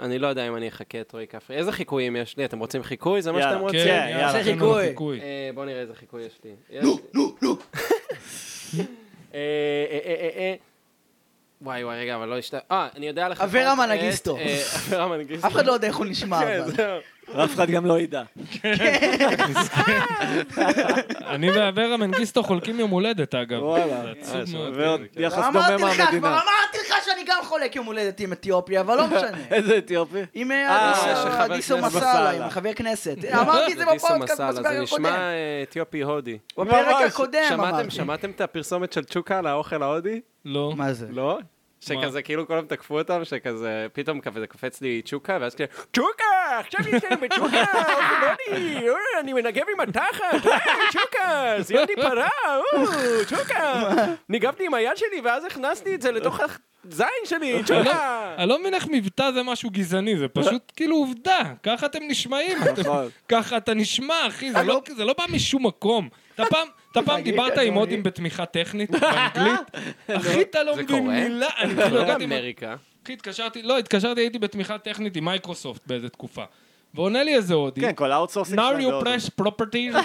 אני לא יודע אם אני אחכה את רועי כפרי. איזה חיקויים יש לי? אתם רוצים חיקוי? זה מה
יאללה.
שאתם רוצים?
כן,
כן,
יאללה,
יאללה,
תן לנו
חיקוי.
חיקוי.
אה, בוא נראה איזה חיקוי יש לי. אה, נו, נו, נו. אה. וואי וואי רגע אבל לא השת... אה אני יודע לך אה,
אברה מנגיסטו.
אברה מנגיסטו.
אף אחד לא יודע איך הוא נשמע,
כן,
אבל.
זהו.
אף אחד גם לא ידע.
אני ואברה מנגיסטו חולקים יום הולדת, אגב.
וואלה.
עצוב
אה,
מאוד.
ועוד יחס דומה
אמרתי לך, כבר
מהמדינה.
אמרתי לך שאני גם חולק יום הולדת עם אתיופיה, אבל לא משנה.
איזה אתיופי.
עם
אה,
של
אדיסו-
חבר
אדיסו
הכנסת
מסאלה,
מסאלה.
עם חבר כנסת. אמרתי את זה
דיסו
בפודקאסט
אה, מסאלה, זה
בפרק
נשמע
הקודם.
אה, אתיופי הודי.
בפרק
ממש.
הקודם
שמעתם,
אמרתי.
שמעתם את הפרסומת של צ'וקה על האוכל ההודי?
לא.
מה זה?
לא? שכזה, כאילו כולם תקפו אותם, שכזה, פתאום כזה קופץ לי צ'וקה, ואז כאילו, צ'וקה, עכשיו יש לנו בצ'וקה, אוכל הודי, אוי, אני מנגב עם התחת, אוי, צ'וקה, זיינתי פרה, אוי, צ'וקה, ניגבתי עם היד שלי, ואז הכנסתי את זה לתוך הזין שלי,
אני לא-
צ'וקה.
אני לא מבין איך מבטא זה משהו גזעני, זה פשוט כאילו עובדה. ככה אתם נשמעים. אתם-
נכון.
ככה אתה נשמע, אחי, זה לא- זה לא בא משום מקום. אתה פעם... אתה פעם
תגיד,
דיברת
אדוני.
עם הודים בתמיכה טכנית, באנגלית? אחי, אתה לא
זה
מבין
קורה?
מילה. אני כאילו הגעתי... עם-
אמריקה.
אחי, התקשרתי, לא, התקשרתי, הייתי בתמיכה טכנית עם מייקרוסופט באיזה תקופה. ועונה לי איזה הודי.
כן, כל האוטסורסינג
now you press properties, לא,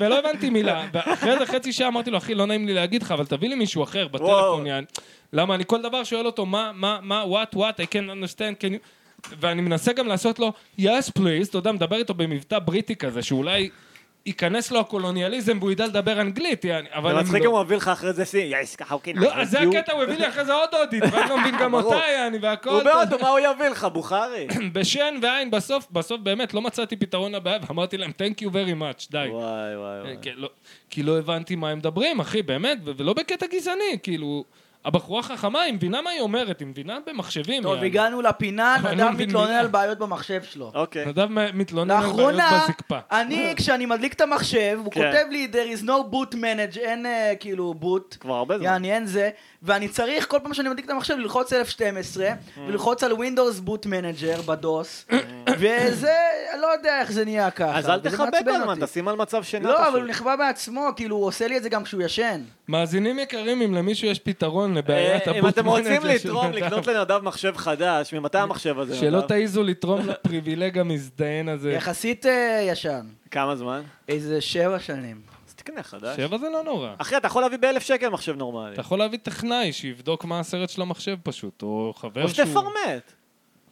ולא הבנתי מילה, ואחרי זה חצי שעה אמרתי לו, אחי, לא נעים לי להגיד לך, אבל תביא לי מישהו אחר בטלפון,
וואו.
יעני. למה אני כל דבר שואל אותו, מה, מה, מה, what, what, I can understand, can you... ואני מנסה גם לעשות לו, yes please, אתה יודע, מדבר איתו במבטא בריטי כזה, שאולי... ייכנס לו הקולוניאליזם והוא ידע לדבר אנגלית, יעני, אבל...
זה
הם
מצחיק
לא-
אם הוא מביא לך אחרי זה סי, יאיס ככה הוא כאילו.
לא, אז זה הקטע, הוא הביא לי אחרי זה עוד הודית, ואני לא מבין גם
ברור.
אותה, יעני, והכל...
הוא בהודו, מה הוא יביא לך, בוכרי?
בשן ועין, בסוף, בסוף באמת לא מצאתי פתרון לבעיה, ואמרתי להם, Thank you very much, די.
וואי, וואי, וואי.
כן, לא- כי לא הבנתי מה הם מדברים, אחי, באמת, ו- ולא בקטע גזעני, כאילו... הבחורה חכמה, היא מבינה מה היא אומרת, היא מבינה במחשבים.
טוב,
יעני.
הגענו לפינה,
אבל אני
נדב
לא מבין
מתלונן
מילה.
על בעיות במחשב שלו.
אוקיי.
נדב מ- מתלונן על לא בעיות
לאחרונה,
בזקפה.
אני, כשאני מדליק את המחשב, הוא
כן.
כותב לי, there is no boot manage, אין אה, כאילו boot.
כבר הרבה זמן.
יעני אין זה, ואני צריך כל פעם שאני מדליק את המחשב ללחוץ 1012
Mm.
וללחוץ על Windows Boot Manager בדוס וזה, אני לא יודע איך זה נהיה ככה.
אז אל
וזה
תכבה
מעצבן
כל הזמן,
אותי.
תשים על מצב שינה
לא, אבל הוא
פשוט.
נכבה בעצמו, כאילו הוא עושה לי את זה גם כשהוא ישן.
מאזינים יקרים, אם למישהו יש פתרון לבעיית
אה,
הבוט
אם אתם רוצים
מנג'ר של
לתרום,
נדב,
לקנות לנדב מחשב חדש, ממתי המחשב הזה?
שלא
נדב?
תעיזו לתרום לפריבילג המזדיין הזה.
יחסית אה, ישן.
כמה זמן?
איזה שבע שנים.
אז תקנה חדש. אה,
שבע זה לא נורא.
אחי, אתה יכול להביא באלף שקל מחשב נורמלי.
אתה יכול להביא טכנאי שיבדוק מה הסרט של המחשב פשוט, או חבר
או
שהוא...
שתפרמט.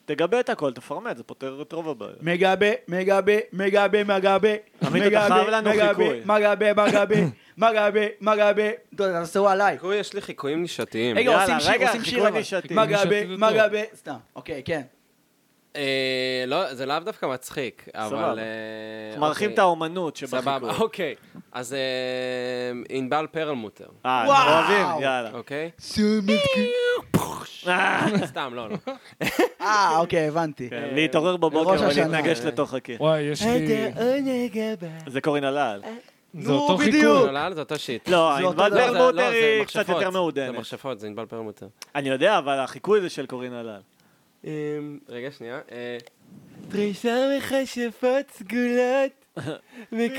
תגבה את הכל, תפרמט, זה פותר את רוב הבעיות.
מגבה, מגבה, מגבה, מגבה,
עמית, אתה חייב לנו חיקוי.
מגבה, מגבה, מגבה, מגבה, טוב, תעשו עליי.
חיקוי, יש לי חיקויים נישתיים.
רגע,
יאללה,
עושים שיר,
רגע,
עושים
חיקוי
שיר אבל.
נישתי.
מגבה,
נישתי זה טוב.
מגבה, סתם, אוקיי, כן.
אה, לא, זה לאו דווקא מצחיק,
סבבה.
אבל... אה,
אנחנו מארחים את
אוקיי.
האומנות שבחיקוי. אה,
סבבה, אוקיי. אז אה, ענבל פרלמוטר,
אה, אנחנו
וואו.
אוהבים, יאללה.
אוקיי?
אה,
סתם, לא, לא.
אה, אוקיי, הבנתי.
כן, להתעורר
לראש
בבוקר
השנה.
ולהתנגש לתוך הקיר.
וואי, יש
אה,
לי...
זה קורין הלל.
זה
נו,
אותו חיקוי.
בדיוק.
לא, לא, זה אותו שיט.
לא,
אה, זה אותו
ענבל
דבר.
לא, זה-
ברמוטר
לא, זה
היא
מכשפות.
קצת יותר
זה
מעודנת.
מכשפות, זה ענבל פרלמוטר.
אני יודע, אבל החיקוי זה של קורין הלל.
אמ, רגע, שנייה. אה,
דרישה מכשפות סגולות, מכאן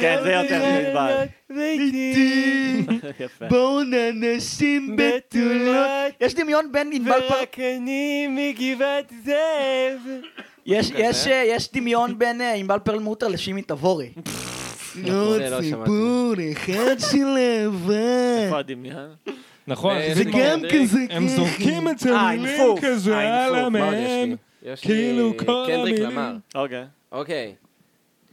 כן, זה יותר נדבר.
ביתי,
יפה.
בואו ננשים
בתולות,
יש דמיון בין ענבל פר...
ורק אני מגבעת זאב.
יש- יש, אה, יש דמיון בין אה, ענבל פרלמוטר לשימי תבורי.
לא שמעתי.
אחד של אהבה.
איפה הדמיון?
נכון,
זה
זה
גם
כמו-
כזה
הם זורקים את
אה,
המילים
אינפוף,
כזה
אה, אינפוף,
הלאה
מה
מה עוד יש
מהם.
לי? יש לי
כאילו, כל
קנדריק
המילים.
למר.
אוקיי.
אוקיי.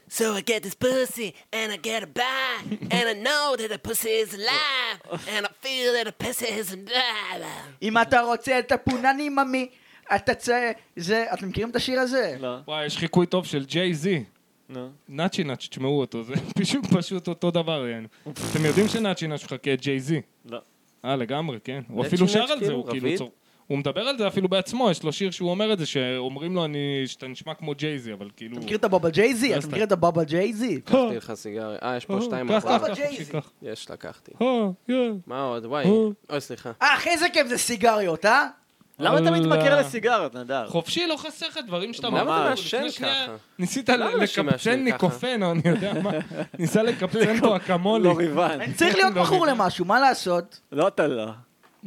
So I get this pussy, and I get a buy, and I know that the pussy is alive, and I feel that the pussy is alive.
אם אתה רוצה את הפונני ממי, אתה צא... זה... אתם מכירים את השיר הזה?
לא.
וואי, יש חיקוי טוב של ג'יי זי.
נו.
נאצ'י נאץ', תשמעו אותו, זה פשוט פשוט אותו דבר, יענו. אתם יודעים שנאצ'י נאץ' מחכה את ג'יי זי.
לא.
אה, לגמרי, כן. הוא
נאצ'י
אפילו שר
נאץ'
על זה,
כאילו,
הוא כאילו...
רביד?
צור- הוא מדבר על זה אפילו בעצמו, יש לו שיר שהוא אומר את זה, שאומרים לו אני... שאתה נשמע כמו ג'יי זי, אבל כאילו...
אתה מכיר את הבאבא ג'ייזי? אתה מכיר את הבאבא גייזי?
לקחתי לך סיגריה. אה, יש פה שתיים
קח,
אחר.
קח, קח,
ג'יי זי.
קח.
יש, לקחתי.
אה, כן.
מה עוד? וואי. אוי, סליחה.
אה, אחי, איזה כיף זה סיגריות, אה?
למה אתה
אללה.
מתמכר לסיגריות, נדב?
חופשי, לא חסר לך דברים שאתה
למה אתה
ממש-
מעשן
לפני שנייה
ככה?
ניסית
למה אנשים
לקפצן
מעשנים
ניקופן, או אני יודע מה. ניסה לקפצן פה אקמולי.
לא ריבן.
צריך להיות
לא
מכור
מבין.
למשהו, מה לעשות?
לא, אתה לא.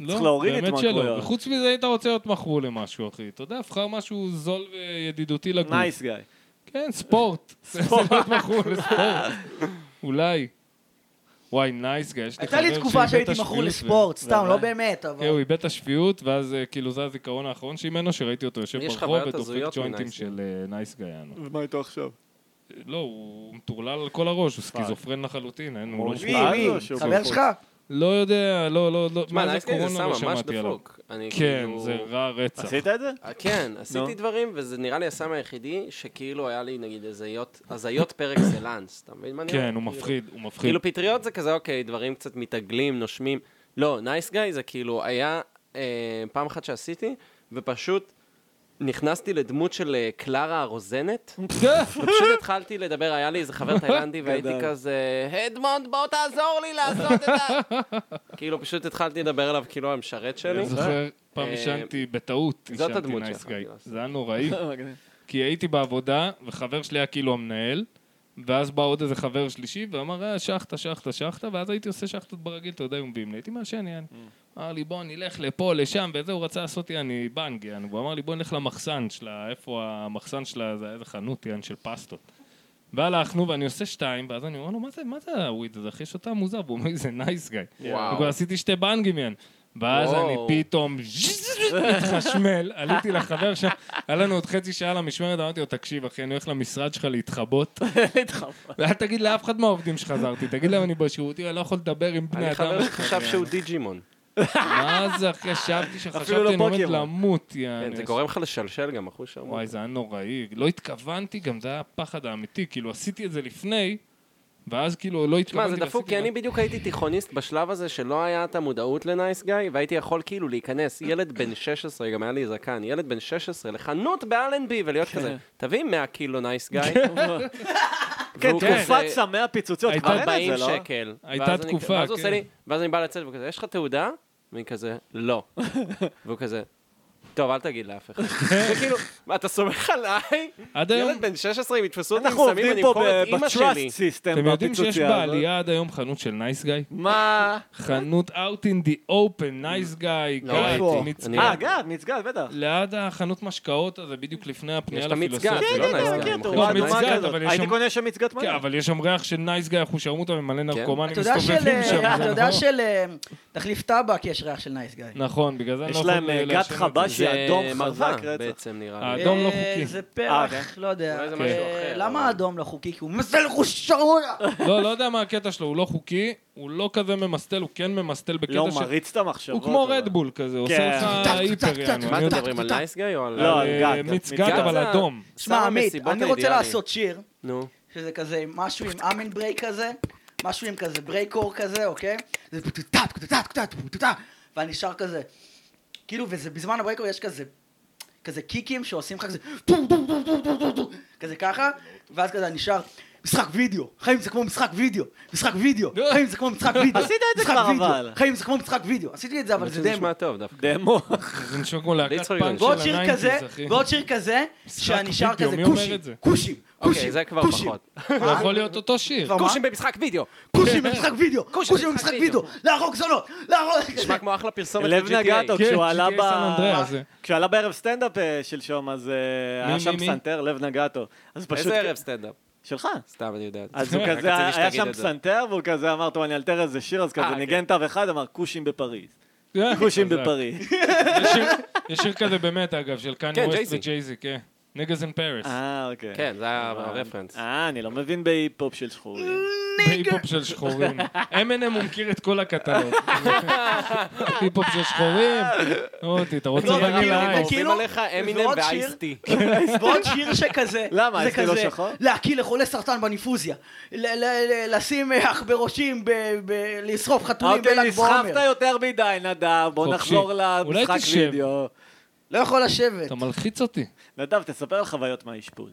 לא,
צריך להוריד
באמת שלא.
התמכרויות.
וחוץ מזה היית רוצה להיות מכרו למשהו, אחי. אתה יודע, בחר משהו זול וידידותי לגוף.
נייס גיא.
כן, ספורט. ספורט. להיות מכרו לספורט. אולי. וואי, נייס גיא, יש לי חבר
הייתה לי תקופה
שאיבד את
שהייתי מכור
השפיות
לספורט, סתם,
באמת?
לא באמת,
ו- כן, הוא
אבל...
איבד את השפיות, ואז אה, כאילו זה הזיכרון האחרון שממנו, שראיתי אותו יושב
יש
ברחוב
חוויות
ודופק
הזויות
ג'וינטים
מנייס
של אה, נייס גיא. יענו.
ומה איתו עכשיו?
לא, הוא מטורלל על כל הראש, הוא סכיזופרן לחלוטין, אין, הוא לא
מי,
שפוי.
מי?
חבר שלך?
לא יודע, לא, לא, לא,
מה,
מה זה
נייס גיא זה
קורונה
סם
לא
ממש
שמעתי עליו.
דפוק. אני
כן,
כאילו-
זה רע רצח.
עשית את זה?
אה, כן,
נו.
עשיתי דברים, וזה נראה לי הסם היחידי שכאילו היה לי נגיד הזיות, הזיות פר אקסלנס, אתה מבין מה אני אומר?
כן, הוא
כאילו-
מפחיד, הוא מפחיד.
כאילו פטריות זה כזה, אוקיי, דברים קצת מתעגלים, נושמים. לא, נייס גאי זה כאילו, היה אה, פעם אחת שעשיתי, ופשוט נכנסתי לדמות של אה, קלרה הרוזנת, ופשוט התחלתי לדבר, היה לי איזה חבר תאילנדי, והייתי
גדל.
כזה, הדמונד, בוא תעזור לי לעשות את ה... כאילו, פשוט התחלתי לדבר אליו כאילו המשרת שלי.
אני זוכר, פעם
אה,
עישנתי בטעות,
זאת
עישנתי
הדמות
נייס
שלך, כאילו,
גיא.
גילס.
זה היה נוראי, כי הייתי בעבודה, וחבר שלי היה כאילו המנהל, ואז בא עוד איזה חבר שלישי, ואמר, אה, שחטה, שחטה, שחטה, ואז הייתי עושה שחטות ברגיל, אתה יודע, היו מביאים לי, הייתי מעשן, יעני. אמר לי, בוא נלך לפה, לשם, וזה, הוא רצה לעשות יעני בנג, יעני, הוא אמר לי, בוא נלך למחסן שלה, איפה המחסן שלה, זה היה איזה חנות, יעני, של פסטות. והלכנו, ואני עושה שתיים, ואז אני אומר לו, מה זה, מה זה הוויד הזה, אחי, יש אותה מוזר, והוא אומר לי, זה נייס גיא.
וואו.
וכבר עשיתי שתי בנגים, יעני. ואז
וואו.
אני פתאום מתחשמל, עליתי לחבר שם, היה לנו עוד חצי שעה למשמרת, אמרתי לו, תקשיב, אחי, אני הולך למשרד שלך להתחבות. ואל תגיד לאף אחד מהעובדים שחזרתי, תגיד להם אני בשירותי, אני לא יכול לדבר עם בני
אני
אדם.
חבר שחשב שהוא דיג'ימון.
מה זה, אחי, ישבתי שחשבתי,
לא
אני עומד
פוקימון.
למות,
כן,
יעני.
זה גורם לך לשלשל גם, אחוז שרמוט.
וואי, זה היה נוראי. לא התכוונתי, גם זה היה הפחד האמיתי. כאילו, עשיתי את זה לפני, ואז כאילו לא התכוונתי.
תשמע, זה דפוק,
ועשיתי
כי אני
רק-
בדיוק הייתי תיכוניסט בשלב הזה שלא היה את המודעות לנייס גיא, והייתי יכול כאילו להיכנס, ילד בן 16, גם היה לי זקן, ילד בן 16, לחנות באלנבי ולהיות
כן.
כזה, תביא 100 קילו נייס גיא,
כן,
והוא
תקופת
כזה-
סמי הפיצוציות, כבר אין
40
את זה, לא?
שקל.
הייתה
ואז אני
תקופה,
כ- ואז הוא
כן.
עושה לי, ואז אני בא לצאת וכזה, יש לך תעודה? ואני כזה, לא. והוא כזה, טוב, אל תגיד לאף אחד. וכאילו, מה, אתה סומך עליי?
עד היום,
ילד בן 16, אם יתפסו אותי עם
אנחנו
סמים,
עובדים
אני
פה
אמכור את אימא שלי.
בטראסט סיסטם,
אתם יודעים שיש בעלייה עד היום חנות של נייס גיא?
מה?
חנות out in the open, נייס גיא, גיא,
ראיתי.
מצגד.
לא, אני-
אה, גד, מצגד, בטח. כן,
ליד החנות משקאות הזה, בדיוק לפני
יש
הפנייה
את המצגן,
לפילוסופיה.
זה
כן,
לא
כן,
נייס
כן,
גיא.
כן,
אנחנו
תרומה
חושבים-
מצגן,
אדומה כזאת.
אבל יש
הייתי
שם-
קונה שם מצגת מלא.
כן, אבל יש שם ריח של נייס גיא, אחושרמוטה ומלא נרקומנים
כן. אתה יודע של... אה,
מסתובבים שם.
אתה
זה
יודע
נכון.
של... אה, תחליף טבק יש ריח של נייס גיא.
נכון, בגלל זה אני
יש
לא יכול...
להם אה,
לעשן
גת
את זה.
חבשי אדום
זה
חזק
מרווה
רצח.
בעצם
אה,
נראה לי.
אדום לא
אה,
חוקי.
זה
אה, כן.
פרח, לא יודע.
אולי זה
אה,
משהו אחר, אבל-
למה אדום לא חוקי? כי הוא מזל שרונה!
לא, לא יודע מה הקטע שלו, הוא לא חוקי, הוא לא כזה ממסטל, הוא כן ממסטל בקטע
לא
של...
מריץ את המחשבות.
הוא כמו
אבל.
רדבול כזה,
כן.
עושה לך היפר, יענו.
מה
אני יודע.
אתם מדברים, על נייס גיא או על...
לא,
אה,
גת, גת,
מיץ
מיץ
גת,
גת.
אבל
זה-
אדום.
שמע, עמית,
המסיבות
אני רוצה
האידיאלי.
לעשות שיר,
נו.
שזה כזה משהו עם אמן ברייק כזה, משהו עם כזה ברייק-אור כזה, אוקיי? זה פטוטה, פטוטה, פטוטה, פטוטה, ואני שר כזה. כאילו, וזה בזמן הברייק-אור יש כזה, כזה קיקים שעושים לך כזה, טום, טום, טום, טום, טום, טום, טום, כזה ככה, ואז כזה אני שר. משחק וידאו, חיים זה כמו משחק וידאו, משחק וידאו, חיים זה כמו משחק וידאו,
עשית את זה
משחק
כבר,
וידאו,
אבל.
חיים זה כמו משחק וידאו, עשיתי את זה אבל זה
זה
דמו,
נשמע טוב דווקא.
דמו.
זה נשמע כמו להקת
ליצחק
פאנק
ועוד
של
שיר כזה,
הניינטיז, אחי.
ועוד שיר כזה,
משחק
שאני שר
וידאו,
כזה,
מי אומר
כושים,
את זה? נכון.
כושים,
אוקיי,
כושים,
זה כבר
כושים, אה?
פחות.
זה יכול להיות אותו שיר.
כבר מה?
כושים במשחק וידאו.
כושים במשחק וידאו,
כושים
כושים
במשחק
במשחק
וידאו.
וידאו, להרוג זונות, להרוג...
נשמע כמו אחלה פרסומת
לב
ל-GTA.
לא נגעת,
כן,
כשהוא עלה
GTA
ב...
סן אנדריאס, זה.
כשהוא עלה בערב סטנדאפ אה, שלשום, אז אה,
מי,
היה
מי,
שם
מי?
פסנתר, לב נגעתו. אז פשוט...
איזה ערב סטנדאפ?
שלך.
סתם, אני יודע.
אז הוא
רק
כזה,
רציתי
היה
שתגיד
שם
את זה.
פסנתר, והוא כזה אמר, טוב, אני אלתר איזה שיר, אז
אה,
כזה
כן.
ניגן תו אחד, אמר, כושים בפריז. כושים
חזק.
בפריז.
כן. יש שיר- יש שיר כזה באמת, אגב, של קניה
כן,
ווסט
ג'ייזי.
וג'ייזי, כן. נגז אין פאריס.
אה, אוקיי.
כן, זה היה הרפרנס.
אה, אני לא מבין בהיפ-הופ של שחורים.
היפ-הופ של שחורים. M&M הוא מכיר את כל הקטנות. היפ-הופ של שחורים. אותי, אתה רוצה
לא,
ואני
מכיר,
לעין.
מכיר.
עוברים
כאילו,
עליך אמינם
ועוד שיר.
ואייסטי.
ועוד שיר שכזה,
למה,
זה
אצלי לא
כזה,
שחור?
להקיא לחולה סרטן בניפוזיה, ל- ל- ל- לשים אה, עכברושים, ב- ב- לשרוף חתולים
אוקיי,
בל"ג
נסחפת
בעומר,
יותר מדי, נדב, בוא
חופשי.
נחזור
אולי
למשחק
תשב.
וידאו.
לא יכול לשבת,
אתה מלחיץ אותי.
נדב, תספר על חוויות מהאשפוז.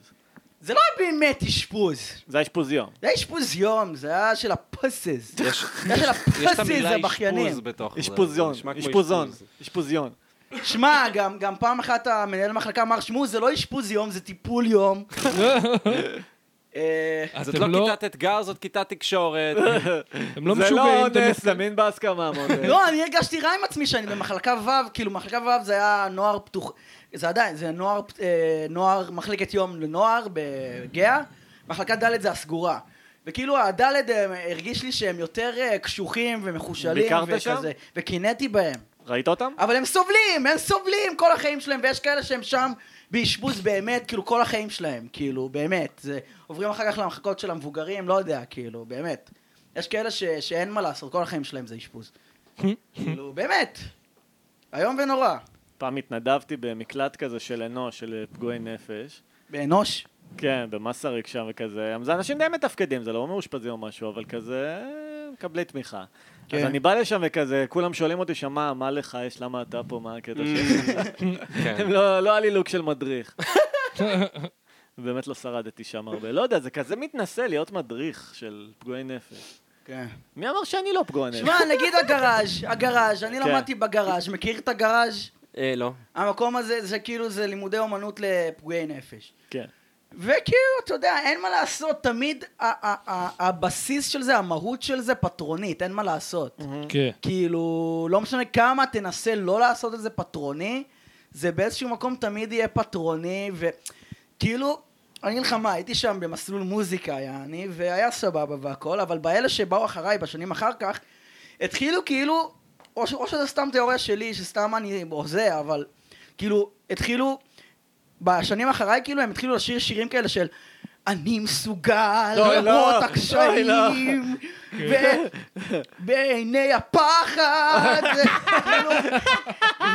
זה לא באמת אשפוז,
זה האשפוז יום.
זה היה אשפוז יום, זה היה של הפוסס, זה
יש
היה של
יש את
הפוסס,
המילה
זה בכיינים.
אשפוז בתוך זה.
אשפוזיון,
זה נשמע כמו
אשפוזון,
אשפוז.
אשפוזיון.
שמע, גם, גם פעם אחת המנהל המחלקה אמר, שמעו, זה לא אשפוז יום, זה טיפול יום. אה,
זאת
אתם
לא כיתת אתגר, זאת כיתת תקשורת.
הם לא
זה לא
משוגעים. אתם
אונס, זה מין בהסכמה, מודל.
לא, אני הרגשתי רע עם עצמי שאני במחלקה ו', כאילו מחלקה ו' זה היה נוער פתוח, זה עדיין, זה נוער, אה, נוער, מחלקת יום לנוער בגאה, מחלקה ד' זה הסגורה. וכאילו הד' הם- הרגיש לי שהם יותר אה, קשוחים ומחושלים,
ביקרת שם?
וקינאתי בהם.
ראית אותם?
אבל הם סובלים, הם סובלים כל החיים שלהם, ויש כאלה שהם שם באשפוז באמת, כאילו כל החיים שלהם, כאילו, באמת. זה, עוברים אחר כך למחלקות של המבוגרים, לא יודע, כאילו, באמת. יש כאלה ש, שאין מה לעשות, כל החיים שלהם זה אשפוז. כאילו, באמת. איום ונורא.
פעם התנדבתי במקלט כזה של אנוש, של אה, פגועי נפש.
באנוש.
כן, במסריק שם וכזה. זה אנשים די מתפקדים, זה לא מאושפזים או משהו, אבל כזה... אה, מקבלי תמיכה.
כן.
אז אני בא לשם וכזה, כולם שואלים אותי שם, מה, מה לך יש, למה אתה פה, מה הקטע שלך?
כן.
הם לא, לא היה לי לוק של מדריך. באמת לא שרדתי שם הרבה. לא יודע, זה כזה מתנשא להיות מדריך של פגועי נפש.
כן.
מי אמר שאני לא פגוע נפש?
שמע, נגיד הגראז', הגראז', אני
כן.
למדתי בגראז', מכיר את הגראז'?
אה, לא.
המקום הזה, זה כאילו, זה לימודי אומנות לפגועי נפש.
כן.
וכאילו, אתה יודע, אין מה לעשות, תמיד ה- ה- ה- הבסיס של זה, המהות של זה פטרונית, אין מה לעשות.
כן.
כאילו, לא משנה כמה תנסה לא לעשות את זה פטרוני, זה באיזשהו מקום תמיד יהיה פטרוני, וכאילו, אני אגיד לך מה, הייתי שם במסלול מוזיקה, יעני, והיה סבבה והכל, אבל באלה שבאו אחריי בשנים אחר כך, התחילו כאילו או, ש, או שזה סתם תיאוריה שלי, שסתם אני הוזה, אבל כאילו, התחילו, בשנים אחריי, כאילו, הם התחילו לשיר שירים כאלה של... אני מסוגל
לא,
לראות
לא, כן. אוי,
הקשיים,
לא.
ו- בעיני הפחד, כאילו,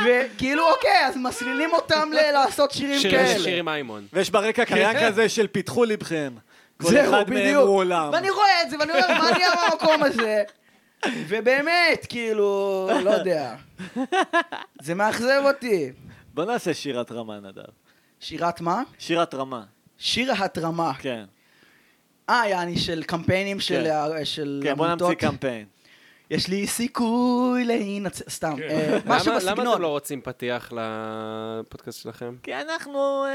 וכאילו אוקיי, אז מסלילים אותם ל- לעשות שירים
שיר
כאלה.
שיר עם איימון.
ויש ברקע קריין כזה של פיתחו לבכם. כל
כן. זהו,
אחד מהם
בדיוק.
הוא עולם.
ואני רואה את זה, ואני אומר, מה נהיה מהמקום הזה? ובאמת, כאילו, לא יודע. זה מאכזב אותי.
בוא נעשה שירת רמה, נדב.
שירת מה?
שירת רמה,
שיר התרמה.
כן.
אה, יעני של קמפיינים של
כן.
ה- של
כן, בוא נמציא קמפיין.
יש לי סיכוי להינצל... סתם.
כן.
אה, משהו
למה- למה אתם לא
בסגנון.
רוצים פתיח לפודקאסט שלכם?
כי אנחנו אה,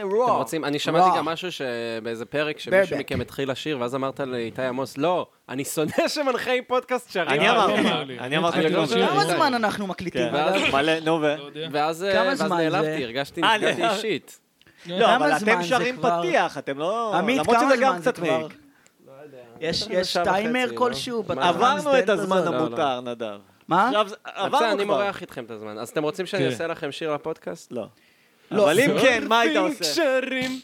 אתם
רוע.
רוצים, אני שמעתי
וואו.
גם משהו שבאיזה פרק שמישהו
בבק.
מכם התחיל לשיר, ואז אמרת לאיתי עמוס, לא, אני שונא שמנחי פודקאסט שרים.
אני אמרתי,
אמר לי.
אני אמרתי
אני לא
כלום.
שומע.
כמה
כן.
זמן אנחנו מקליטים?
כן,
ואז-
מלא, נו ו...
לא יודע.
ואז אה,
כמה
ואז
זמן
נעלבתי,
זה?
הרגשתי
אה,
נפגעתי
אני-
אישית.
לא, אבל
כמה זמן
אתם
זה
שרים
כבר?
פתיח, אתם לא...
עמית,
למרות
כמה
שזה גם
זמן זה
קצת
כבר? אה,
מעיק.
יש
בטח זה
יש
שעה וחצי,
טיימר
לא?
כלשהו?
מה?
בטיימר
עברנו את
הסטנד
הזמן
הזה?
לא, לא.
המותר, נדב.
מה?
עכשיו, זה-
בסדר, אני
עברנו כבר.
מורח איתכם את הזמן. אז אתם רוצים שאני
כן.
אעשה לכם שיר לפודקאסט?
לא.
לא.
אבל אם כן, מה היית
שורפים
עושה?
קשרים.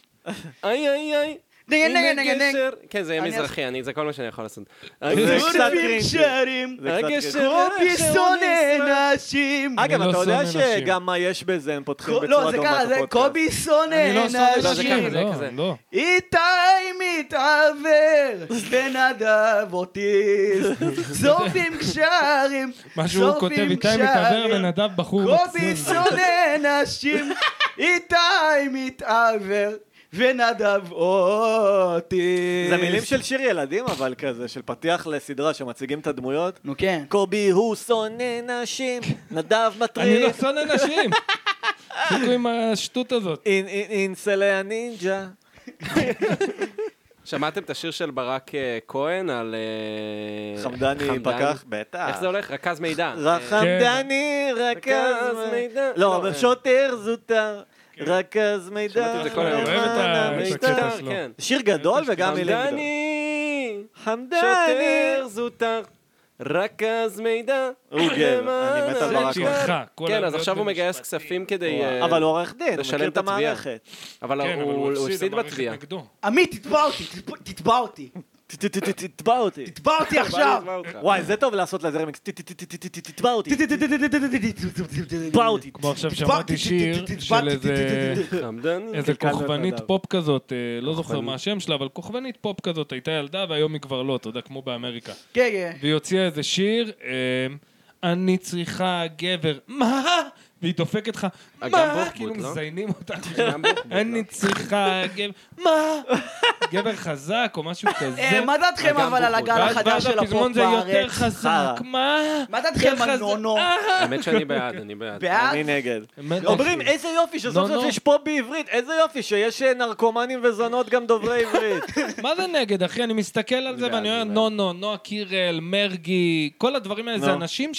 איי איי איי.
נגד,
הנה
נגד, נגד, נגד.
גשר. כן, זה יהיה
אני
מזרחי, אני- זה כל מה שאני יכול לעשות.
זה קצת
שורפים
קרינג'י.
שרים.
זה קצת
הגשר
קרינג'י.
קופי
אשר
שונא
ישראל.
נשים.
אגב,
אני
אתה
לא
יודע
שונא נשים.
שגם מה יש בזה, הם פותחים
קו-
בצורה דומה
לא, זה
את
ככה, זה
הפודקאסט.
קובי
אני
שונא
לא שונא
נשים.
נשים,
זה כזה.
לא, לא.
איתי מתעוור, ונדב אוטיסט, שורפים קשרים,
מה שהוא כותב,
שורפים
איתי מתעוור
קשרים.
ונדב בחור
קובי
מקסים.
שונא נשים, איתי מתעוור, ונדב אוטיסט.
זה מילים של שיר ילדים, אבל כזה, של פתיח לסדרה שמציגים את הדמויות.
נו כן.
קובי הוא שונא נשים, נדב
אני לא
מטריף,
שונא נשים. תפסיקו עם השטות הזאת.
אין- אין- אינסלי הנינג'ה.
שמעתם את השיר של ברק אה, כהן על... אה,
חמדני פקח, בטח.
איך זה הולך? רכז מידע.
חמדני, רכז
רכז
מידע.
מידע.
לא,
לא,
אבל
אה. כן.
שוטר זוטר, רכז מידע.
שמעתי את זה כל היום.
למען
אוהב את ה- את
המשטר.
הקטע שלו.
כן.
שיר גדול וגם מילים גדולות.
חמדני,
חמדני.
שוטר זוטר, רכז מידע.
הוא גבר,
למען
אני מת על ברק
המשטר.
כהן. כל
כן, אז
העמדות
עכשיו הוא מגייס
במשפטים.
כספים כדי... אה,
אבל הוא עורך דין, הוא
לשלם
מכיר את
את התביעה.
המערכת.
אבל
כן, אבל
לא, הוא הוא הפסיד
המערכת
בתביעה.
נגדו.
עמית, תתבע אותי, תתבע- תתבע אותי.
ת- ת- ת- ת- תתבע אותי.
תתבע אותי עכשיו.
וואי, זה טוב לעשות לזה רמיקס. ת- ת- ת- ת- ת- ת- תתבע אותי. תתבע אותי.
כמו עכשיו
תתבע,
שמעתי
תתבע,
שיר
תתבע,
של
תתבע,
איזה...
תתבע.
חמדני.
איזה
קלקלנו את
כוכבנית
נדב.
פופ כזאת, אה, לא זוכר מה השם שלה, אבל כוכבנית פופ כזאת, הייתה ילדה והיום היא כבר לא, אתה יודע, כמו באמריקה.
כן, כן.
והיא הוציאה איזה שיר, אה, אני צריכה גבר, מה? והיא דופקת לך,
אה, גם
מה?
בוחבוט,
כאילו
לא?
מזיינים אותך.
גם בוחבוט, לא?
אני צריכה גבר, מה? גבר חזק או משהו כזה.
אה, מה דעתכם
אגם
אבל על
בוחבוט.
הגל
ואז-
החדש
ואז
של הפופ
הפזמון זה יותר
בארץ?
חזק,
חרא.
מה?
מה דעתכם
יותר
על
חזק,
נונו?
אה.
האמת שאני בעד, אני בעד.
בעד?
אני נגד.
לא,
באמת,
אומרים,
אחי.
איזה יופי שסוף
נו,
סוף
נו.
יש פה בעברית, איזה יופי שיש אה, נרקומנים וזונות גם דוברי עברית.
מה זה נגד, אחי? אני מסתכל על זה
בעד,
ואני אומר,
אני
נו, נו, נועה קירל, מרגי, כל הדברים האלה, זה
נו.
אנשים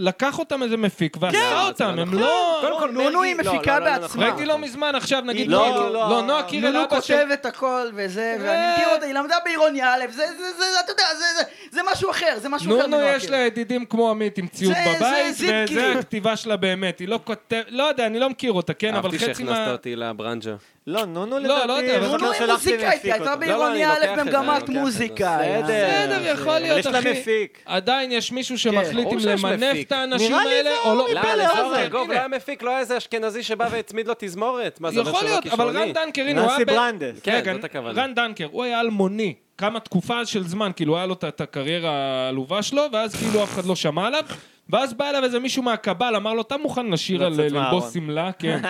שלקח אותם איזה מפיק ועשה
זה לא
אותם, הם
נכון.
לא...
כל, נונו היא
לא,
מפיקה
לא, לא, לא, נכון.
בעצמה.
ראיתי לא מזמן, עכשיו נגיד,
לא,
כאילו,
לא,
לא, נועה קירל,
נונו
אבא של...
כותב את הכל וזה,
ו-
ואני מכיר אותה, היא למדה בעירוני א', זה, זה, זה, אתה יודע, זה, זה, זה משהו אחר, זה משהו אחר.
נונו
מנועה
יש
קירל.
לה ידידים כמו עמית עם ציוד
זה-
בבית,
זה זיפקי.
וזה הכתיבה שלה באמת, היא לא כותבת, לא יודע, אני לא מכיר אותה, כן, אבל
אהבתי
חצי
שהכנסת
מה...
אותי לברנז'ה.
לא, נונו
לא, לא
לדעתי,
יודע, אבל
חבר
נונו
שלך
היא
שהיא
מוזיקאית, היא
מפיק
הייתה
אותו.
לא, אני
בעירוני
לוקח את
א'
זה, אני
במגמת
לוקח את זה.
מוזיקה.
בסדר,
בסדר, יכול להיות,
אבל יש לה
אחי.
מפיק.
עדיין יש מישהו שמחליט
ברור
אם
שיש
למנף
מפיק.
את האנשים
נראה לי
האלה
זהו,
או לא.
מפה
למה?
לאוזן,
לזורגר, גוב לא
הנה.
היה מפיק, לא היה איזה אשכנזי שבא והצמיד לו תזמורת. מה, זה אומר
יכול
שהוא לא
להיות, אבל רן
כישרוני?
דנקר, הנה, הוא היה...
ננסי
ב-
ברנדס.
כן,
רגע,
זאת הכוונה.
רן דנקר, הוא היה אלמוני. כמה תקופה של זמן, כאילו היה לו את- את הקריירה העלובה שלו, ואז כאילו אף אחד לא שמע עליו, ואז בא אליו איזה מישהו מהקבל, אמר לו, אתה מוכן לשיר על
לצאת מהארון."
ללבוס שמלה? כן.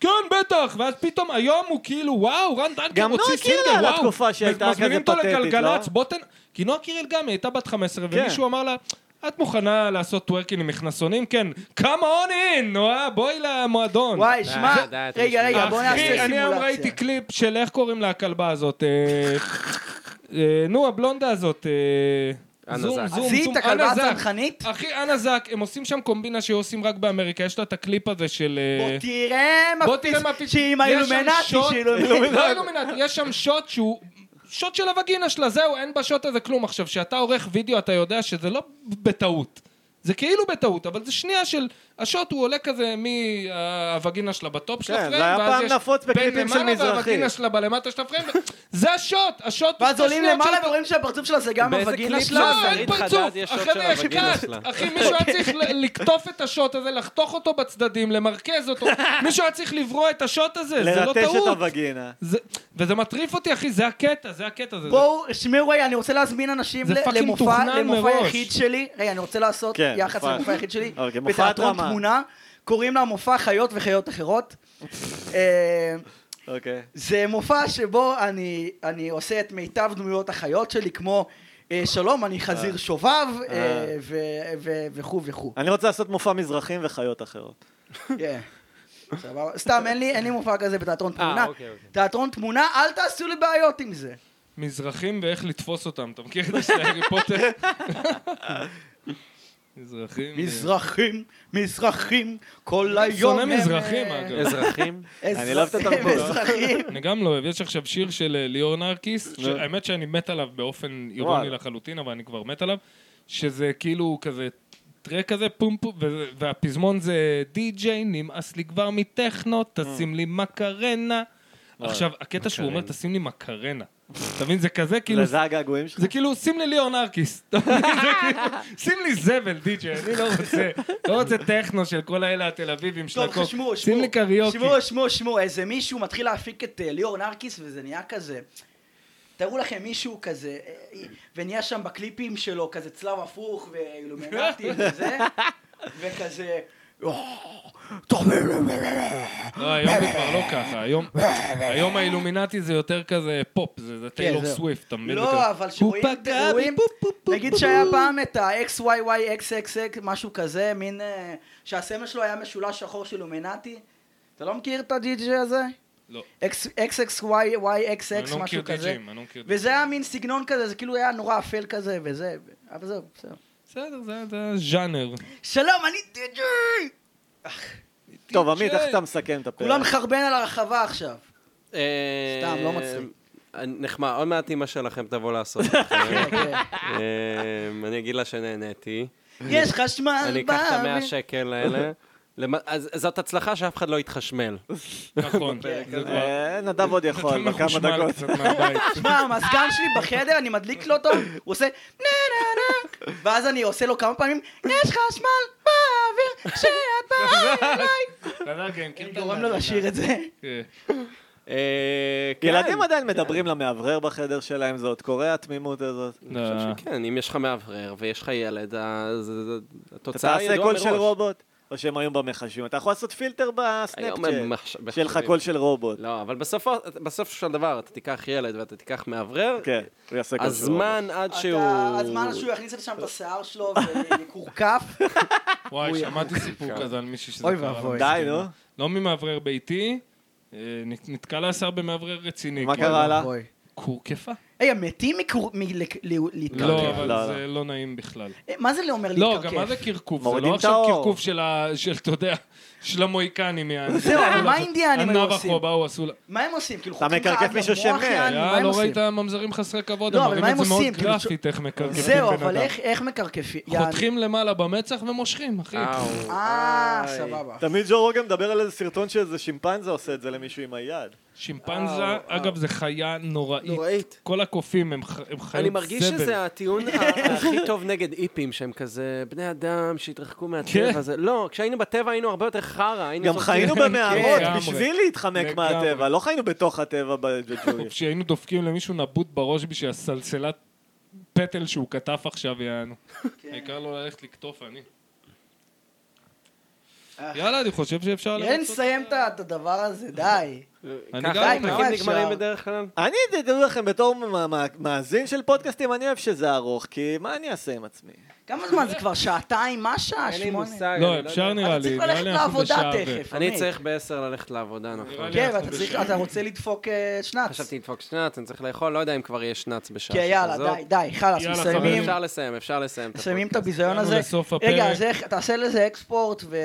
כן, בטח! ואז פתאום היום הוא כאילו, וואו, רן דנקר
גם
הוציא
נועה קירל
סינגל, וואו.
על התקופה שהייתה
מזמינים
כזה
אותו
פתטית,
לגלגלצ,
לא?
בוא תן... כי נועה קירל גם, היא הייתה בת 15,
כן.
ומישהו אמר לה... את מוכנה לעשות טוורקין עם מכנסונים? כן. כמה אונין, נועה, בואי למועדון.
וואי,
די,
שמע,
די, אתם
רגע, רגע,
אחי,
בוא נעשה סימולציה.
אני היום ראיתי קליפ של איך קוראים לה הכלבה הזאת. אה, אה, נו, הבלונדה הזאת. אה,
אנה
זום,
זק.
זום,
אז היא
זום.
את הכלבה
אנה זק.
הצנחנית?
אחי, אנה זק, הם עושים שם קומבינה שעושים רק באמריקה. יש לה את הקליפ הזה של... אה,
בוא תראה מה
בוא תראה מה
פיס...
פיצ-
שהיא עם
יש שם
האילומנטי,
שוט-
שהיא
לא
אילומנטי.
אילומינטי, יש שם שוט שהוא... שוט של הווגינה שלה, זהו, אין בשוט הזה כלום. עכשיו, כשאתה עורך וידאו, אתה יודע שזה לא בטעות. זה כאילו בטעות, אבל זה שנייה של... השוט הוא עולה כזה מהווגינה שלה בטופ של
כן,
הפריים,
זה היה
ואז
פעם
יש
נפוץ
בין
בקליפים של
למעלה
מזרחי.
והווגינה שלה בלמטה של הפריים, ו- זה השוט, השוט הוא
ואז
שתי
עולים
שניות של
למעלה ורואים שהפרצוף שלה זה גם
באיזה
הווגינה
קליפ
שלה.
לא, אין
שרית חדד
פרצוף,
יש שוט
אחרי
של
זה יש
הווגינה
אחד.
שלה.
אחי, מישהו היה צריך ל- לקטוף את השוט הזה, לחתוך אותו בצדדים, למרכז אותו. מישהו היה צריך לברוא את השוט הזה, זה לא
לרטש את
טעות.
הווגינה.
זה- וזה מטריף אותי, אחי, זה הקטע, זה הקטע. זה-
בואו, שמעו רגע, אני רוצה להזמין אנשים
זה
ל-
פאקינג
למופע
תוכנן
למופע
מראש.
יחיד שלי. רגע, אני רוצה לעשות
כן,
יחס
מופע.
למופע יחיד שלי.
אוקיי, מופע
בתיאטרון
התרמה.
תמונה, קוראים לה מופע חיות וחיות אחרות. אה,
אוקיי.
זה מופע שבו אני, אני עושה את מיטב דמויות החיות שלי, כמו אה, שלום, אני חזיר שובב, אה, ו- ו- וכו' וכו'.
אני רוצה לעשות מופע מזרחים וחיות אחרות.
כן. סבבה. סתם, אין לי, אין לי מופע כזה
אה,
בתיאטרון תמונה.
אוקיי, אוקיי.
תיאטרון תמונה, אל תעשו לי בעיות עם זה.
מזרחים ואיך לתפוס אותם, אתה מכיר את זה של הארי פוטר? מזרחים.
מזרחים, מזרחים, כל היום...
שונא
הם,
מזרחים,
אה,
אגב.
אזרחים?
אני לא אוהב את
אזרחים,
התרבות.
אזרחים.
אני גם לא אוהב, יש עכשיו שיר של אה, ליאור נרקיס, האמת שאני מת עליו באופן אירוני
וואלה.
לחלוטין, אבל אני כבר מת עליו, שזה כאילו כזה טרק כזה פום פום, וזה- והפזמון זה די-ג'יי, נמאס לי כבר מטכנו, תשים לי מקרנה. עכשיו, הקטע שהוא אומר, תשים לי מקרנה. אתה מבין, זה כזה כאילו...
זה- זה הגעגועים שלך?
זה כאילו, שים לי ליאור נרקיס. אתה מבין? זה כאילו, שים לי זבל, די.ג'יי, אני לא רוצה. לא רוצה טכנו של כל האלה התל אביבים של
טוב,
הקוק.
שמעו,
נכון. שים
שמעו,
לי קריוקי.
שמעו, שמעו, שמעו, איזה מישהו מתחיל להפיק את אה, ליאור נרקיס וזה נהיה כזה. תארו לכם מישהו כזה, אה, ונהיה שם בקליפים שלו כזה צלב הפוך ואילומינטי וזה, וכזה...
לא, היום זה כבר לא ככה. היום- היום האילומינטי זה יותר כזה פופ, זה
כן,
זה
כן,
טיילור
זהו.
סוויפט, אתה מבין? זה כזה,
לא, אבל שרואים,
הוא פגע בי,
רואים,
פופ, פופ, פופ,
נגיד
פופ,
שהיה
פופ.
פעם את ה-XYYXXX, משהו כזה, מין, אה, שהסמל שלו היה משולש שחור של לומינטי. אתה לא מכיר את הדי-ג'י הזה?
לא.
X- XXYYXX,
אני לא מכיר
משהו כזה.
די.ג'ים, אני לא מכיר
וזה היה מין סגנון כזה, זה כאילו היה נורא אפל כזה וזה, ו- אבל זהו, בסדר.
בסדר, זה- זה ז'אנר.
שלום, אני די-ג'יי!
טוב, עמית, איך אתה מסכם את הפרק?
כולם חרבן על הרחבה עכשיו.
אה,
סתם, לא מצחיק.
אה, נחמד, עוד מעט אימא שלכם תבוא לעשות.
כן, כן.
אה, אני אגיד לה שנהניתי.
יש חשמל
אני אקח את המאה
באוויר.
שקל האלה. למ- אז זאת הצלחה שאף אחד לא יתחשמל.
נכון, זה כבר...
אה, נדב עוד
אתה
יכול, בכמה
מחושמל
דקות.
קצת מהבית.
שמע, המזגן שלי בחדר, אני מדליק לו אותו, הוא עושה נה נה נה, ואז אני עושה לו כמה פעמים, יש חשמל באוויר, שאת באה אליי.
חזק,
כן,
הם
אני
כאילו-
גורם לו לשיר את זה.
כן.
אה, כן.
ילדים עדיין מדברים למאוורר בחדר שלהם, זה עוד קורה התמימות הזאת.
אני
לא.
חושב שכן, אם יש לך מאוורר ויש לך ילד, אז
אתה
התוצאה
תעשה
ידועה מראש.
קול של רובוט, או שהם היום במחשבים. אתה יכול לעשות פילטר
היום
בסנאפצ'אט,
הם מחש-
שיהיה לך
מחשבים.
קול של רובוט.
לא, אבל בסופו, בסוף של דבר, אתה תיקח ילד ואתה תיקח מאוורר,
כן, הוא יעשה קול של רובוט.
הזמן עד שהוא...
אתה- הזמן שהוא יכניס לשם את השיער שלו ויקורקף.
וואי, שמעתי סיפור כזה על מישהי שזה
אוי
קרה.
ואבוי.
לה.
די, נו.
לא ממאוורר ביתי, אה, נ- נתקע לה שיער במאוורר רציני.
מה
כאילו.
קרה לה?
אוי.
קורקפה?
היי, מתים מלהתקרקע?
לא, אבל
לא,
זה לא נעים בכלל.
מה זה לא אומר להתקרקע?
לא, גם מה זה קרקוף? זה
מורידים
לא
את
עכשיו
האור.
קרקוף של, ה- של, אתה יודע, של המוהיקנים. יעני.
זהו, אבל מה האינדיאנים היו עושים?
הנבחו באו, עשו לה...
מה הם עושים? כאילו
אתה
חותכים
מקרקף
לך
מישהו
למוח, יענו?
שמת.
מה
יאללה,
הם
לא
עושים?
ראית ממזרים חסרי כבוד,
לא,
הם
אבל
מראים
מה
את
הם
זה מאוד
עושים? כאילו,
גרפית, איך מקרקפים
זהו,
בן
אבל
אדם.
איך- איך מקרקפים? יענו.
חותכים למעלה במצח ומושכים, אחי.
אאו,
אה,
איי.
סבבה.
תמיד ג'ו רוגן מדבר על איזה סרטון שאיזה שימפנזה עושה את זה למישהו עם היד.
שימפנזה, אגב, זה חיה נוראית.
נוראית.
כל הקופים הם ח- הם חיות זבל.
אני מרגיש שזה הטיעון ה- הכי טוב נגד איפים, שהם כזה בני אדם שהתרחקו
כן.
מהטבע. זה- לא, כשהיינו בטבע היינו הרבה יותר חרא. היינו
גם
זורקים-
חיינו במערות
לגמרי.
בשביל להתחמק
לגמרי.
מהטבע, לא חיינו בתוך הטבע בג'ולי.
כשהיינו דופקים למישהו נבוט בראש בשביל הסלסלת פטל שהוא קטף עכשיו, יענו.
כן.
העיקר לא ללכת לקטוף, אני.
אה.
יאללה, אני חושב שאפשר
יאללה,
לרצות.
נסיים את ה- את הדבר הזה, די.
אני גם
ככה
אומר.
כמה
הפרקים נגמרים
אפשר?
בדרך כלל.
אני, תדעו לכם, בתור מ- מ- מאזין של פודקאסטים, אני אוהב שזה ארוך, כי מה אני אעשה עם עצמי?
כמה זמן זה כבר? שעתיים? מה
אה,
השעה?
אין לי
שמונה?
מושג. אני
לא,
יודע.
אפשר נראה
אתה
לי.
צריך
נראה לי
ללכת
אנחנו
לעבודה
בשעה ו-
תכף.
אני
עמית.
צריך בעשר ללכת לעבודה,
נראה
נכון.
לי
כן,
אנחנו
ואתה צריך-
בשעה.
אתה רוצה לדפוק אה, שנץ.
חשבתי לדפוק שנץ, אני צריך לאכול, לא יודע אם כבר יש שנץ בשעה
כן, יאללה,
שכזאת.
די, די, חלאס,
יאללה,
אבל
מסיימים.
חברים.
אפשר לסיים, אפשר לסיים. את
מסיימים את
הפודקאסט.
הביזיון
הגענו
הזה.
לסוף
רגע,
הפרק.
אז איך- תעשה לזה אקספורט ו...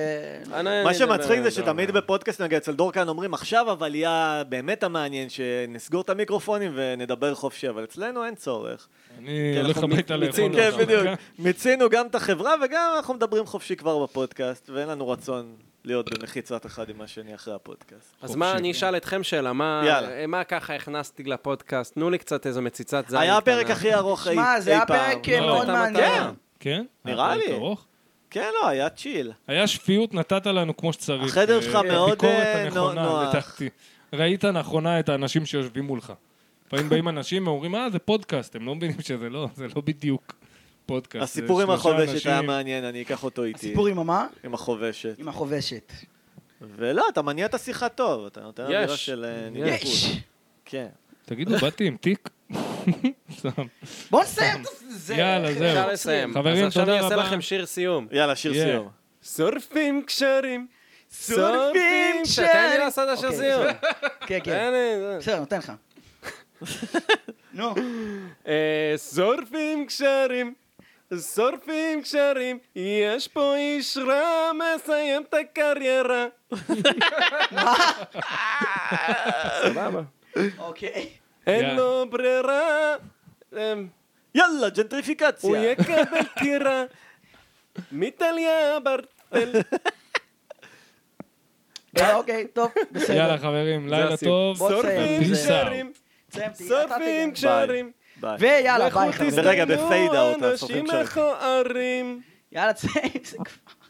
כן, אני- אני
מה שמצחיק
אדבר,
זה שתמיד
אדבר.
בפודקאסט, נגיד אצל דורקן, אומרים עכשיו, אבל היה באמת המעניין, שנסגור את המיקרופונים ונדבר חופשי, אבל אצלנו אין צורך.
אני
כי
הולך
כן, אנחנו
הביתה לאכול.
מיצינו,
עכשיו.
כן, בדיוק. מיצינו גם את החברה וגם אנחנו מדברים חופשי כבר בפודקאסט, ואין לנו רצון להיות במחיצת אחד עם השני אחרי הפודקאסט.
אז
כן.
מה, אני אשאל אתכם שאלה, מה-
יאללה.
אה, מה ככה הכנסתי לפודקאסט? תנו לי קצת איזו מציצת זין.
היה הפרק
קטנה.
הכי ארוך אי אי פעם.
שמע, זה היה פרק אה,
לא,
מאוד
אה, אתה
מעניין.
מטרה.
כן?
נראה
הפרק
לי.
ארוך.
כן, לא, היה צ'יל.
היה שפיות, נתת לנו כמו שצריך.
החדר שלך
אה,
מאוד,
הביקורת
אה,
הנכונה,
נו- נוח.
לדעתי. ראית נכונה את האנשים שיושבים מולך. לפעמים באים אנשים ואומרים, אה, זה פודקאסט, הם לא מבינים שזה לא, זה לא בדיוק פודקאסט. זה
הסיפור עם
שלושה
החובשת
אנשים.
היה מעניין, אני אקח אותו איתי.
הסיפור עם המה?
עם החובשת.
עם החובשת.
ולא, אתה מניע את השיחה טוב, אתה נותן
יש.
אווירה של אה, ניתוק.
יש!
כן.
תגידו, באתי עם תיק? סתם.
בואו נסיים את זה. כן,
יאללה,
אפשר
זהו.
לסיים.
חברים,
אז עכשיו
תודה
אני אעשה
רבה.
לכם שיר סיום.
יאללה, שיר
Yeah.
סיום.
שורפים קשרים.
שורפים קשרים.
תן לי לעשות את השיר
אוקיי.
סיום.
כן,
תן
כן.
לי, זה.
בסדר, נותן לך. נו,
אה, שורפים קשרים, שורפים קשרים, יש פה איש רע מסיים את הקריירה. סבבה.
אוקיי.
אין
יא.
לו ברירה, אה,
יאללה, ג'נטריפיקציה.
הוא יקבל טירה מטליה ברטל.
אה, אוקיי, טוב, בסדר.
יאללה, חברים, לילה
הסיום.
טוב.
בוא
שורפים
תסיים.
קשרים,
תסיים, תהיה, אתה
שורפים
תגן.
קשרים.
ביי.
ויאללה, ביי
לכו
חברים.
ורגע,
תסתכלו,
בפייד-אאוט,
אנשים
השורפים קשרים.
מכוערים.
יאללה, תסיים. זה כבר.